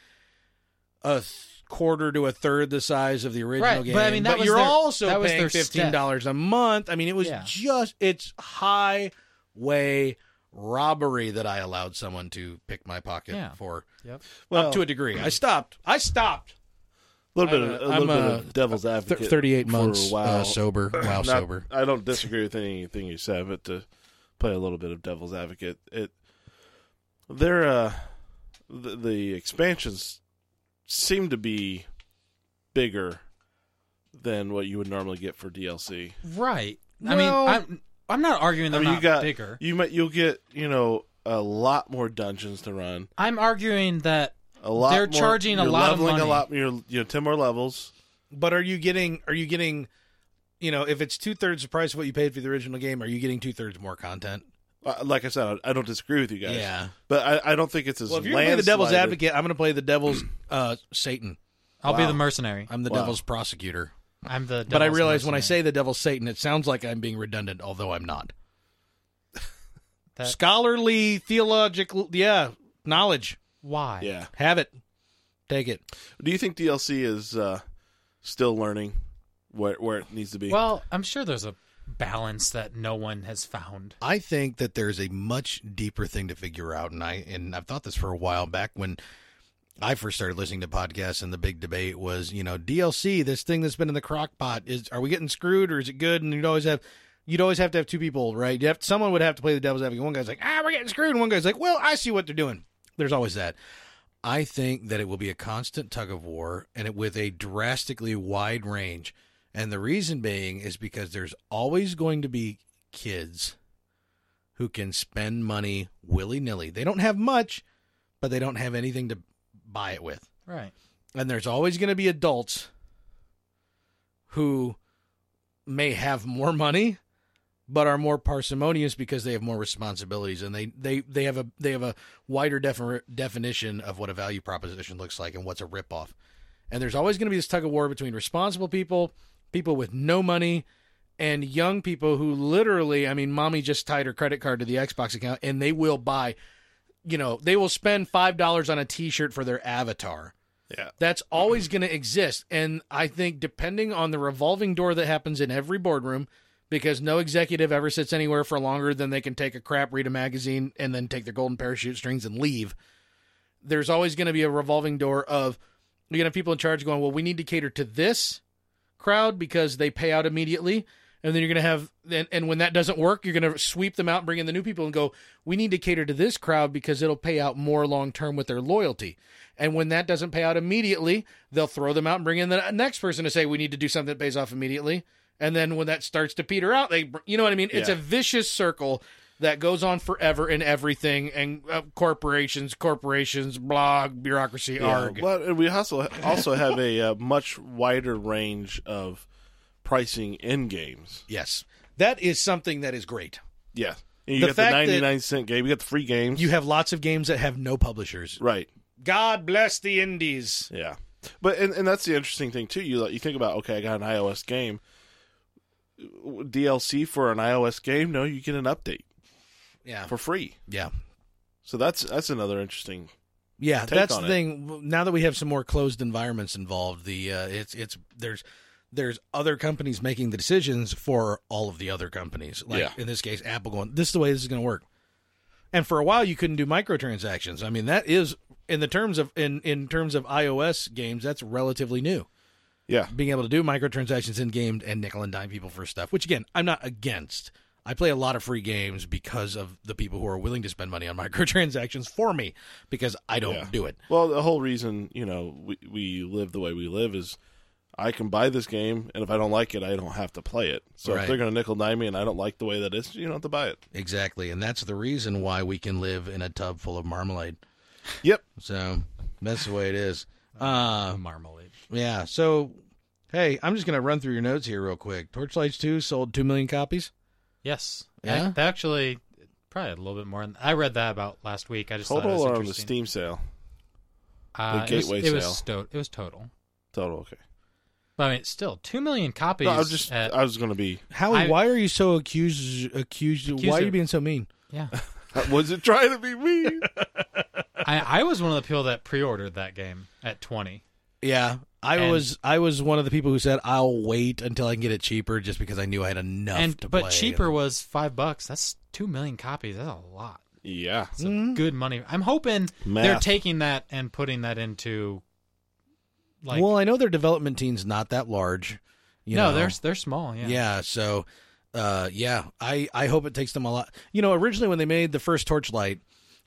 Speaker 1: a th- quarter to a third the size of the original
Speaker 2: Right, but
Speaker 1: game.
Speaker 2: I mean, that was
Speaker 1: you're
Speaker 2: their-
Speaker 1: also
Speaker 2: that was
Speaker 1: paying
Speaker 2: their
Speaker 1: fifteen
Speaker 2: step.
Speaker 1: dollars a month. I mean, it was
Speaker 2: Yeah.
Speaker 1: just it's highway robbery that I allowed someone to pick my pocket
Speaker 2: Yeah.
Speaker 1: for
Speaker 2: Yep.
Speaker 3: Well,
Speaker 1: up to a degree. I stopped. I stopped.
Speaker 3: a little bit, of, a
Speaker 1: I'm,
Speaker 3: little
Speaker 1: uh,
Speaker 3: bit of devil's advocate.
Speaker 1: Thirty-eight
Speaker 3: for a
Speaker 1: months
Speaker 3: while.
Speaker 1: uh, sober. Wow,
Speaker 3: Not-
Speaker 1: sober.
Speaker 3: I don't disagree with anything you said, but to play a little bit of devil's advocate, it there uh the, the expansions seem to be bigger than what you would normally get for DLC.
Speaker 2: Right. I mean,
Speaker 1: Well-
Speaker 2: I'm I'm not arguing they're
Speaker 3: I mean, you
Speaker 2: not
Speaker 3: got
Speaker 2: bigger.
Speaker 3: You might you'll get you know a lot more dungeons to run.
Speaker 2: I'm arguing that
Speaker 3: A lot.
Speaker 2: They're
Speaker 3: more-
Speaker 2: charging a
Speaker 3: you're
Speaker 2: lot of
Speaker 3: leveling
Speaker 2: money.
Speaker 3: A lot. You're you know ten more levels.
Speaker 1: But are you getting? Are you getting? You know, if it's two thirds the price of what you paid for the original game, are you getting two thirds more content?
Speaker 3: Uh, Like I said, I I don't disagree with you guys.
Speaker 1: Yeah.
Speaker 3: but I, I don't think it's as
Speaker 1: Well, if you're gonna play the devil's
Speaker 3: landslided-
Speaker 1: advocate, I'm gonna play the devil's uh, Satan.
Speaker 2: I'll be
Speaker 3: Wow.
Speaker 2: the mercenary.
Speaker 1: I'm the
Speaker 3: Wow.
Speaker 1: devil's prosecutor.
Speaker 2: I'm the.
Speaker 1: but I
Speaker 2: devil's
Speaker 1: realize when I
Speaker 2: mercenary.
Speaker 1: say the devil's Satan, it sounds like I'm being redundant, although I'm not.
Speaker 2: That-
Speaker 1: Scholarly, theological, yeah, knowledge.
Speaker 2: why,
Speaker 3: Yeah,
Speaker 1: Have it. Take it.
Speaker 3: Do you think DLC is uh, still learning where where it needs to be?
Speaker 2: Well, I'm sure there's a balance that no one has found.
Speaker 1: I think that there's a much deeper thing to figure out, and I and I've thought this for a while back when I first started listening to podcasts, and the big debate was, you know, DLC, this thing that's been in the crock pot, is are we getting screwed or is it good? And you'd always have you'd always have to have two people, right? You have someone would have to play the devil's advocate. One guy's like, ah, we're getting screwed, and one guy's like, well, I see what they're doing. There's always that. I think that it will be a constant tug of war, and it with a drastically wide range. And the reason being is because there's always going to be kids who can spend money willy nilly. They don't have much, but they don't have anything to buy it with.
Speaker 2: Right.
Speaker 1: And there's always going to be adults who may have more money but are more parsimonious because they have more responsibilities and they they they have a they have a wider defi- definition of what a value proposition looks like and what's a ripoff. And there's always going to be this tug of war between responsible people, people with no money, and young people who literally, I mean, mommy just tied her credit card to the Xbox account and they will buy, you know, they will spend $5 on a t shirt for their avatar.
Speaker 3: Yeah.
Speaker 1: That's always going to exist. And I think depending on the revolving door that happens in every boardroom, because no executive ever sits anywhere for longer than they can take a crap, read a magazine, and then take their golden parachute strings and leave. There's always going to be a revolving door of you're going to have people in charge going, well, we need to cater to this crowd because they pay out immediately. And then you're going to have, and, and when that doesn't work, you're going to sweep them out and bring in the new people and go, we need to cater to this crowd because it'll pay out more long term with their loyalty. And when that doesn't pay out immediately, they'll throw them out and bring in the next person to say, we need to do something that pays off immediately. And then when that starts to peter out, they, br- you know what I mean? It's
Speaker 3: Yeah.
Speaker 1: a vicious circle that goes on forever in everything and uh, corporations, corporations, blog, bureaucracy,
Speaker 3: Yeah,
Speaker 1: arg.
Speaker 3: but we also also have a uh, much wider range of pricing in games.
Speaker 1: Yes. That is something that is great.
Speaker 3: Yeah, And you
Speaker 1: The
Speaker 3: got the
Speaker 1: fact that-
Speaker 3: ninety nine cent game. You got the free games.
Speaker 1: You have lots of games that have no publishers.
Speaker 3: right.
Speaker 1: God bless the indies.
Speaker 3: Yeah, but and, and that's the interesting thing too. You like, you think about okay, I got an iOS game DLC for an iOS game. No, you get an update
Speaker 1: Yeah.
Speaker 3: for free.
Speaker 1: Yeah.
Speaker 3: So that's that's another interesting.
Speaker 1: Yeah,
Speaker 3: Take
Speaker 1: that's
Speaker 3: on
Speaker 1: the
Speaker 3: it.
Speaker 1: thing. Now that we have some more closed environments involved, the uh, it's it's there's there's other companies making the decisions for all of the other companies. Like
Speaker 3: Yeah.
Speaker 1: in this case, Apple going, this is the way this is going to work. And for a while, you couldn't do microtransactions. I mean, that is in the terms of in in terms of iOS games, that's relatively new.
Speaker 3: Yeah,
Speaker 1: being able to do microtransactions in game and nickel and dime people for stuff, which again, I'm not against. I play a lot of free games because of the people who are willing to spend money on microtransactions for me because I don't
Speaker 3: Yeah.
Speaker 1: do it.
Speaker 3: Well, the whole reason you know we, we live the way we live is I can buy this game, and if I don't like it, I don't have to play it. So
Speaker 1: Right.
Speaker 3: if they're going to nickel dime me, and I don't like the way that is, you don't have to buy it.
Speaker 1: Exactly. And that's the reason why we can live in a tub full of marmalade.
Speaker 3: Yep.
Speaker 1: So that's the way it is. Um,
Speaker 2: Marmalade.
Speaker 1: Yeah. So, hey, I'm just going to run through your notes here real quick. Torchlights 2 sold 2 million copies.
Speaker 2: Yes.
Speaker 1: Yeah?
Speaker 2: I, that actually probably had a little bit more. In, I read that about last week. I just thought it
Speaker 3: Total
Speaker 2: was
Speaker 3: or on the
Speaker 2: interesting.
Speaker 3: Steam sale?
Speaker 2: Uh,
Speaker 3: the
Speaker 2: it was-
Speaker 3: gateway
Speaker 2: it was,
Speaker 3: sale.
Speaker 2: sto- it was total.
Speaker 3: Total. Okay.
Speaker 2: But I mean, still two million copies.
Speaker 3: No, I was just uh,
Speaker 2: at-
Speaker 3: I was going to be.
Speaker 1: Howie,
Speaker 2: I-
Speaker 1: why are you so accused? Accused? why are you
Speaker 2: Accusative.
Speaker 1: being so mean?
Speaker 2: yeah.
Speaker 3: I wasn't uh, trying to be mean.
Speaker 2: I, I was one of the people that pre-ordered that game at twenty.
Speaker 1: Yeah. I
Speaker 2: And-
Speaker 1: was I was one of the people who said I'll wait until I can get it cheaper just because I knew I had enough
Speaker 2: and
Speaker 1: to
Speaker 2: but
Speaker 1: play.
Speaker 2: cheaper was five bucks. That's two million copies. That's a lot.
Speaker 3: yeah.
Speaker 2: It's good money. I'm hoping they're
Speaker 3: Math.
Speaker 2: taking that and putting that into like
Speaker 1: well, I know their development team's not that large. You
Speaker 2: no,
Speaker 1: know.
Speaker 2: they're they're small. Yeah.
Speaker 1: yeah, so uh yeah, I I hope it takes them a lot. You know, originally when they made the first Torchlight,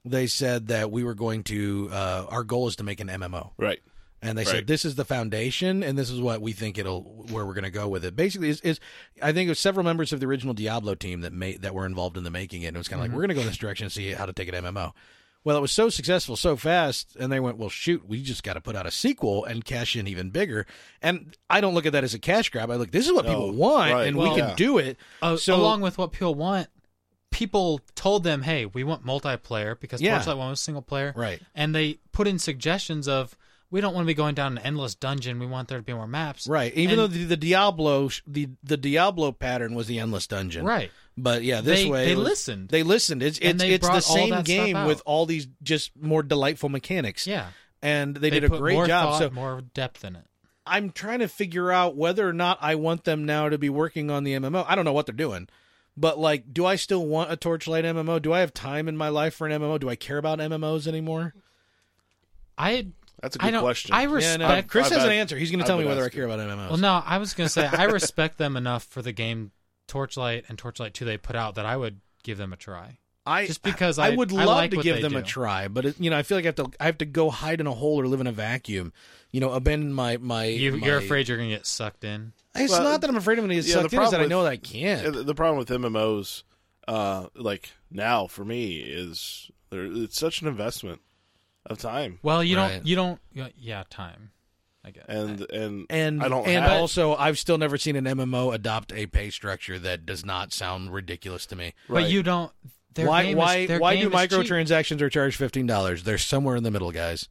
Speaker 1: they said that we were going to uh our goal is to make an MMO.
Speaker 3: Right.
Speaker 1: and they said
Speaker 3: Right.
Speaker 1: this is the foundation and this is what we think it'll where we're going to go with it basically is, is i think it was several members of the original diablo team that made that were involved in the making it and it was kind of like we're going to go in this direction and see how to take it mmo well it was so successful so fast and they went well shoot we just got to put out a sequel and cash in even bigger and i don't look at that as a cash grab i look this is what people
Speaker 3: No,
Speaker 1: want
Speaker 3: Oh, right.
Speaker 1: and we
Speaker 2: Well,
Speaker 1: can
Speaker 3: yeah.
Speaker 1: do it
Speaker 2: Uh,
Speaker 1: So-
Speaker 2: along with what people want, people told them, "Hey, we want multiplayer because
Speaker 1: Yeah.
Speaker 2: Torchlight One was single player."
Speaker 1: right
Speaker 2: And they put in suggestions of, "We don't want to be going down an endless dungeon. We want there to be more maps."
Speaker 1: right even
Speaker 2: And-
Speaker 1: though the, the diablo sh- the the diablo pattern was the endless dungeon
Speaker 2: Right.
Speaker 1: But yeah, this
Speaker 2: They-
Speaker 1: way
Speaker 2: they
Speaker 1: it was-
Speaker 2: listened.
Speaker 1: They listened. It's
Speaker 2: And
Speaker 1: it's
Speaker 2: they
Speaker 1: it's the
Speaker 2: brought all
Speaker 1: same
Speaker 2: that stuff
Speaker 1: game with
Speaker 2: out.
Speaker 1: all these just more delightful mechanics.
Speaker 2: Yeah.
Speaker 1: and they,
Speaker 2: They
Speaker 1: did a
Speaker 2: put
Speaker 1: great
Speaker 2: more
Speaker 1: job.
Speaker 2: thought,
Speaker 1: so
Speaker 2: more depth in it.
Speaker 1: I'm trying to figure out whether or not I want them now to be working on the MMO. I don't know what they're doing, but like, do I still want a Torchlight MMO? Do I have time in my life for an MMO? Do I care about MMos anymore?
Speaker 2: I
Speaker 3: That's a
Speaker 2: I
Speaker 3: good
Speaker 2: don't.
Speaker 3: question.
Speaker 2: I respect.
Speaker 1: no, Chris
Speaker 3: I've
Speaker 1: has an
Speaker 3: had-
Speaker 1: answer. He's going to
Speaker 3: I've
Speaker 1: tell me
Speaker 3: been
Speaker 1: whether I
Speaker 3: asking.
Speaker 1: care about MMOs.
Speaker 2: Well, no, I was gonna say I respect them enough for the game Torchlight and Torchlight Two they put out that I would give them a try.
Speaker 1: I
Speaker 2: Just because
Speaker 1: I,
Speaker 2: I,
Speaker 1: would
Speaker 2: I
Speaker 1: love
Speaker 2: like
Speaker 1: to
Speaker 2: what
Speaker 1: give
Speaker 2: they
Speaker 1: them a
Speaker 2: do.
Speaker 1: try, but it, you know, I feel like I have to I have to go hide in a hole or live in a vacuum. You know, abandon my my.
Speaker 2: You,
Speaker 1: my-
Speaker 2: you're afraid you're gonna get sucked in.
Speaker 1: It's
Speaker 3: Well,
Speaker 1: not that I'm afraid I'm going to get
Speaker 3: yeah, the
Speaker 1: sucked in. Is that
Speaker 3: problem
Speaker 1: I know
Speaker 3: with-
Speaker 1: that I
Speaker 3: Yeah,
Speaker 1: can't.
Speaker 3: the- the problem with MMOs, uh, like now for me is there. It's such an investment of time,
Speaker 2: Well, you
Speaker 1: Right.
Speaker 2: don't. You don't. Yeah, time. I guess.
Speaker 3: and and
Speaker 1: and
Speaker 3: I don't
Speaker 1: and
Speaker 3: have.
Speaker 1: also I've still never seen an MMO adopt a pay structure that does not sound ridiculous to me.
Speaker 3: right.
Speaker 2: But you don't. Their
Speaker 1: why
Speaker 2: game
Speaker 1: why
Speaker 2: is, their
Speaker 1: why
Speaker 2: game
Speaker 1: do
Speaker 2: is cheap.
Speaker 1: microtransactions are charged fifteen dollars? They're somewhere in the middle, guys.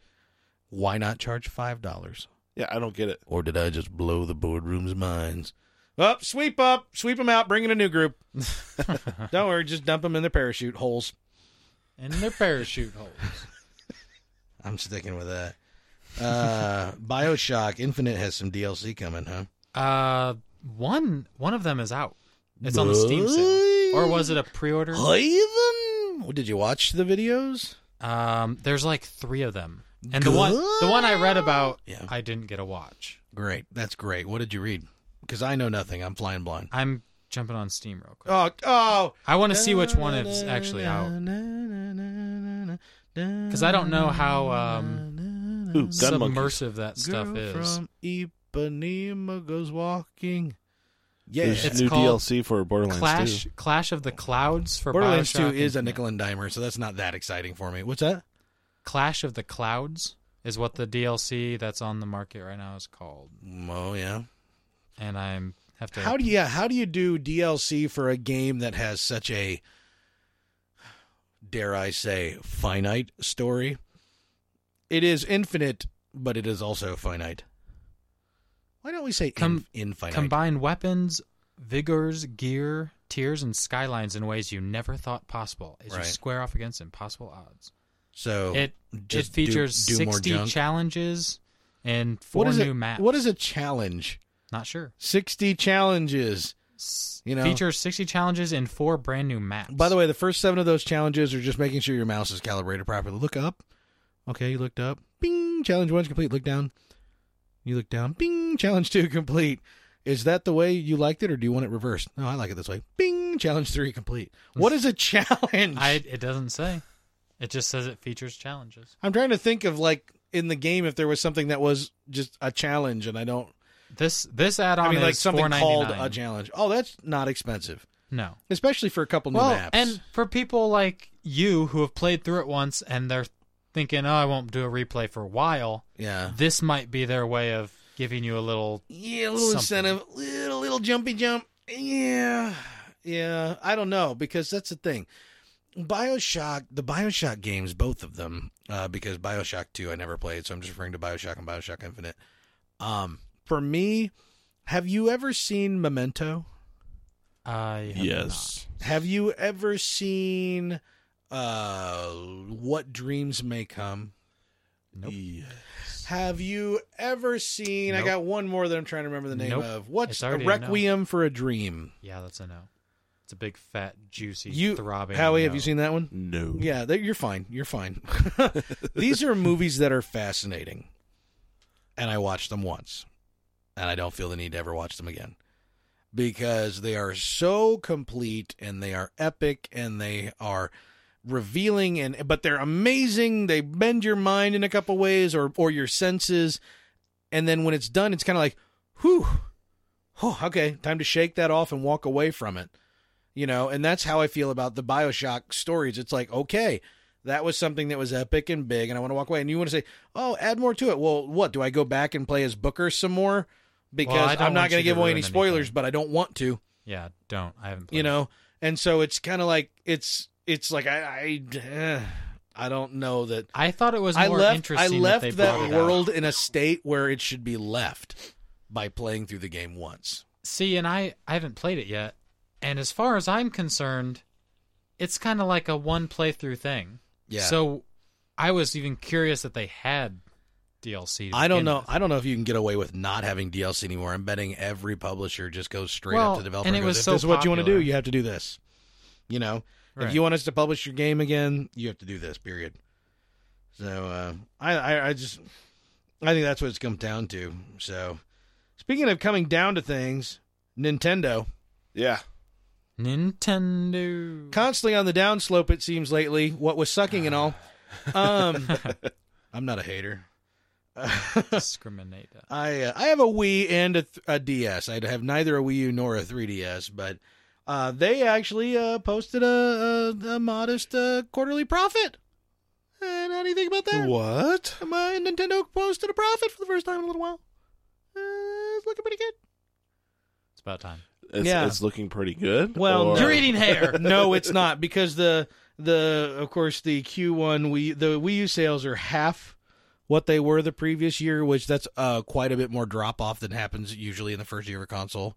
Speaker 1: Why not charge five dollars?
Speaker 3: yeah, I don't get it.
Speaker 1: Or did I just blow the boardroom's minds? Up, sweep up, sweep them out, bring in a new group. Don't worry, just dump them in their parachute holes.
Speaker 2: in their parachute holes?
Speaker 1: I'm sticking with that. Uh, Bioshock Infinite has some DLC coming, huh?
Speaker 2: Uh, one one of them is out. It's on the Steam sale, or was it a pre-order?
Speaker 1: Haven? Did you watch the videos?
Speaker 2: Um, there's like three of them, and the one the one I read about,
Speaker 1: Yeah.
Speaker 2: I didn't get a watch.
Speaker 1: Great, that's great. What did you read? Because I know nothing. I'm flying blind.
Speaker 2: I'm jumping on Steam real quick.
Speaker 1: Oh, oh!
Speaker 2: I want to see which one is actually out because I don't know how um,
Speaker 3: Ooh, gun monkeys.
Speaker 2: submersive that stuff
Speaker 1: Girl
Speaker 2: is.
Speaker 1: From Ipanema goes walking. Yeah,
Speaker 3: There's
Speaker 2: It's
Speaker 3: new
Speaker 2: called
Speaker 3: DLC for Borderlands
Speaker 2: Clash
Speaker 3: 2.
Speaker 2: Clash of the Clouds for
Speaker 1: Borderlands Two
Speaker 2: Bioshock
Speaker 1: is a
Speaker 2: Infinite.
Speaker 1: nickel and dimer, so that's not that exciting for me. What's that?
Speaker 2: Clash of the Clouds is what the DLC that's on the market right now is called,
Speaker 1: Oh yeah.
Speaker 2: and I'm have to.
Speaker 1: How do you yeah, how do you do DLC for a game that has such a dare I say finite story? It is infinite, but it is also finite. Why don't we say
Speaker 2: Com-
Speaker 1: inf- infinite?
Speaker 2: combine weapons, vigors, gear, tiers, and skylines in ways you never thought possible as
Speaker 1: Right.
Speaker 2: you square off against impossible odds.
Speaker 1: so
Speaker 2: it
Speaker 1: just
Speaker 2: it
Speaker 1: do-
Speaker 2: features
Speaker 1: do more
Speaker 2: 60
Speaker 1: junk?
Speaker 2: challenges and four
Speaker 1: what is
Speaker 2: new
Speaker 1: it,
Speaker 2: maps.
Speaker 1: What is a challenge?
Speaker 2: Not sure.
Speaker 1: Sixty challenges.
Speaker 2: S-
Speaker 1: You know-
Speaker 2: features 60 challenges and four brand new maps.
Speaker 1: By the way, the first seven of those challenges are just making sure your mouse is calibrated properly. Look up. Okay, you looked up. Bing. Challenge one's complete. Look down. You look down. Bing. Challenge two complete. Is that the way you liked it, or do you want it reversed? No, I like it this way. Bing. Challenge three complete. What is a challenge?
Speaker 2: I, it doesn't say. It just says it features challenges.
Speaker 1: I'm trying to think of like in the game if there was something that was just a challenge, and I don't.
Speaker 2: This this add-on
Speaker 1: I mean, like
Speaker 2: is
Speaker 1: something called
Speaker 2: $4.99.
Speaker 1: a challenge. Oh, that's not expensive,
Speaker 2: No.
Speaker 1: especially for a couple new
Speaker 2: Well,
Speaker 1: maps.
Speaker 2: and for people like you who have played through it once and they're thinking, "Oh, I won't do a replay for a while."
Speaker 1: yeah,
Speaker 2: this might be their way of giving you a little
Speaker 1: Yeah, a little
Speaker 2: Something.
Speaker 1: incentive, little little jumpy jump. Yeah, yeah. I don't know because that's the thing. Bioshock, the Bioshock games, both of them, uh, because Bioshock Two I never played, so I'm just referring to Bioshock and Bioshock Infinite. Um, for me, have you ever seen Memento?
Speaker 2: I have
Speaker 3: Yes.
Speaker 1: Have you ever seen uh, What Dreams May Come?
Speaker 2: Nope.
Speaker 1: Have you ever seen? I
Speaker 2: Nope.
Speaker 1: got one more that I'm trying to remember the name
Speaker 2: Nope.
Speaker 1: of. What's
Speaker 2: It's already a no.
Speaker 1: Requiem for a Dream?
Speaker 2: not. Yeah, that's a no. It's a big fat juicy
Speaker 1: you
Speaker 2: throbbing.
Speaker 1: Howie,
Speaker 2: no.
Speaker 1: have you seen that one?
Speaker 3: No.
Speaker 1: Yeah, they- you're fine. You're fine. These are movies that are fascinating, and I watched them once, and I don't feel the need to ever watch them again because they are so complete and they are epic and they are revealing and but they're amazing. They bend your mind in a couple ways or or your senses, and then when it's done, it's kind of like, whew, oh, okay, time to shake that off and walk away from it you know and that's how i feel about the bioshock stories it's like okay that was something that was epic and big and i want to walk away and you want to say oh add more to it well what do i go back and play as booker some more because
Speaker 2: I don't
Speaker 1: i'm not going
Speaker 2: want
Speaker 1: to
Speaker 2: you to
Speaker 1: give away
Speaker 2: ruin
Speaker 1: any spoilers
Speaker 2: anything.
Speaker 1: but i don't want to
Speaker 2: Yeah, don't. I haven't. Played
Speaker 1: you know and so it's kind of like it's it's like i i eh, i don't know that
Speaker 2: it. I thought it was more
Speaker 1: i left i
Speaker 2: interesting.
Speaker 1: left
Speaker 2: that, they
Speaker 1: that,
Speaker 2: brought it out.
Speaker 1: world in a state where it should be left by playing through the game once
Speaker 2: See, and I I haven't played it yet. And as far as I'm concerned, it's kind of like a one playthrough thing.
Speaker 1: yeah
Speaker 2: So I was even curious that they had DLC. to
Speaker 1: I don't
Speaker 2: begin
Speaker 1: know.
Speaker 2: with.
Speaker 1: I don't know if you can get away with not having DLC anymore. I'm betting every publisher just goes straight
Speaker 2: Well,
Speaker 1: up to the developer
Speaker 2: and
Speaker 1: and,
Speaker 2: it
Speaker 1: goes,
Speaker 2: was
Speaker 1: "If
Speaker 2: so
Speaker 1: this is what you want to do,
Speaker 2: popular."
Speaker 1: you have to do this." You know,
Speaker 2: Right.
Speaker 1: if you want us to publish your game again, you have to do this. Period. So uh, I, I, I just, I think that's what it's come down to. So, speaking of coming down to things, Nintendo
Speaker 3: Yeah.
Speaker 2: Nintendo.
Speaker 1: constantly on the downslope. It seems lately, what was sucking and all. Um, I'm not a hater.
Speaker 2: discriminate.
Speaker 1: I uh, I have a Wii and a, th- a DS. I have neither a Wii U nor a 3DS, but uh, they actually uh, posted a, a, a modest uh, quarterly profit. And how do you think about that?
Speaker 3: What?
Speaker 1: My Nintendo posted a profit for the first time in a little while. Uh, it's looking pretty good.
Speaker 2: It's about time.
Speaker 3: It's,
Speaker 1: Yeah.
Speaker 3: it's looking pretty good.
Speaker 1: Well,
Speaker 3: or-
Speaker 1: You're
Speaker 2: eating hair.
Speaker 1: no, it's not because the the of course the Q1 Wii the Wii U sales are half what they were the previous year, which that's uh, quite a bit more drop off than happens usually in the first year of a console.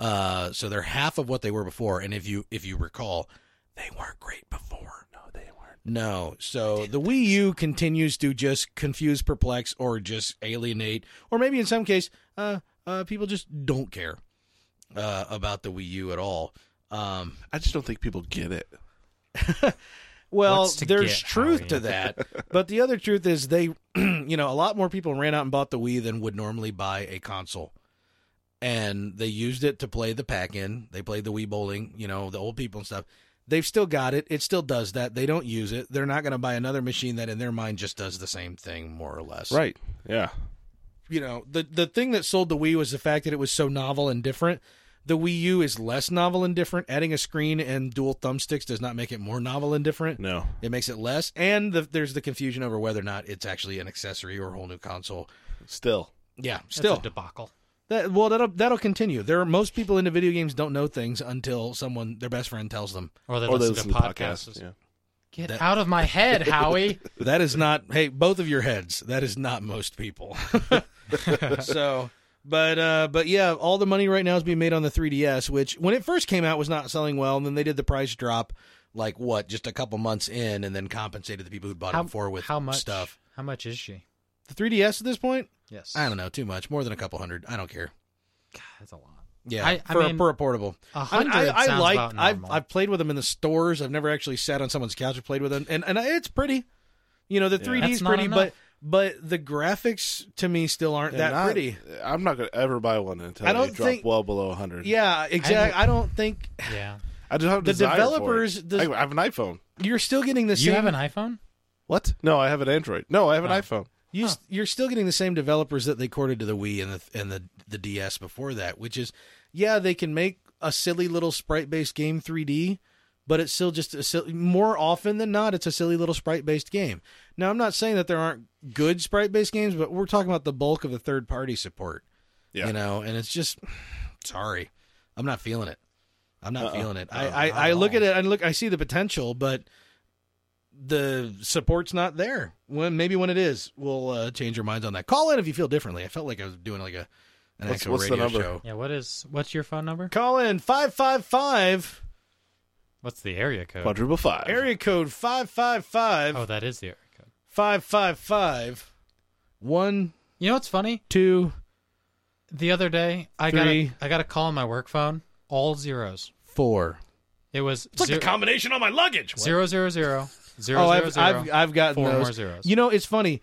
Speaker 1: Uh, so they're half of what they were before, and if you if you recall, they weren't great before. No, they weren't. No, so the Wii U continues to just confuse, perplex, or just alienate, or maybe in some case, uh, uh, people just don't care uh, about the Wii U at all. Um,
Speaker 3: I just don't think people get it.
Speaker 1: well,
Speaker 2: What's to
Speaker 1: there's
Speaker 2: get,
Speaker 1: truth
Speaker 2: Howie?
Speaker 1: to that, but the other truth is they, you know, a lot more people ran out and bought the Wii than would normally buy a console, and they used it to play the pack in. They played the Wii bowling, you know, the old people and stuff. They've still got it. It still does that. They don't use it. They're not going to buy another machine that, in their mind, just does the same thing more or less.
Speaker 3: Right. Yeah.
Speaker 1: You know, the the thing that sold the Wii was the fact that it was so novel and different. The Wii U is less novel and different. Adding a screen and dual thumbsticks does not make it more novel and different.
Speaker 3: No.
Speaker 1: It makes it less, and the, there's the confusion over whether or not it's actually an accessory or a whole new console.
Speaker 3: Still.
Speaker 1: Yeah, still,
Speaker 2: Still That's a debacle.
Speaker 1: that, well, that'll that'll continue. There are most people into video games don't know things until someone their best friend tells them.
Speaker 2: Or they
Speaker 3: or they
Speaker 2: listen,
Speaker 3: listen
Speaker 2: to podcasts.
Speaker 3: Yeah.
Speaker 2: Get
Speaker 1: That-
Speaker 2: out of my head, Howie.
Speaker 1: That is not hey, both of your heads. That is not most people. so, but uh, but yeah, all the money right now is being made on the 3DS, which when it first came out was not selling well, and then they did the price drop, like what, just a couple months in, and then compensated the people who bought it before with
Speaker 2: how much
Speaker 1: stuff.
Speaker 2: How much is she?
Speaker 1: The 3DS at this point,
Speaker 2: Yes,
Speaker 1: I don't know, too much, more than a couple hundred. I don't care.
Speaker 2: God, that's a lot.
Speaker 1: Yeah,
Speaker 2: I- I
Speaker 1: for,
Speaker 2: mean-
Speaker 1: for a portable.
Speaker 2: A
Speaker 1: I, mean,
Speaker 2: hundred.
Speaker 1: I, I
Speaker 2: sounds
Speaker 1: like.
Speaker 2: about
Speaker 1: I've
Speaker 2: normal.
Speaker 1: I've played with them in the stores. I've never actually sat on someone's couch and played with them, and and it's pretty. You know, the
Speaker 3: Yeah.
Speaker 1: 3D is
Speaker 2: That's not
Speaker 1: pretty,
Speaker 2: enough.
Speaker 1: but but the graphics to me still aren't
Speaker 3: They're
Speaker 1: that
Speaker 3: not-
Speaker 1: pretty.
Speaker 3: I'm not gonna ever buy one until
Speaker 1: I
Speaker 3: I
Speaker 1: don't
Speaker 3: they drop
Speaker 1: think-
Speaker 3: well below 100.
Speaker 1: Yeah, exactly. I, don't think
Speaker 2: yeah.
Speaker 3: I just have a
Speaker 1: The
Speaker 3: desire for it.
Speaker 1: developers- the-
Speaker 3: I I have an iPhone.
Speaker 1: you're still getting the
Speaker 2: You
Speaker 1: same.
Speaker 2: have an iPhone?
Speaker 3: What? No, I have an Android. No, I have an
Speaker 2: Oh.
Speaker 3: iPhone.
Speaker 1: you, s- You're still getting the same developers that they courted to the Wii and the and the the DS before that, which is yeah, they can make a silly little sprite based game 3D, but it's still just a silly, more often than not, it's a silly little sprite based game. Now, I'm not saying that there aren't good sprite based games, but we're talking about the bulk of the third party support.
Speaker 3: Yeah.
Speaker 1: You know, and it's just sorry, I'm not feeling it. I'm not
Speaker 3: Uh-uh.
Speaker 1: feeling it.
Speaker 3: Uh-uh,
Speaker 1: I,
Speaker 3: not
Speaker 1: I, I
Speaker 3: at
Speaker 1: look at
Speaker 3: all.
Speaker 1: it and look, I see the potential, but the support's not there. When maybe when it is, we'll uh, change our minds on that. Call in if you feel differently. I felt like I was doing like a an
Speaker 3: What's-
Speaker 1: actual
Speaker 3: what's the
Speaker 1: radio
Speaker 3: number?
Speaker 1: show.
Speaker 2: Yeah. What is? What's your phone number?
Speaker 1: Call in 555
Speaker 2: What's the area code?
Speaker 3: Quadruple five.
Speaker 1: area code 555
Speaker 2: Oh, that is the area code.
Speaker 1: 555 one
Speaker 2: You know what's funny?
Speaker 1: two
Speaker 2: The other day, I
Speaker 1: Three.
Speaker 2: got a, I got a call on my work phone, all zeros.
Speaker 1: four.
Speaker 2: It was
Speaker 1: It's like
Speaker 2: zero,
Speaker 1: the combination on my luggage. What?
Speaker 2: zero zero zero zero
Speaker 1: Oh,
Speaker 2: zero
Speaker 1: I've,
Speaker 2: zero.
Speaker 1: I've I've gotten
Speaker 2: four
Speaker 1: those.
Speaker 2: more zeros.
Speaker 1: You know, it's funny.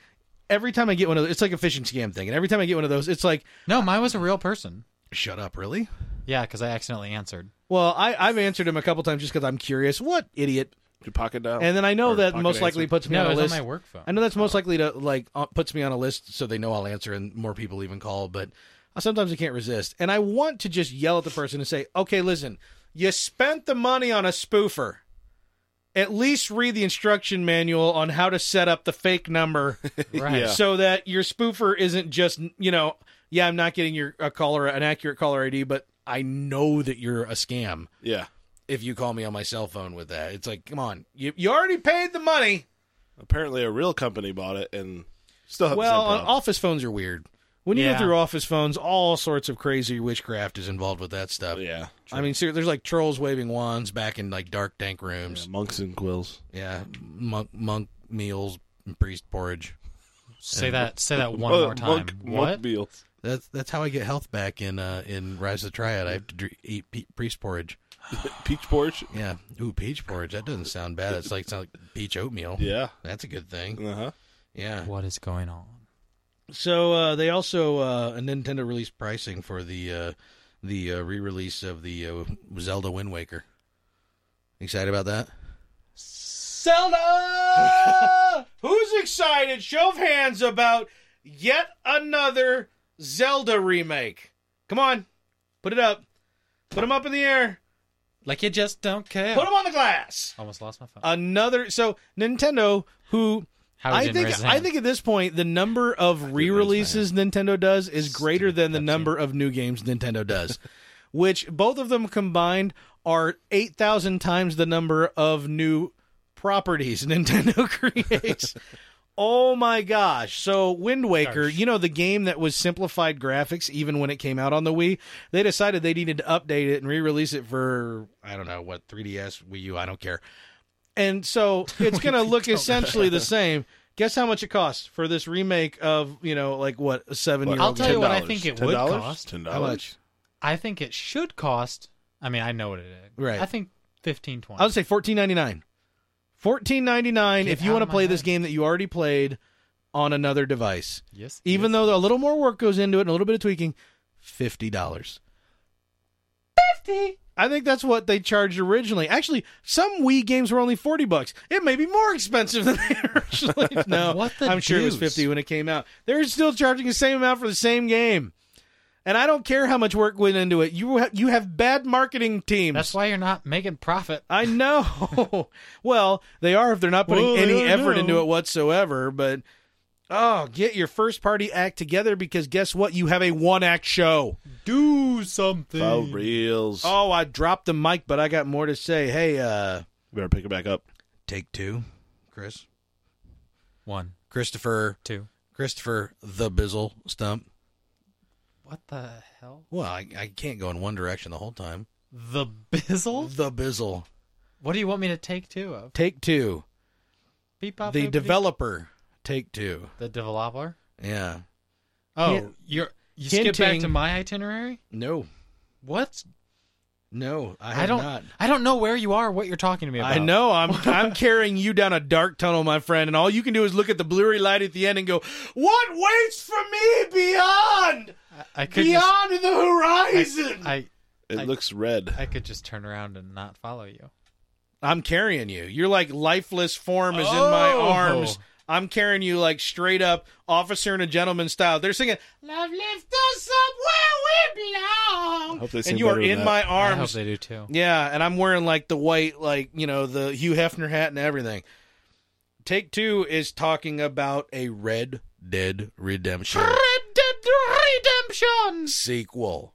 Speaker 1: Every time I get one of those, it's like a phishing scam thing, and every time I get one of those, it's like,
Speaker 2: No, mine was a real person.
Speaker 1: shut up, really?
Speaker 2: Yeah, because I accidentally answered.
Speaker 1: Well, I, I've answered him a couple times just because I'm curious. What idiot?
Speaker 3: Your pocket dial.
Speaker 1: And then I know
Speaker 3: Or
Speaker 1: that
Speaker 3: pocket
Speaker 1: most likely
Speaker 3: answer.
Speaker 1: puts me
Speaker 2: No,
Speaker 1: on
Speaker 2: it
Speaker 1: a
Speaker 2: was
Speaker 1: list.
Speaker 2: on my work phone.
Speaker 1: I know that's most likely to like uh, puts me on a list so they know I'll answer and more people even call, but sometimes I can't resist. And I want to just yell at the person and say, "Okay, listen, you spent the money on a spoofer. At least read the instruction manual on how to set up the fake number
Speaker 2: Right.
Speaker 3: Yeah.
Speaker 1: so that your spoofer isn't just, you know, yeah, I'm not getting your a caller an accurate caller ID, but I know that you're a scam
Speaker 3: yeah.
Speaker 1: if you call me on my cell phone with that. It's like, come on, you you already paid the money.
Speaker 3: Apparently, a real company bought it and still have
Speaker 1: Well, on
Speaker 3: the
Speaker 2: uh,
Speaker 3: same problem.
Speaker 1: office phones are weird. When you
Speaker 2: Yeah.
Speaker 1: go through office phones, all sorts of crazy witchcraft is involved with that stuff.
Speaker 3: yeah.
Speaker 1: I mean, seriously, there's like trolls waving wands back in like dark dank
Speaker 3: Yeah,
Speaker 1: rooms.
Speaker 3: Monks and quills.
Speaker 1: Yeah, monk monk meals and priest porridge.
Speaker 2: Say that. Say that one more time.
Speaker 3: Monk,
Speaker 2: what?
Speaker 3: Monk meals.
Speaker 1: That's that's how I get health back in uh, in Rise of the Triad. I have to dr- eat pe- priest porridge.
Speaker 3: Peach porridge.
Speaker 1: Yeah, ooh, peach porridge. That doesn't sound bad. It's like sounds like peach oatmeal.
Speaker 3: Yeah.
Speaker 1: That's a good thing.
Speaker 3: Uh huh.
Speaker 1: Yeah.
Speaker 2: what is going on?
Speaker 1: So uh, they also uh, Nintendo released pricing for the uh, the uh, re-release of the uh, Zelda Wind Waker. Excited about that? Zelda! Who's excited? Show of hands about yet another Zelda remake. Come on, put it up. Put them up in the air.
Speaker 2: Like you just don't care.
Speaker 1: Put them on the glass.
Speaker 2: Almost lost my phone.
Speaker 1: Another. So Nintendo, who
Speaker 2: How
Speaker 1: I think I think at this point the number of re-releases Nintendo does is greater than the number of new games Nintendo does, which both of them combined are eight thousand times the number of new properties Nintendo creates. Oh my gosh. So Wind Waker, you know the game that was simplified graphics even when it came out on the Wii, they decided they needed to update it and re-release it for I don't know what 3DS, Wii U, I don't care. And so it's going to look essentially the same. Guess how much it costs for this remake of, you know, like what, a 7-year-old
Speaker 2: I'll tell you what I
Speaker 3: $10.
Speaker 2: think it
Speaker 3: $10?
Speaker 2: would cost.
Speaker 3: Ten
Speaker 1: How much?
Speaker 3: dollars.
Speaker 2: I think it should cost. I mean, I know what it is.
Speaker 1: Right.
Speaker 2: I think fifteen twenty.
Speaker 1: I would say 14.99. 14.99
Speaker 2: Get
Speaker 1: if you
Speaker 2: out
Speaker 1: want to
Speaker 2: of my
Speaker 1: play this
Speaker 2: head.
Speaker 1: game that you already played on another device.
Speaker 2: yes.
Speaker 1: Even though a little more work goes into it and a little bit of tweaking, $50. 50 I think that's what they charged originally. Actually, some Wii games were only 40 bucks. It may be more expensive than they originally. No.
Speaker 2: What the
Speaker 1: I'm sure it was
Speaker 2: deuce?
Speaker 1: 50 when it came out. They're still charging the same amount for the same game. And I don't care how much work went into it. You ha- you have bad marketing teams.
Speaker 2: that's why you're not making profit.
Speaker 1: I know. well, they are if they're not putting
Speaker 3: Well, they
Speaker 1: any
Speaker 3: are
Speaker 1: effort
Speaker 3: now.
Speaker 1: into it whatsoever, but oh, get your first party act together because guess what? You have a one act show.
Speaker 2: Do something.
Speaker 3: For reals.
Speaker 1: Oh, I dropped the mic, but I got more to say. Hey, uh
Speaker 3: Better pick it back up.
Speaker 1: Take 2, Chris.
Speaker 2: One,
Speaker 1: Christopher
Speaker 2: two.
Speaker 1: Christopher the Bizzle Stump.
Speaker 2: What the hell?
Speaker 1: Well, I, I can't go in one direction the whole time.
Speaker 2: The bizzle.
Speaker 1: The Bizzle.
Speaker 2: What do you want me to take two of?
Speaker 1: Take 2.
Speaker 2: Beep, bop,
Speaker 1: The
Speaker 2: boop, beep.
Speaker 1: developer. Take 2.
Speaker 2: The developer.
Speaker 1: Yeah.
Speaker 2: Oh,
Speaker 1: Hint-
Speaker 2: you're you skip back
Speaker 1: hinting-
Speaker 2: to my itinerary.
Speaker 1: No.
Speaker 2: What?
Speaker 1: No, I,
Speaker 2: I,
Speaker 1: have
Speaker 2: don't.
Speaker 1: not.
Speaker 2: I don't know where you are. What you're talking to me about?
Speaker 1: I know I'm I'm carrying you down a dark tunnel, my friend, and all you can do is look at the blurry light at the end and go, "What waits for me beyond,
Speaker 2: I could. Just,
Speaker 1: beyond the horizon?" I,
Speaker 2: I
Speaker 3: It
Speaker 2: I-
Speaker 3: looks red.
Speaker 2: I could just turn around and not follow you.
Speaker 1: am carrying you. Your like lifeless form is in my
Speaker 2: Oh.
Speaker 1: arms. I'm carrying you like straight up officer and a gentleman style. They're singing, "Love lifts us up where we belong,"
Speaker 3: I hope they sing
Speaker 1: and you are
Speaker 3: better than
Speaker 1: in
Speaker 3: that.
Speaker 1: my
Speaker 2: I hope
Speaker 1: arms.
Speaker 2: they do too.
Speaker 1: Yeah, and I'm wearing like the white, like you know, the Hugh Hefner hat and everything. Take two is talking about a Red Dead Redemption
Speaker 2: Redemption.
Speaker 1: sequel.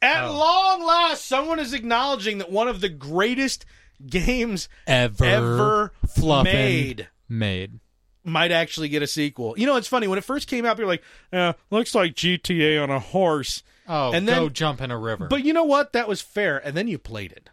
Speaker 1: At
Speaker 2: Oh.
Speaker 1: long last, someone is acknowledging that one of the greatest games
Speaker 2: Ever,
Speaker 1: ever
Speaker 2: fluffin'
Speaker 1: made
Speaker 2: made.
Speaker 1: might actually get a sequel. You know, it's funny when it first came out, people were like, eh, "Looks like GTA on a horse,"
Speaker 2: Oh,
Speaker 1: And
Speaker 2: go
Speaker 1: then-
Speaker 2: jump in a river.
Speaker 1: but you know what? That was fair. And then you played it.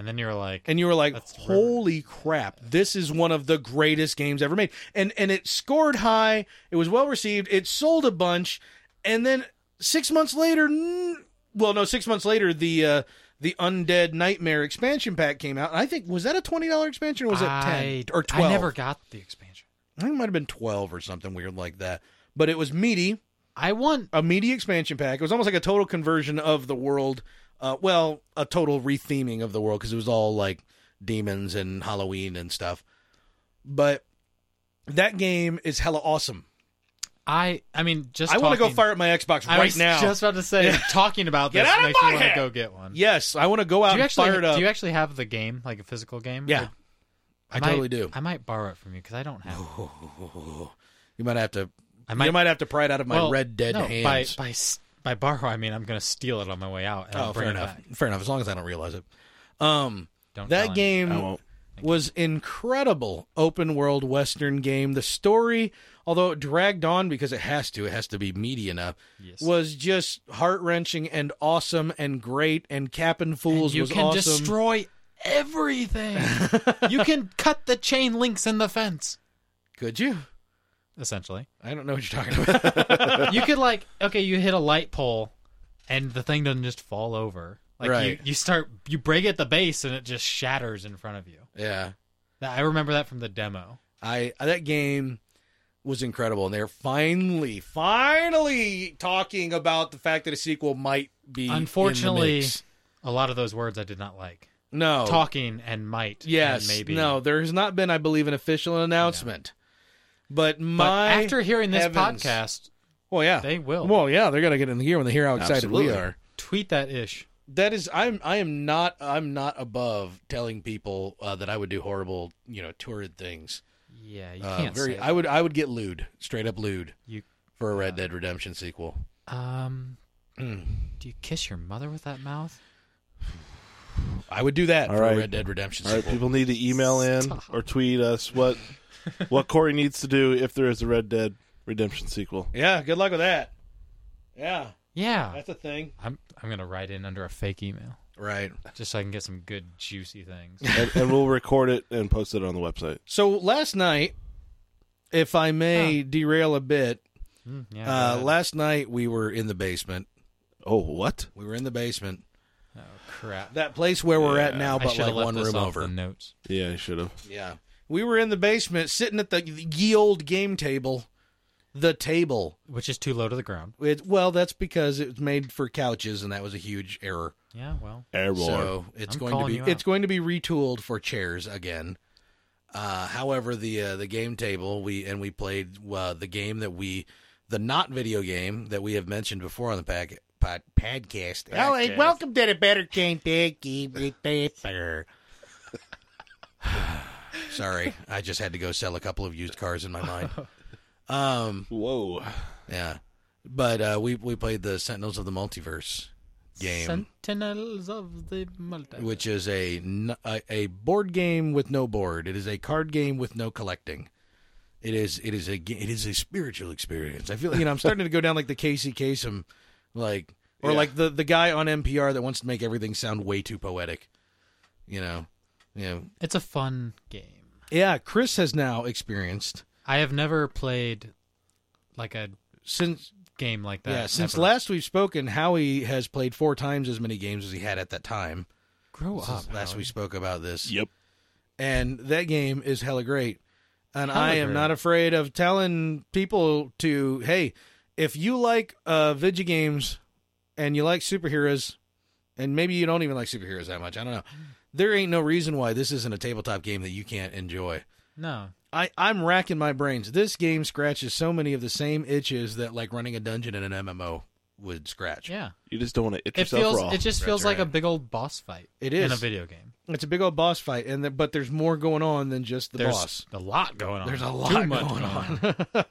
Speaker 2: and then you're like,
Speaker 1: and you were like,
Speaker 2: That's rare.
Speaker 1: "Holy crap! This is one of the greatest games ever made." And and it scored high. It was well received. It sold a bunch, and then six months later, n- well, no, six months later, the uh, the Undead Nightmare expansion pack came out. And I think was that a twenty dollar expansion or was it
Speaker 2: I,
Speaker 1: ten or twelve?
Speaker 2: I never got the expansion.
Speaker 1: I think it might have been twelve or something weird like that. But it was meaty,
Speaker 2: I want.
Speaker 1: a meaty expansion pack. It was almost like a total conversion of the world. Uh, well, a total retheming of the world because it was all like demons and Halloween and stuff. But that game is hella awesome.
Speaker 2: I. I mean, just.
Speaker 1: I want to go
Speaker 2: talking-
Speaker 1: fire up my Xbox
Speaker 2: I
Speaker 1: right
Speaker 2: was
Speaker 1: now.
Speaker 2: Just about to say, talking about
Speaker 1: Get
Speaker 2: this
Speaker 1: out of
Speaker 2: makes
Speaker 1: my
Speaker 2: me want
Speaker 1: head!
Speaker 2: to go get one.
Speaker 1: Yes, I want to go out
Speaker 2: Do
Speaker 1: and
Speaker 2: you actually?
Speaker 1: fire it up.
Speaker 2: Do you actually have the game, like a physical game?
Speaker 1: yeah,
Speaker 2: Or-
Speaker 1: I,
Speaker 2: might-
Speaker 1: totally do.
Speaker 2: I might borrow it from you because I don't have. it.
Speaker 1: you might have to.
Speaker 2: I might.
Speaker 1: you might have to pry it out of my
Speaker 2: well,
Speaker 1: red dead
Speaker 2: no,
Speaker 1: hands.
Speaker 2: By by s- by borrow, I mean I'm gonna steal it on my way out. And
Speaker 1: oh,
Speaker 2: I'll bring
Speaker 1: fair
Speaker 2: it
Speaker 1: enough.
Speaker 2: back.
Speaker 1: Fair enough. As long as I don't realize it. Um,
Speaker 2: Don't tell
Speaker 1: that
Speaker 2: him.
Speaker 1: game.
Speaker 3: I won't.
Speaker 1: was incredible open world western game the story although it dragged on because it has to it has to be meaty enough
Speaker 2: Yes.
Speaker 1: was just heart-wrenching and awesome and great and capping
Speaker 2: And
Speaker 1: fools
Speaker 2: you
Speaker 1: was
Speaker 2: can
Speaker 1: awesome
Speaker 2: destroy everything. you can cut the chain links in the fence.
Speaker 1: could you
Speaker 2: essentially.
Speaker 1: I don't know what you're talking about.
Speaker 2: you could like okay, you hit a light pole, and the thing doesn't just fall over. Like you,
Speaker 1: Right.
Speaker 2: you start you break at the base and it just shatters in front of you.
Speaker 1: yeah.
Speaker 2: That- I remember that from the demo.
Speaker 1: I that game was incredible, and they're finally, finally talking about the fact that a sequel might be. in the
Speaker 2: Unfortunately,
Speaker 1: mix.
Speaker 2: A lot of those words I did not like.
Speaker 1: no
Speaker 2: Talking and might. and
Speaker 1: Oh. Yes,
Speaker 2: maybe.
Speaker 1: no. There has not been, I believe, an official announcement. But
Speaker 2: But
Speaker 1: my
Speaker 2: after hearing this
Speaker 1: heavens.
Speaker 2: podcast,
Speaker 1: well, yeah,
Speaker 2: they will
Speaker 1: well, yeah, they're gonna get in the gear when they hear how excited we
Speaker 3: Absolutely.
Speaker 1: are.
Speaker 2: tweet that ish.
Speaker 1: That is, I'm, I am not, I'm not above telling people uh, that I would do horrible, you know, torrid things.
Speaker 2: Yeah, you
Speaker 1: Uh,
Speaker 2: can't
Speaker 1: very,
Speaker 2: say
Speaker 1: I would, I would get lewd, straight up lewd,
Speaker 2: You-
Speaker 1: for a Red Dead Redemption sequel.
Speaker 2: that. um
Speaker 1: Mm.
Speaker 2: do you kiss your mother with that mouth?
Speaker 1: I would do that
Speaker 3: All
Speaker 1: for
Speaker 3: right.
Speaker 1: a Red Dead Redemption
Speaker 3: All right,
Speaker 1: sequel.
Speaker 3: people need to email in
Speaker 2: Stop.
Speaker 3: or tweet us what what Corey needs to do if there is a Red Dead Redemption sequel.
Speaker 1: Yeah, good luck with that. Yeah,
Speaker 2: Yeah.
Speaker 1: that's a thing.
Speaker 2: I'm I'm gonna write in under a fake email.
Speaker 1: Right.
Speaker 2: Just so I can get some good juicy things.
Speaker 3: And, and we'll record it and post it on the website.
Speaker 1: So last night, if I may derail a bit,
Speaker 2: Mm, yeah.
Speaker 1: uh,
Speaker 2: go ahead.
Speaker 1: last night we were in the basement.
Speaker 3: Oh, what?
Speaker 1: We were in the basement.
Speaker 2: oh crap.
Speaker 1: That place where we're at
Speaker 3: Yeah.
Speaker 1: now,
Speaker 2: I
Speaker 1: but
Speaker 2: should
Speaker 1: like
Speaker 2: have left
Speaker 1: one
Speaker 2: this
Speaker 1: room
Speaker 2: off
Speaker 1: over.
Speaker 2: The notes.
Speaker 3: Yeah, I should have.
Speaker 1: Yeah. We were in the basement sitting at the ye old game table. The table.
Speaker 2: which is too low to the ground.
Speaker 1: It, well, that's because it was made for couches and that was a huge error.
Speaker 2: Yeah, well,
Speaker 3: Error.
Speaker 1: So it's
Speaker 2: I'm
Speaker 1: going to
Speaker 2: calling
Speaker 1: be
Speaker 2: you out.
Speaker 1: it's going to be retooled for chairs again. Uh, however, the uh, the game table we and we played uh, the game that we the not video game that we have mentioned before on the pack, pod, podcast. Oh, hey, welcome to the better game Big game with paper. Sorry, I just had to go sell a couple of used cars in my mind. Um,
Speaker 3: Whoa.
Speaker 1: yeah, but uh, we we played the Sentinels of the Multiverse game
Speaker 2: Sentinels of the Multiverse.
Speaker 1: which is a, n- a a board game with no board. It is a card game with no collecting. It is it is a ga- it is a spiritual experience. I feel you know I'm starting to go down like the Casey Kasem, like or
Speaker 3: Yeah.
Speaker 1: like the the guy on NPR that wants to make everything sound way too poetic. You know, you know.
Speaker 2: it's a fun game.
Speaker 1: Yeah, Chris has now experienced
Speaker 2: I have never played like a
Speaker 1: since
Speaker 2: game like that.
Speaker 1: yeah since
Speaker 2: ever.
Speaker 1: last we've spoken, Howie has played four times as many games as he had at that time.
Speaker 2: grow
Speaker 1: Since
Speaker 2: up.
Speaker 1: last
Speaker 2: Howie.
Speaker 1: we spoke about this.
Speaker 3: Yep.
Speaker 1: and that game is hella great. And
Speaker 2: Hella
Speaker 1: I am
Speaker 2: great.
Speaker 1: not afraid of telling people to, hey, if you like uh, video games and you like superheroes, and maybe you don't even like superheroes that much, I don't know. There ain't no reason why this isn't a tabletop game that you can't enjoy.
Speaker 2: No,
Speaker 1: I, I'm racking my brains. This game scratches so many of the same itches that like running a dungeon in an MMO would scratch.
Speaker 2: yeah,
Speaker 3: You just don't want to itch
Speaker 2: it
Speaker 3: yourself
Speaker 2: feels
Speaker 3: raw.
Speaker 2: it
Speaker 1: That's
Speaker 2: just feels like
Speaker 1: right.
Speaker 2: a big old boss fight.
Speaker 1: It
Speaker 2: in a
Speaker 1: is.
Speaker 2: video game.
Speaker 1: It's a big old boss fight, and the, but there's more going on than just the
Speaker 2: There's
Speaker 1: boss.
Speaker 2: a lot going on.
Speaker 1: There's a
Speaker 2: Too
Speaker 1: lot
Speaker 2: much
Speaker 1: going on.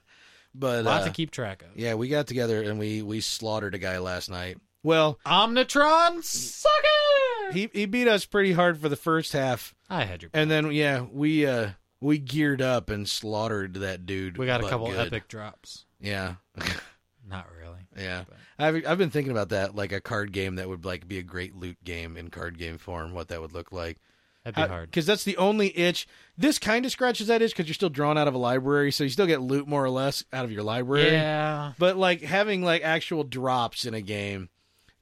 Speaker 1: but
Speaker 2: A lot
Speaker 1: uh,
Speaker 2: to keep track of.
Speaker 1: Yeah, we got together and we we slaughtered a guy last night. Well,
Speaker 2: Omnitron sucker.
Speaker 1: he he beat us pretty hard for the first half,
Speaker 2: I had your.
Speaker 1: and then yeah, we uh we geared up and slaughtered that dude.
Speaker 2: We got a
Speaker 1: but
Speaker 2: couple
Speaker 1: good.
Speaker 2: epic drops.
Speaker 1: Yeah,
Speaker 2: Not really.
Speaker 1: yeah.
Speaker 2: But-
Speaker 1: I've I've been thinking about that, like a card game that would like be a great loot game in card game form. What that would look like.
Speaker 2: That'd be hard.
Speaker 1: Because that's the only itch. This kind of scratches that itch because you're still drawn out of a library, so you still get loot more or less out of your library.
Speaker 2: Yeah.
Speaker 1: But like having like actual drops in a game.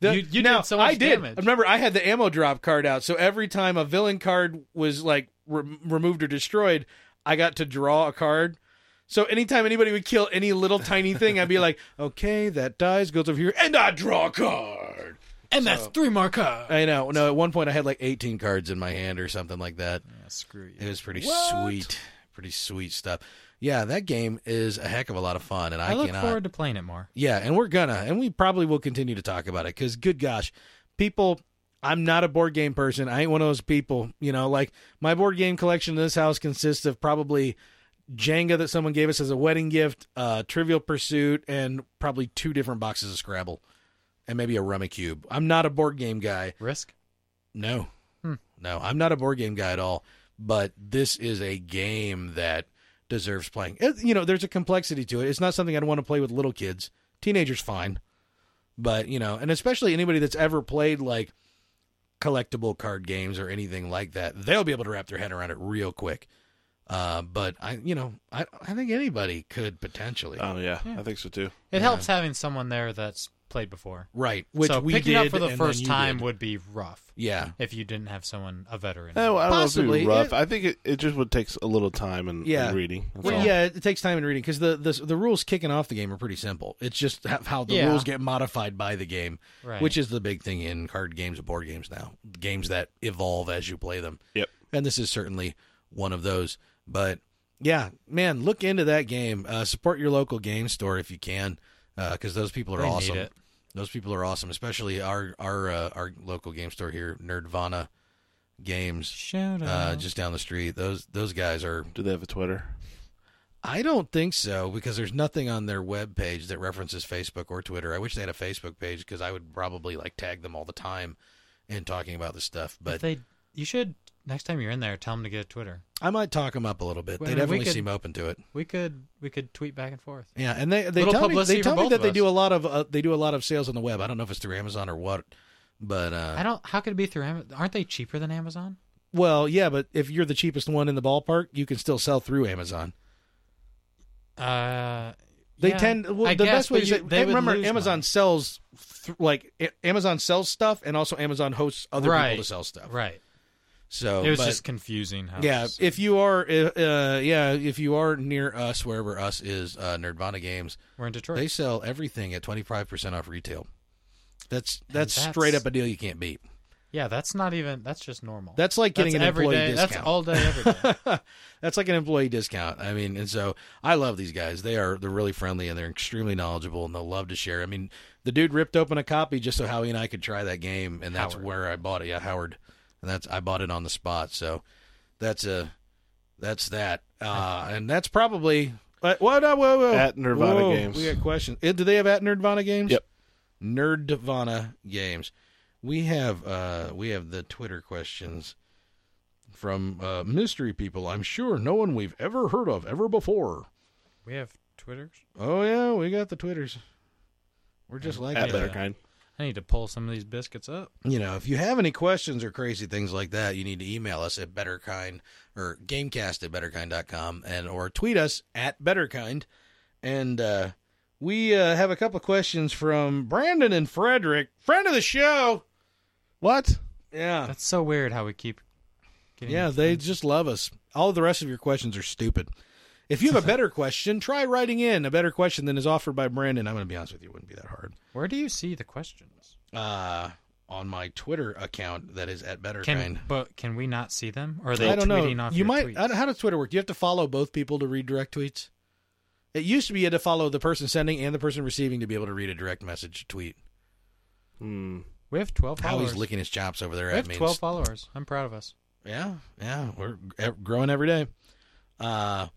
Speaker 2: You- you
Speaker 1: now,
Speaker 2: did so much
Speaker 1: I did.
Speaker 2: damage.
Speaker 1: Remember, I had the ammo drop card out, so every time a villain card was like re- removed or destroyed, I got to draw a card. So anytime anybody would kill any little tiny thing, I'd be like, "Okay, that dies, goes over here, and I draw a card."
Speaker 2: And that's three more cards.
Speaker 1: I know. No, at one point I had like 18 cards in my hand or something like that.
Speaker 2: Yeah, screw you.
Speaker 1: It was pretty
Speaker 3: What?
Speaker 1: sweet, pretty sweet stuff. Yeah, that game is a heck of a lot of fun, and I,
Speaker 2: I, look
Speaker 1: cannot.
Speaker 2: forward to playing it more.
Speaker 1: Yeah, and we're gonna, and we probably will continue to talk about it because, good gosh, people, I'm not a board game person. I ain't one of those people. You know, like my board game collection in this house consists of probably Jenga that someone gave us as a wedding gift, uh, Trivial Pursuit, and probably two different boxes of Scrabble, and maybe a Rummy Cube. I'm not a board game guy.
Speaker 2: Risk.
Speaker 1: No.
Speaker 2: Hmm.
Speaker 1: No, I'm not a board game guy at all, but this is a game that deserves playing. It- you know, there's a complexity to it. It's not something I'd want to play with little kids. Teenagers fine. But, you know, and especially anybody that's ever played like collectible card games or anything like that, they'll be able to wrap their head around it real quick. Uh, but I, you know, I, I think anybody could potentially.
Speaker 3: Oh yeah,
Speaker 2: Yeah.
Speaker 3: I think so too.
Speaker 2: It helps having someone there that's played before.
Speaker 1: right, which
Speaker 2: so
Speaker 1: we
Speaker 2: picking
Speaker 1: did
Speaker 2: up for
Speaker 1: and
Speaker 2: the
Speaker 1: then
Speaker 2: first
Speaker 1: you
Speaker 2: time
Speaker 1: did.
Speaker 2: would be rough
Speaker 1: Yeah,
Speaker 2: if you didn't have someone a veteran.
Speaker 3: Oh, I don't know if
Speaker 1: Possibly.
Speaker 3: it'd be rough.
Speaker 1: It-
Speaker 3: I think it, it just would take a little time and,
Speaker 1: Yeah.
Speaker 3: and reading. That's
Speaker 1: Well,
Speaker 3: all.
Speaker 1: yeah, it takes time in reading because the, the the rules kicking off the game are pretty simple. It's just ho- how the
Speaker 2: Yeah.
Speaker 1: rules get modified by the game,
Speaker 2: right.
Speaker 1: which is the big thing in card games and board games now. Games that evolve as you play them.
Speaker 3: Yep.
Speaker 1: And this is certainly one of those. But yeah, man, look into that game. Uh, support your local game store if you can, because those people are
Speaker 2: They need
Speaker 1: awesome.
Speaker 2: it.
Speaker 1: Those people are awesome, especially our our uh, our local game store here, Nerdvana Games,
Speaker 2: Shout
Speaker 1: uh,
Speaker 2: out.
Speaker 1: just down the street. Those those guys are
Speaker 3: Do they have a Twitter?
Speaker 1: I don't think so because there's nothing on their web page that references Facebook or Twitter. I wish they had a Facebook page because I would probably like tag them all the time in talking about this stuff.
Speaker 2: if
Speaker 1: But
Speaker 2: they, you should next time you're in there, tell them to get a Twitter.
Speaker 1: I might talk them up a little bit.
Speaker 2: Well,
Speaker 1: they
Speaker 2: I mean, we
Speaker 1: definitely
Speaker 2: could-
Speaker 1: seem open to it.
Speaker 2: We could we could tweet back and forth.
Speaker 1: Yeah, and they they
Speaker 2: Little
Speaker 1: tell me
Speaker 2: publicity
Speaker 1: they
Speaker 2: for
Speaker 1: tell me
Speaker 2: both
Speaker 1: that
Speaker 2: of
Speaker 1: they do a
Speaker 2: us.
Speaker 1: lot of uh, they do a lot of sales on the web. I don't know if it's through Amazon or what, but
Speaker 2: I
Speaker 1: uh,
Speaker 2: don't. How could it be through Amazon? Aren't they cheaper than Amazon?
Speaker 1: well, yeah. But if you're the cheapest one in the ballpark, you can still sell through Amazon.
Speaker 2: Uh,
Speaker 1: They
Speaker 2: yeah,
Speaker 1: tend well,
Speaker 2: I
Speaker 1: the
Speaker 2: guess,
Speaker 1: best way
Speaker 2: but
Speaker 1: is
Speaker 2: you-
Speaker 1: that,
Speaker 2: they
Speaker 1: and
Speaker 2: would
Speaker 1: remember
Speaker 2: lose
Speaker 1: Amazon sells th- like A- Amazon sells stuff and also Amazon hosts other
Speaker 2: Right.
Speaker 1: people to sell stuff.
Speaker 2: money. right.
Speaker 1: So
Speaker 2: It was
Speaker 1: Oh, but-
Speaker 2: just confusing. How
Speaker 1: yeah,
Speaker 2: it's-
Speaker 1: if you are, uh, uh, yeah, if you are near us, wherever us is, uh, Nerdvana Games,
Speaker 2: we're in Detroit.
Speaker 1: they sell everything at twenty five percent off retail. That's
Speaker 2: And
Speaker 1: that's,
Speaker 2: that's-
Speaker 1: straight up a deal you can't beat.
Speaker 2: yeah, that's not even. That's just normal.
Speaker 1: That's like getting
Speaker 2: That's
Speaker 1: an
Speaker 2: every
Speaker 1: employee
Speaker 2: day-
Speaker 1: discount.
Speaker 2: That's all day, every day.
Speaker 1: That's like an employee discount. I mean, and so I love these guys. They are they're really friendly and they're extremely knowledgeable and they'll love to share. I mean, the dude ripped open a copy just so Howie and I could try that game, and that's
Speaker 2: Howard.
Speaker 1: where I bought it. Yeah, Howard, and that's I bought it on the spot. So that's a that's that, uh, and that's probably. But whoa, no, whoa, whoa.
Speaker 3: At Nirvana
Speaker 1: Whoa,
Speaker 3: Games.
Speaker 1: We got questions. Eh, Do they have at Nerdvana Games?
Speaker 3: Yep.
Speaker 1: Nerdvana Games. We have uh we have the Twitter questions from uh, mystery people. I'm sure no one we've ever heard of ever before.
Speaker 2: we have Twitter.
Speaker 1: Oh yeah, we got the twitters. We're just like
Speaker 3: At
Speaker 1: that.
Speaker 3: better kind.
Speaker 2: I need to pull some of these biscuits up.
Speaker 1: You know, if you have any questions or crazy things like that, you need to email us at betterkind or gamecast at betterkind.com and or tweet us at betterkind. And uh, we uh, have a couple questions from Brandon and Frederick, friend of the show.
Speaker 3: What?
Speaker 1: Yeah.
Speaker 2: That's so weird how we keep. Getting
Speaker 1: Yeah, they just love us. All the rest of your questions are stupid. If you have a better question, try writing in a better question than is offered by Brandon. I'm going to be honest with you, it wouldn't be that hard.
Speaker 2: Where do you see the questions?
Speaker 1: Uh, on my Twitter account, that is at better
Speaker 2: Can
Speaker 1: kind.
Speaker 2: but can we not see them? Or are they
Speaker 1: I don't
Speaker 2: tweeting
Speaker 1: know.
Speaker 2: off
Speaker 1: You
Speaker 2: your
Speaker 1: might.
Speaker 2: tweets?
Speaker 1: I don't- how does Twitter work? Do you have to follow both people to read direct tweets? It used to be you had to follow the person sending and the person receiving to be able to read a direct message tweet.
Speaker 3: Hmm.
Speaker 2: we have twelve
Speaker 1: How
Speaker 2: followers.
Speaker 1: he's licking his chops over there
Speaker 2: we
Speaker 1: at
Speaker 2: have
Speaker 1: me.
Speaker 2: twelve followers. I'm proud of us.
Speaker 1: Yeah, yeah, we're g- growing every day. Uh,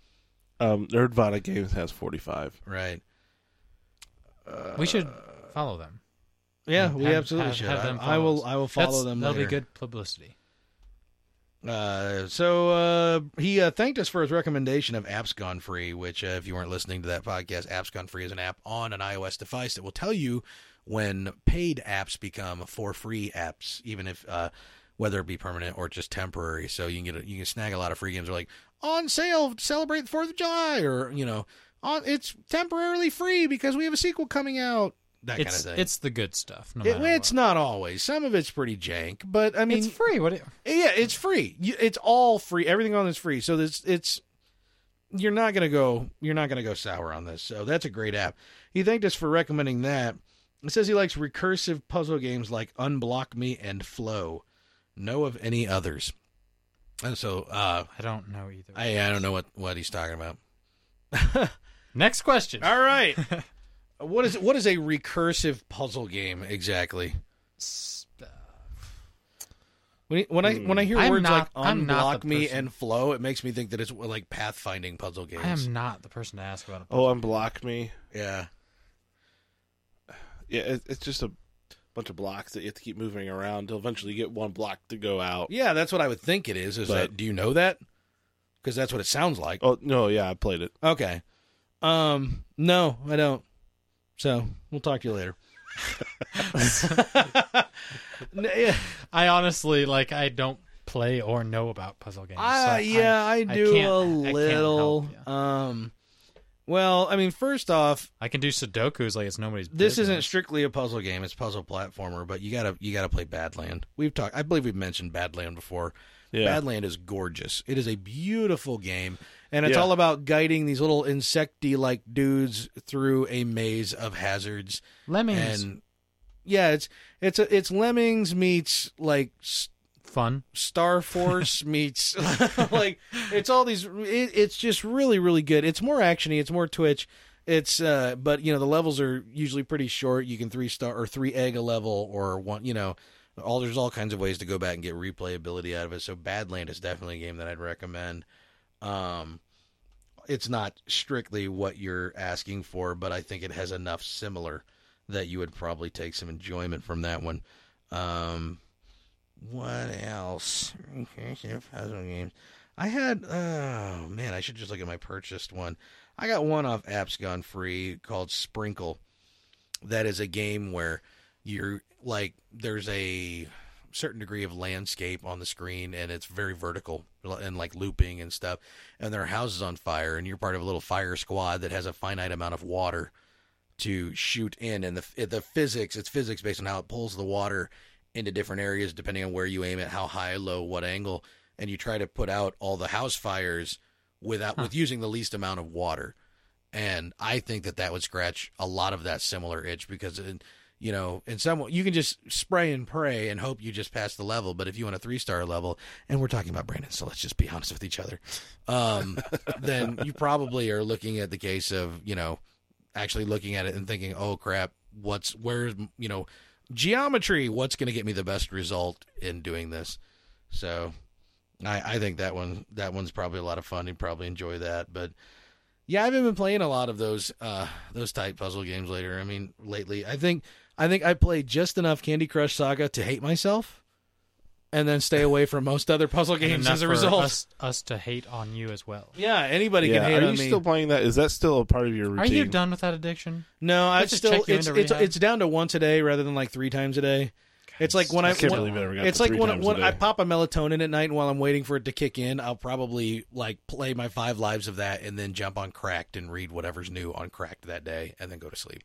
Speaker 3: Um, Nerdvana Games has 45.
Speaker 1: right.
Speaker 2: we should follow them.
Speaker 1: Yeah,
Speaker 2: Have-
Speaker 1: we
Speaker 2: have-
Speaker 1: absolutely
Speaker 2: have-
Speaker 1: should.
Speaker 2: have
Speaker 1: I,
Speaker 2: them
Speaker 1: I
Speaker 2: follow
Speaker 1: will.
Speaker 2: us.
Speaker 1: I will follow
Speaker 2: That's-
Speaker 1: them.
Speaker 2: That'll
Speaker 1: later.
Speaker 2: be good publicity.
Speaker 1: Uh, so uh, he uh, thanked us for his recommendation of Apps Gone Free, which, uh, if you weren't listening to that podcast, Apps Gone Free is an app on an iOS device that will tell you when paid apps become for free apps, even if uh, whether it be permanent or just temporary. So you can get a, you can snag a lot of free games. They're like on sale, celebrate the Fourth of July, or you know, on it's temporarily free because we have a sequel coming out. That
Speaker 2: It's
Speaker 1: kind of thing.
Speaker 2: it's the good stuff. No
Speaker 1: It-
Speaker 2: matter
Speaker 1: it's
Speaker 2: what.
Speaker 1: not always. Some of it's pretty jank, but I mean,
Speaker 2: it's free. What? It,
Speaker 1: yeah, it's free. You- It's all free. Everything on this is free. So this it's you're not gonna go you're not gonna go sour on this. So that's a great app. He thanked us for recommending that. It says he likes recursive puzzle games like Unblock Me and Flow. Know of any others? And so uh,
Speaker 2: I don't know either.
Speaker 1: I I don't know what what he's talking about.
Speaker 2: Next question.
Speaker 1: All right. What is what is a recursive puzzle game exactly?
Speaker 2: S-
Speaker 1: When, when I when I hear
Speaker 2: Hmm. I'm
Speaker 1: words
Speaker 2: not-
Speaker 1: like
Speaker 2: I'm not
Speaker 1: unblock
Speaker 2: the
Speaker 1: me
Speaker 2: person.
Speaker 1: and flow, it makes me think that it's like pathfinding puzzle games.
Speaker 2: I am not the person to ask about it.
Speaker 3: Oh, unblock me.
Speaker 1: Yeah.
Speaker 3: Yeah, it, it's just a bunch of blocks that you have to keep moving around until eventually you get one block to go out.
Speaker 1: Yeah, that's what I would think it is. Is
Speaker 3: But-
Speaker 1: that do you know that? Because that's what it sounds like.
Speaker 3: Oh, no, yeah, I played it.
Speaker 1: Okay. Um. No, I don't. So we'll talk to you later. Uh, N- yeah.
Speaker 2: I honestly like. I don't play or know about puzzle games.
Speaker 1: Uh,
Speaker 2: so
Speaker 1: yeah, I,
Speaker 2: I
Speaker 1: do
Speaker 2: can't-
Speaker 1: a
Speaker 2: I can't
Speaker 1: little.
Speaker 2: help
Speaker 1: Um, well, I mean, first off,
Speaker 2: I, I can do Sudoku's like it's nobody's.
Speaker 1: this
Speaker 2: business.
Speaker 1: isn't strictly a puzzle game; it's puzzle platformer. But you gotta you gotta play Badland. We've talked. I believe we've mentioned Badland before.
Speaker 3: Yeah.
Speaker 1: Badland is gorgeous. It is a beautiful game, and it's
Speaker 3: Yeah.
Speaker 1: all about guiding these little insecty like dudes through a maze of hazards.
Speaker 2: Lemmings
Speaker 1: And yeah, it's it's a, it's Lemmings meets like s-
Speaker 2: fun.
Speaker 1: Star Force meets like it's all these. It, it's just really really good. It's more actiony. It's more Twitch. It's uh, but you know the levels are usually pretty short. You can three star or three egg a level or one. You know, all there's all kinds of ways to go back and get replayability out of it. So Badland is definitely a game that I'd recommend. Um, it's not strictly what you're asking for, but I think it has enough similar that you would probably take some enjoyment from that one. Um, what else? Puzzle games. I had. Oh man, I should just look at my purchased one. I got one off Apps Gone Free called Sprinkle. That is a game where you're like there's a certain degree of landscape on the screen and it's very vertical and like looping and stuff and there are houses on fire and you're part of a little fire squad that has a finite amount of water to shoot in and the the physics it's physics based on how it pulls the water into different areas depending on where you aim it how high low what angle and you try to put out all the house fires without with using the least amount of water and i think that that would scratch a lot of that similar itch because in, you know in some you can just spray and pray and hope you just pass the level but if you want a three star level and we're talking about brandon so let's just be honest with each other um, then you probably are looking at the case of you know actually looking at it and thinking, "Oh crap, what's where's you know geometry? What's going to get me the best result in doing this?" So, I I think that one that one's probably a lot of fun. You'd probably enjoy that. But yeah, I haven't been playing a lot of those uh those type puzzle games later. I mean, lately, I think I think I played just enough Candy Crush Saga to hate myself. And then stay away from most other puzzle games
Speaker 2: Enough
Speaker 1: as a
Speaker 2: for
Speaker 1: result.
Speaker 2: us, us to hate on you as well.
Speaker 1: Yeah, anybody
Speaker 3: Yeah.
Speaker 1: can hate
Speaker 3: Are
Speaker 1: on
Speaker 3: you
Speaker 1: me.
Speaker 3: still playing that? Is that still a part of your
Speaker 2: Are
Speaker 3: routine?
Speaker 2: you done with that addiction?
Speaker 1: No, I
Speaker 2: Let's just
Speaker 1: still
Speaker 2: check you
Speaker 1: it's
Speaker 2: into
Speaker 1: it's,
Speaker 2: rehab.
Speaker 1: it's down to once a day rather than like three times a day. It's like when I,
Speaker 3: I can't
Speaker 1: when-
Speaker 3: believe I never got
Speaker 1: it's
Speaker 3: to
Speaker 1: like
Speaker 3: three
Speaker 1: when,
Speaker 3: times a
Speaker 1: when I
Speaker 3: day.
Speaker 1: pop a melatonin at night and while I'm waiting for it to kick in, I'll probably like play my five lives of that and then jump on cracked and read whatever's new on cracked that day and then go to sleep.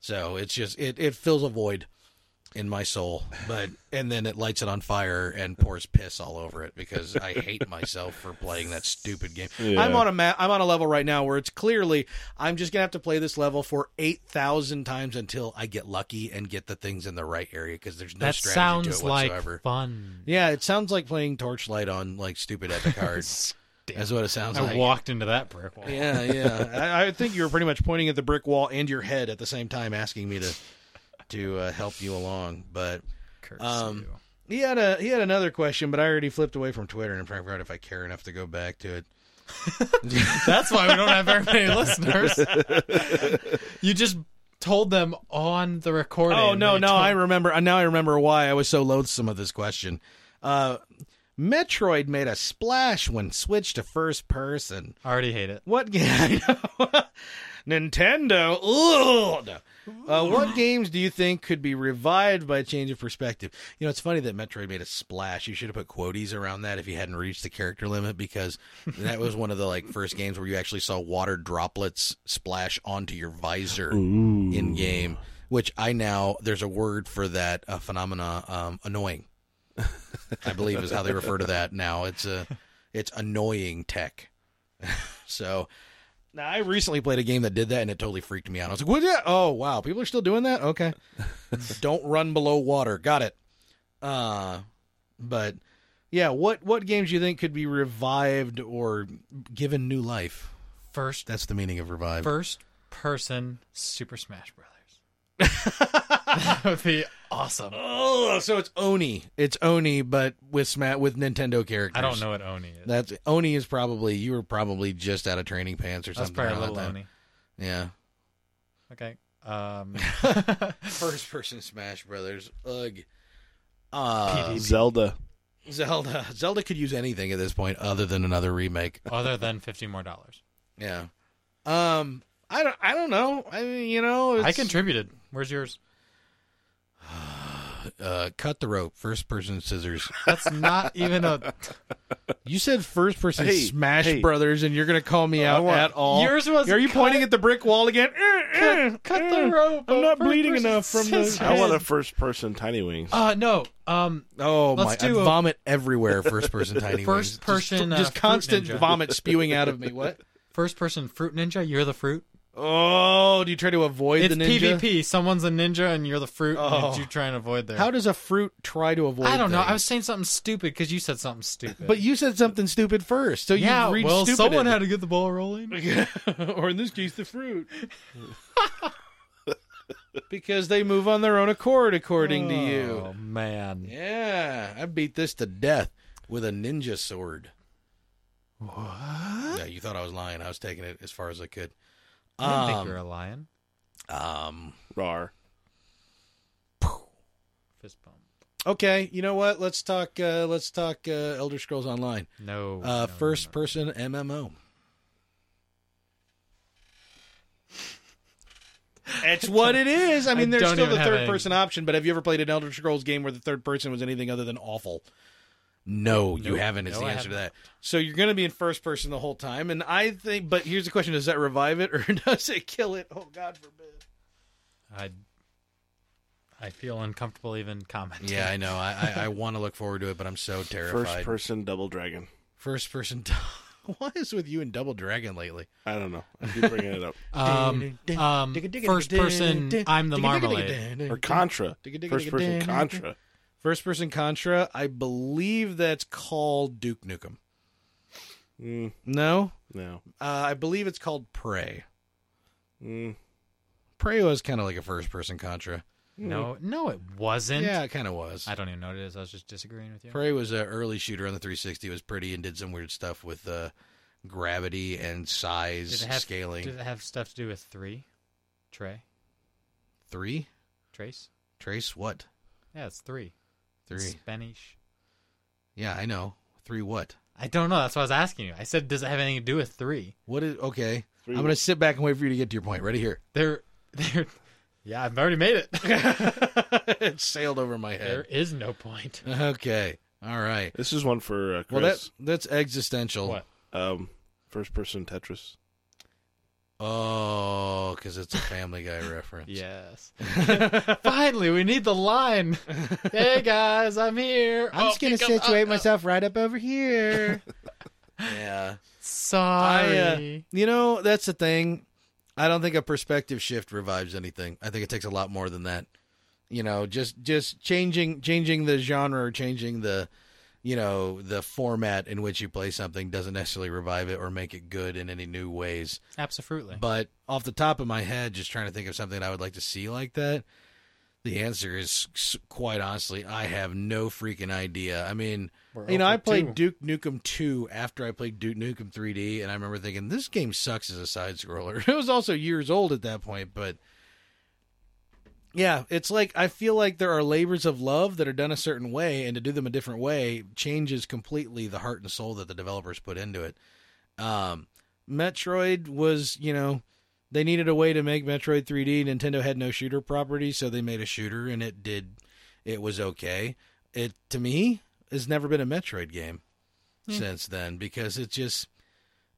Speaker 1: So it's just it it fills a void in my soul, but and then it lights it on fire and pours piss all over it because I hate myself for playing that stupid game.
Speaker 3: Yeah.
Speaker 1: I'm on a ma- I'm on a level right now where it's clearly I'm just gonna have to play this level for eight thousand times until I get lucky and get the things in the right area because there's no
Speaker 2: that
Speaker 1: strategy
Speaker 2: sounds
Speaker 1: to it whatsoever.
Speaker 2: like fun.
Speaker 1: yeah, it sounds like playing Torchlight on like stupid Epic Hard. That's what it sounds
Speaker 2: I
Speaker 1: like.
Speaker 2: walked into that brick wall.
Speaker 1: Yeah, yeah. I, I think you were pretty much pointing at the brick wall and your head at the same time, asking me to to uh, help you along. But
Speaker 2: Curse
Speaker 1: Um,
Speaker 2: you.
Speaker 1: he had a he had another question, but I already flipped away from Twitter and figured out if I care enough to go back to it.
Speaker 2: That's why we don't have very many listeners. You just told them on the recording.
Speaker 1: Oh no,
Speaker 2: They
Speaker 1: no,
Speaker 2: told-
Speaker 1: I remember now. I remember why I was so loathsome of this question. Uh, Metroid made a splash when switched to first person.
Speaker 2: I already hate it.
Speaker 1: What game? I know. Nintendo. Ugh. Uh, what games do you think could be revived by a change of perspective? You know, it's funny that Metroid made a splash. You should have put quotes around that if you hadn't reached the character limit because that was one of the like first games where you actually saw water droplets splash onto your visor
Speaker 3: Hmm.
Speaker 1: in game. Which I now there's a word for that uh, phenomena. Um, annoying, I believe, is how they refer to that now. It's a it's annoying tech. So now I recently played a game that did that and it totally freaked me out. I was like, what? the- Oh, wow. People are still doing that? Okay. Don't run below water. Got it. Uh, but yeah, what, what games do you think could be revived or given new life?
Speaker 2: First,
Speaker 1: That's the meaning of revive.
Speaker 2: first person Super Smash Brothers. that would be awesome.
Speaker 1: Oh, so it's Oni. It's Oni, but with Sma- with Nintendo characters.
Speaker 2: I don't know what Oni is.
Speaker 1: That's Oni is probably you were probably just out of training pants or
Speaker 2: That's
Speaker 1: something.
Speaker 2: probably
Speaker 1: around
Speaker 2: a little
Speaker 1: that time. Yeah.
Speaker 2: Oni. Okay. Um,
Speaker 1: First person Smash Brothers. Ugh. Uh,
Speaker 3: Zelda.
Speaker 1: Zelda. Zelda could use anything at this point other than another remake.
Speaker 2: other than fifty more dollars,
Speaker 1: Yeah. Um. I don't. I don't know. I mean, you know,
Speaker 2: I
Speaker 1: it's-
Speaker 2: contributed. Where's yours?
Speaker 1: uh, cut the rope, first person scissors.
Speaker 2: That's not even a.
Speaker 1: You said first person
Speaker 3: Hey,
Speaker 1: Smash
Speaker 3: hey.
Speaker 1: Brothers, and you're going to call me out
Speaker 3: want-
Speaker 1: at all.
Speaker 2: Yours was.
Speaker 1: Are you
Speaker 2: cut-
Speaker 1: pointing at the brick wall again? Eh, eh,
Speaker 2: Cut, cut
Speaker 1: eh.
Speaker 2: the rope.
Speaker 1: I'm not
Speaker 2: First
Speaker 1: bleeding
Speaker 2: person
Speaker 1: enough from the-
Speaker 2: scissors.
Speaker 3: I want a first person tiny wings.
Speaker 2: Uh no. Um,
Speaker 1: Oh
Speaker 2: Let's
Speaker 1: my! I
Speaker 2: do a-
Speaker 1: vomit everywhere. First person tiny wings.
Speaker 2: First
Speaker 1: Just-
Speaker 2: person,
Speaker 1: Just,
Speaker 2: uh, fruit
Speaker 1: constant
Speaker 2: ninja.
Speaker 1: vomit spewing out of me. What?
Speaker 2: first person fruit ninja. You're the fruit.
Speaker 1: Oh, do you try to avoid
Speaker 2: It's
Speaker 1: the ninja?
Speaker 2: PvP. Someone's a ninja and you're the fruit.
Speaker 1: Oh.
Speaker 2: And you try and avoid there.
Speaker 1: How does a fruit try to avoid?
Speaker 2: I don't know. I
Speaker 1: things?
Speaker 2: was saying something stupid because you said something stupid.
Speaker 1: But you said something stupid first, so
Speaker 2: yeah,
Speaker 1: you reached
Speaker 2: well,
Speaker 1: stupid.
Speaker 2: someone
Speaker 1: in.
Speaker 2: had to get the ball rolling.
Speaker 1: or in this case, the fruit, because they move on their own accord, according to you.
Speaker 2: Oh man.
Speaker 1: Yeah, I beat this to death with a ninja sword. What? Yeah, you thought I was lying. I was taking it as far as I could.
Speaker 2: I didn't think you were
Speaker 1: Um,
Speaker 2: a lion.
Speaker 1: um,
Speaker 3: Rar.
Speaker 2: Fist bump.
Speaker 1: okay, you know what? Let's talk. Uh, let's talk uh, Elder Scrolls Online.
Speaker 2: No. no,
Speaker 1: Uh,
Speaker 2: no,
Speaker 1: first
Speaker 2: no.
Speaker 1: person MMO. It's what it is. I mean, there's
Speaker 2: don't
Speaker 1: still
Speaker 2: even
Speaker 1: the
Speaker 2: have
Speaker 1: third
Speaker 2: any-
Speaker 1: person option, but have you ever played an Elder Scrolls game where the third person was anything other than awful? No, you
Speaker 2: Nope.
Speaker 1: haven't. Is
Speaker 2: No,
Speaker 1: the
Speaker 2: I
Speaker 1: answer to that.
Speaker 2: haven't.
Speaker 1: So you're going to be in first person the whole time, and I think. But here's the question: Does that revive it or does it kill it? Oh God forbid!
Speaker 2: I. I feel uncomfortable even commenting.
Speaker 1: Yeah, I know. I I, I want to look forward to it, but I'm so terrified.
Speaker 3: First person double dragon.
Speaker 1: First person. what is with you and Double Dragon lately?
Speaker 3: I don't know. I keep bringing it up.
Speaker 2: Um, um, first person, I'm the marmalade.
Speaker 3: Or Contra. First person Contra.
Speaker 1: First person Contra, I believe that's called Duke Nukem.
Speaker 3: Mm,
Speaker 1: No,
Speaker 3: no.
Speaker 1: uh, I believe it's called Prey.
Speaker 3: Mm,
Speaker 1: Prey was kind of like a first person Contra.
Speaker 2: No, no, it wasn't.
Speaker 1: yeah, it kind of was.
Speaker 2: I don't even know what it is. I was just disagreeing with you.
Speaker 1: Prey was an early shooter on the 360. It was pretty and did some weird stuff with uh, gravity and size
Speaker 2: Did it have-
Speaker 1: scaling.
Speaker 2: Did it have stuff to do with three? Trey?
Speaker 1: Three
Speaker 2: Trace?
Speaker 1: trace what?
Speaker 2: Yeah, it's three.
Speaker 1: Three.
Speaker 2: It's Spanish.
Speaker 1: Yeah, I know. Three what?
Speaker 2: I don't know. That's what I was asking you. I said, does it have anything to do with three?
Speaker 1: What is okay?
Speaker 3: Three
Speaker 1: i I'm gonna sit back and wait for you to get to your point. Ready here.
Speaker 2: There, there. Yeah, I've already made it.
Speaker 1: it sailed over my
Speaker 2: there
Speaker 1: head.
Speaker 2: is no point.
Speaker 1: Okay. All right.
Speaker 3: This is one for uh, Chris.
Speaker 1: Well, that that's existential.
Speaker 2: What?
Speaker 3: um, first person Tetris.
Speaker 1: Oh, because it's a Family Guy reference.
Speaker 2: Yes. Finally, we need the line. hey guys, I'm here.
Speaker 1: I'm
Speaker 2: Oh,
Speaker 1: just gonna
Speaker 2: pick up-
Speaker 1: situate
Speaker 2: oh,
Speaker 1: myself right up over here. yeah.
Speaker 2: Sorry.
Speaker 1: You know, that's the thing. I don't think a perspective shift revives anything. I think it takes a lot more than that. You know, just just changing changing the genre or changing the you know, the format in which you play something doesn't necessarily revive it or make it good in any new ways.
Speaker 2: Absolutely.
Speaker 1: But off the top of my head, just trying to think of something I would like to see like that, the answer is s- quite honestly, I have no freaking idea. I mean,
Speaker 2: We're
Speaker 1: you know, I
Speaker 2: over
Speaker 1: played
Speaker 2: two.
Speaker 1: Duke Nukem 2 after I played Duke Nukem 3D, and I remember thinking, this game sucks as a side scroller. It was also years old at that point, but yeah, it's like I feel like there are labors of love that are done a certain way, and to do them a different way changes completely the heart and soul that the developers put into it. Um, Metroid was, you know, they needed a way to make Metroid 3D. Nintendo had no shooter property, so they made a shooter, and it did. It was okay. It to me has never been a Metroid game since then because it just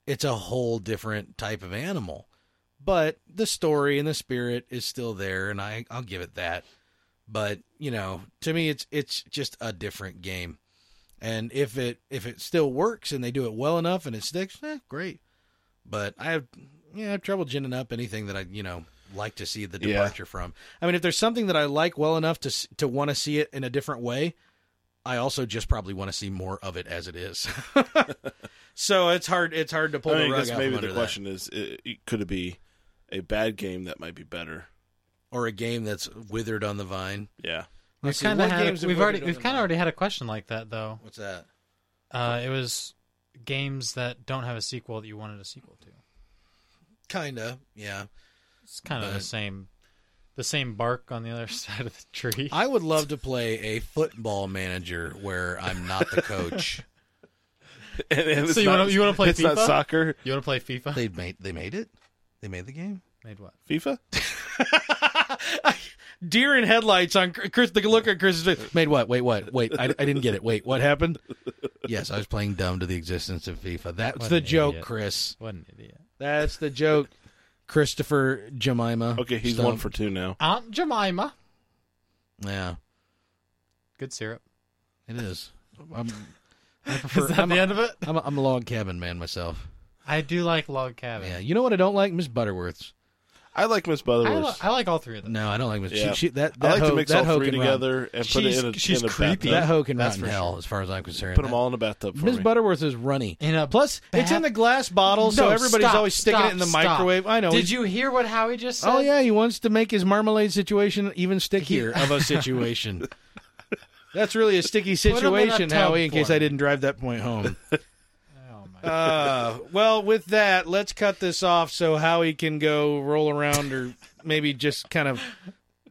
Speaker 1: it's a whole different type of animal. But the story and the spirit is still there, and I I'll give it that. But you know, to me, it's it's just a different game. And if it if it still works and they do it well enough and it sticks, eh, great. But I have yeah, I have trouble ginning up anything that I you know like to see the
Speaker 3: Yeah.
Speaker 1: departure from. I mean, if there's something that I like well enough to s- to want to see it in a different way, I also just probably want to see more of it as it is. so it's hard it's hard to pull
Speaker 3: I mean,
Speaker 1: the
Speaker 3: I
Speaker 1: rug
Speaker 3: guess
Speaker 1: out
Speaker 3: maybe
Speaker 1: from
Speaker 3: the
Speaker 1: under that.
Speaker 3: question is: i i could it be a bad game that might be better?
Speaker 1: or a game that's withered on the vine.
Speaker 3: Yeah.
Speaker 2: We've
Speaker 1: Let's see,
Speaker 2: kind of
Speaker 1: what
Speaker 2: had.
Speaker 1: games have
Speaker 2: We've
Speaker 1: withered
Speaker 2: already.
Speaker 1: on
Speaker 2: We've
Speaker 1: the
Speaker 2: kind
Speaker 1: vine?
Speaker 2: of already had a question like that though.
Speaker 1: What's that?
Speaker 2: Uh, it was games that don't have a sequel that you wanted a sequel to.
Speaker 1: Kinda, yeah.
Speaker 2: It's kind of the
Speaker 1: But-
Speaker 2: same, the same bark on the other side of the tree.
Speaker 1: I would love to play a football manager where I'm not the coach.
Speaker 3: And, and it's
Speaker 2: you
Speaker 3: not-
Speaker 2: wanna- you wanna play
Speaker 3: It's not
Speaker 2: FIFA?
Speaker 3: soccer.
Speaker 2: you want to play FIFA?
Speaker 1: they made they made it. They made the game.
Speaker 2: Made what?
Speaker 3: FIFA.
Speaker 1: deer in headlights on Chris. The look at Chris's face. Made what? Wait, what? Wait, I, I didn't get it. Wait, what happened? Yes, I was playing dumb to the existence of FIFA. That's
Speaker 2: What
Speaker 1: the
Speaker 2: an
Speaker 1: joke,
Speaker 2: idiot.
Speaker 1: Chris.
Speaker 2: What an idiot.
Speaker 1: That's the joke, Christopher Jemima.
Speaker 3: Okay, he's
Speaker 1: Stump.
Speaker 3: one for two now.
Speaker 2: Aunt Jemima.
Speaker 1: Yeah,
Speaker 2: Good syrup.
Speaker 1: it is. I'm, I prefer.
Speaker 2: Is that
Speaker 1: I'm,
Speaker 2: the end of it?
Speaker 1: I'm, a, I'm a log cabin man myself.
Speaker 2: I do like log cabin.
Speaker 1: Yeah, you know what I don't like, Miss Butterworth's.
Speaker 3: I like Miss
Speaker 2: I,
Speaker 3: Butterworth.
Speaker 2: li- I like all three of them.
Speaker 1: No, I don't like Miss.
Speaker 3: Yeah.
Speaker 1: She, she, that, that
Speaker 3: I like
Speaker 1: hoe,
Speaker 3: to mix
Speaker 1: that
Speaker 3: all
Speaker 1: hoe
Speaker 3: three
Speaker 1: can run.
Speaker 3: together and put
Speaker 2: She's-
Speaker 3: it in a,
Speaker 2: she's
Speaker 3: in a
Speaker 2: creepy.
Speaker 1: That
Speaker 3: bathtub.
Speaker 1: hoe can
Speaker 2: That's
Speaker 1: rot in
Speaker 2: for
Speaker 1: hell, as far as I'm concerned.
Speaker 3: Put them
Speaker 1: That-
Speaker 3: all in a bathtub for
Speaker 1: Miss
Speaker 3: me.
Speaker 1: Butterworth is runny.
Speaker 2: In a
Speaker 1: Plus, it's in
Speaker 2: bath-
Speaker 1: the glass bottle, so
Speaker 2: uh, No,
Speaker 1: everybody's
Speaker 2: stop,
Speaker 1: always sticking
Speaker 2: stop,
Speaker 1: it in the
Speaker 2: stop.
Speaker 1: microwave. I know.
Speaker 2: Did you hear what Howie just said?
Speaker 1: Oh yeah, he wants to make his marmalade situation even stickier of a situation. That's really a sticky
Speaker 2: 'em in a
Speaker 1: situation,
Speaker 2: tub
Speaker 1: Howie. In
Speaker 2: for
Speaker 1: case
Speaker 2: me.
Speaker 1: I didn't drive that point home.
Speaker 2: Oh, my.
Speaker 1: Uh, well, with that, let's cut this off so Howie can go roll around or maybe just kind of,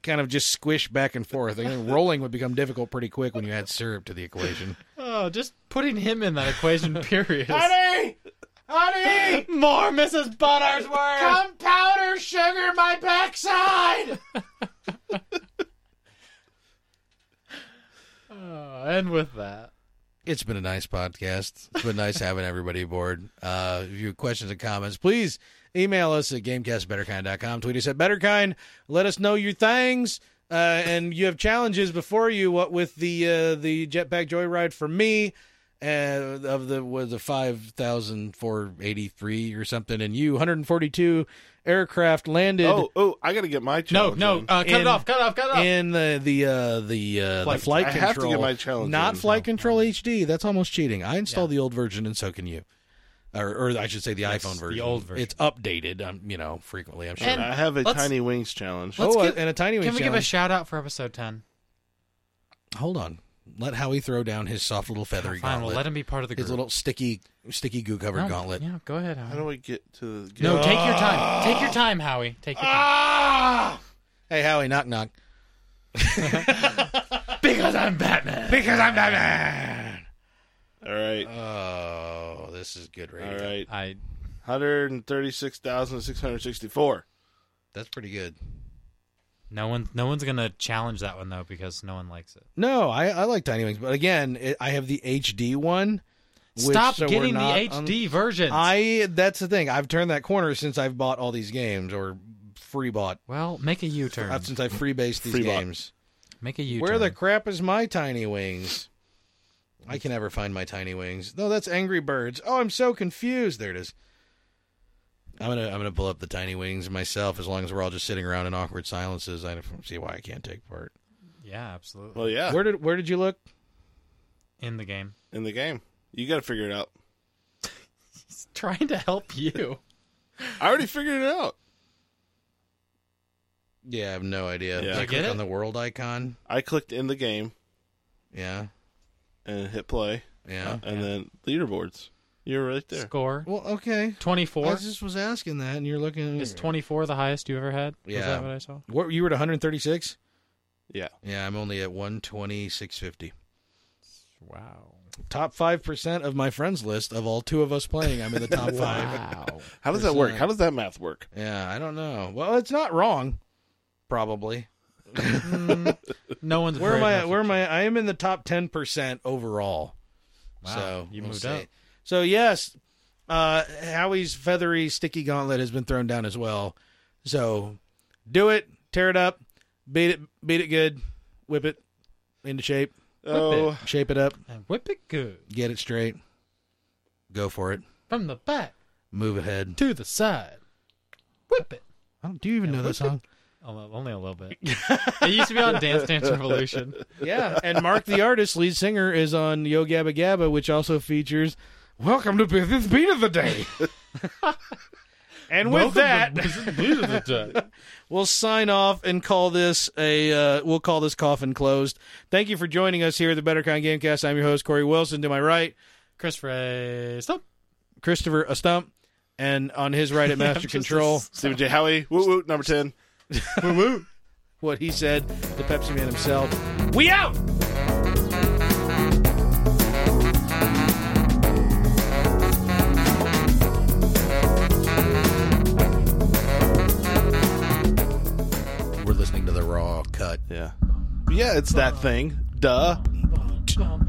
Speaker 1: kind of just squish back and forth. I think rolling would become difficult pretty quick when you add syrup to the equation.
Speaker 2: Oh, just putting him in that equation, period.
Speaker 1: Honey, honey,
Speaker 2: More Mrs. Buttersworth.
Speaker 1: powder sugar my backside.
Speaker 2: Oh, and with that,
Speaker 1: it's been a nice podcast. It's been nice having everybody aboard. Uh, if you have questions and comments, please email us at gamecastbetterkind.com. Tweet us at betterkind. Let us know your things. Uh, and you have challenges before you. What with the uh, the jetpack joyride for me, uh, of the was a five thousand four eighty three or something, and you one hundred and forty two aircraft landed
Speaker 3: Oh, oh, I got to get my
Speaker 2: no,
Speaker 3: challenge
Speaker 2: no,
Speaker 3: in.
Speaker 2: uh, cut it
Speaker 1: In-
Speaker 2: off, cut it off, cut it off.
Speaker 1: in the the uh, the, uh,
Speaker 2: Flight.
Speaker 1: the flight
Speaker 3: I
Speaker 1: control.
Speaker 3: have to get my challenge
Speaker 1: Not
Speaker 3: in.
Speaker 1: flight control HD. That's almost cheating. I installed the old version, and so can you. Or, or I should say the
Speaker 2: Yes,
Speaker 1: iPhone
Speaker 2: the
Speaker 1: version.
Speaker 2: old version.
Speaker 1: It's updated. Um, you know, frequently. I'm sure.
Speaker 2: And-
Speaker 3: I have a
Speaker 2: Let's-
Speaker 3: tiny wings challenge.
Speaker 2: let's
Speaker 1: oh,
Speaker 2: give-
Speaker 1: and a tiny
Speaker 2: Can
Speaker 1: wing
Speaker 2: we give a
Speaker 1: challenge.
Speaker 2: shout out for episode 10?
Speaker 1: Hold on. Let Howie throw down his soft little feathery
Speaker 2: Fine,
Speaker 1: gauntlet.
Speaker 2: we'll let him be part of the group.
Speaker 1: his little sticky, sticky goo covered
Speaker 2: No,
Speaker 1: gauntlet.
Speaker 2: Yeah, go ahead, Howie.
Speaker 3: How do I get to the get
Speaker 2: No, take your time. Take your time, Howie. Take your time.
Speaker 1: Hey Howie, knock knock.
Speaker 2: Because I'm Batman.
Speaker 1: Because I'm Batman.
Speaker 3: All right.
Speaker 1: Oh, this is good
Speaker 3: All
Speaker 1: radio.
Speaker 3: right.
Speaker 2: I
Speaker 3: 136,664.
Speaker 1: That's pretty good.
Speaker 2: no one no one's gonna challenge that one though because no one likes it.
Speaker 1: No, I, I like tiny wings, but again, it, I have the HD one. which-
Speaker 2: Stop
Speaker 1: so we're
Speaker 2: getting the
Speaker 1: not on-
Speaker 2: HD version.
Speaker 1: I that's the thing. I've turned that corner since I've bought all these games or free bought.
Speaker 2: well, make a U turn.
Speaker 1: uh, since I free based these
Speaker 3: Free bought.
Speaker 1: games.
Speaker 2: Make a U turn.
Speaker 1: Where the crap is my tiny wings? I can never find my tiny wings. No, that's Angry Birds. Oh, I'm so confused. There it is. I'm gonna I'm gonna pull up the tiny wings myself as long as we're all just sitting around in awkward silences. I don't see why I can't take part.
Speaker 2: Yeah, absolutely.
Speaker 3: Well, yeah,
Speaker 1: Where did where did you look?
Speaker 2: In the game.
Speaker 3: in the game. You got to figure it out.
Speaker 2: He's trying to help you.
Speaker 3: I already figured it out.
Speaker 1: Yeah, I have no idea.
Speaker 3: Yeah.
Speaker 1: Did I
Speaker 2: You get
Speaker 1: click
Speaker 2: it?
Speaker 1: on the world icon.
Speaker 3: I clicked in the game
Speaker 1: Yeah.
Speaker 3: and hit play
Speaker 1: Yeah.
Speaker 3: and then leaderboards. You're right there.
Speaker 2: Oh, Score
Speaker 1: Well, okay.
Speaker 2: twenty
Speaker 1: I
Speaker 2: four.
Speaker 1: just was asking that, and you're looking.
Speaker 2: Is twenty four the highest you ever had? Is
Speaker 1: Yeah.
Speaker 2: that what I saw?
Speaker 1: What you were at 136?
Speaker 3: Yeah.
Speaker 1: Yeah, I'm only at 12650.
Speaker 2: Wow.
Speaker 1: Top five percent of my friends list of all two of us playing. I'm in the top five.
Speaker 2: Wow.
Speaker 3: How does that
Speaker 2: uh,
Speaker 3: work? How does that math work?
Speaker 1: Yeah, I don't know. Well, it's not wrong. Probably.
Speaker 2: Mm, no one's
Speaker 1: Where am
Speaker 2: brave
Speaker 1: I?
Speaker 2: enough
Speaker 1: Where am
Speaker 2: to-
Speaker 1: I? I am in the top ten percent overall.
Speaker 2: Wow,
Speaker 1: so
Speaker 2: you
Speaker 1: we'll
Speaker 2: moved
Speaker 1: see.
Speaker 2: up.
Speaker 1: So yes, uh, Howie's feathery sticky gauntlet has been thrown down as well. So do it, tear it up, beat it, beat it good, whip it into shape,
Speaker 3: Oh,
Speaker 1: shape it up,
Speaker 2: And whip it good
Speaker 1: get it straight, go for it,
Speaker 2: from the back
Speaker 1: move ahead.
Speaker 2: to the side. Whip it.
Speaker 1: I don't- do you even know that song?
Speaker 2: Oh, Only a little bit. it used to be on Dance Dance Revolution.
Speaker 1: yeah, and Mark the artist, lead singer, is on Yo Gabba Gabba, which also features "Welcome to Business Beat of the Day." and with that. We'll sign off and call this a uh, we'll call this coffin closed. Thank you for joining us here at the Better Kind Gamecast. I'm your host Corey Wilson. To my right,
Speaker 2: Chris Ray. Stop.
Speaker 1: Christopher Astump, and on his right at Master Control,
Speaker 3: Stephen J. Howie, woo woo, number 10.
Speaker 1: what he said, the Pepsi Man himself.
Speaker 2: We out.
Speaker 1: We're listening to the raw cut.
Speaker 3: Yeah. Yeah, it's that thing. Duh.
Speaker 2: Bum,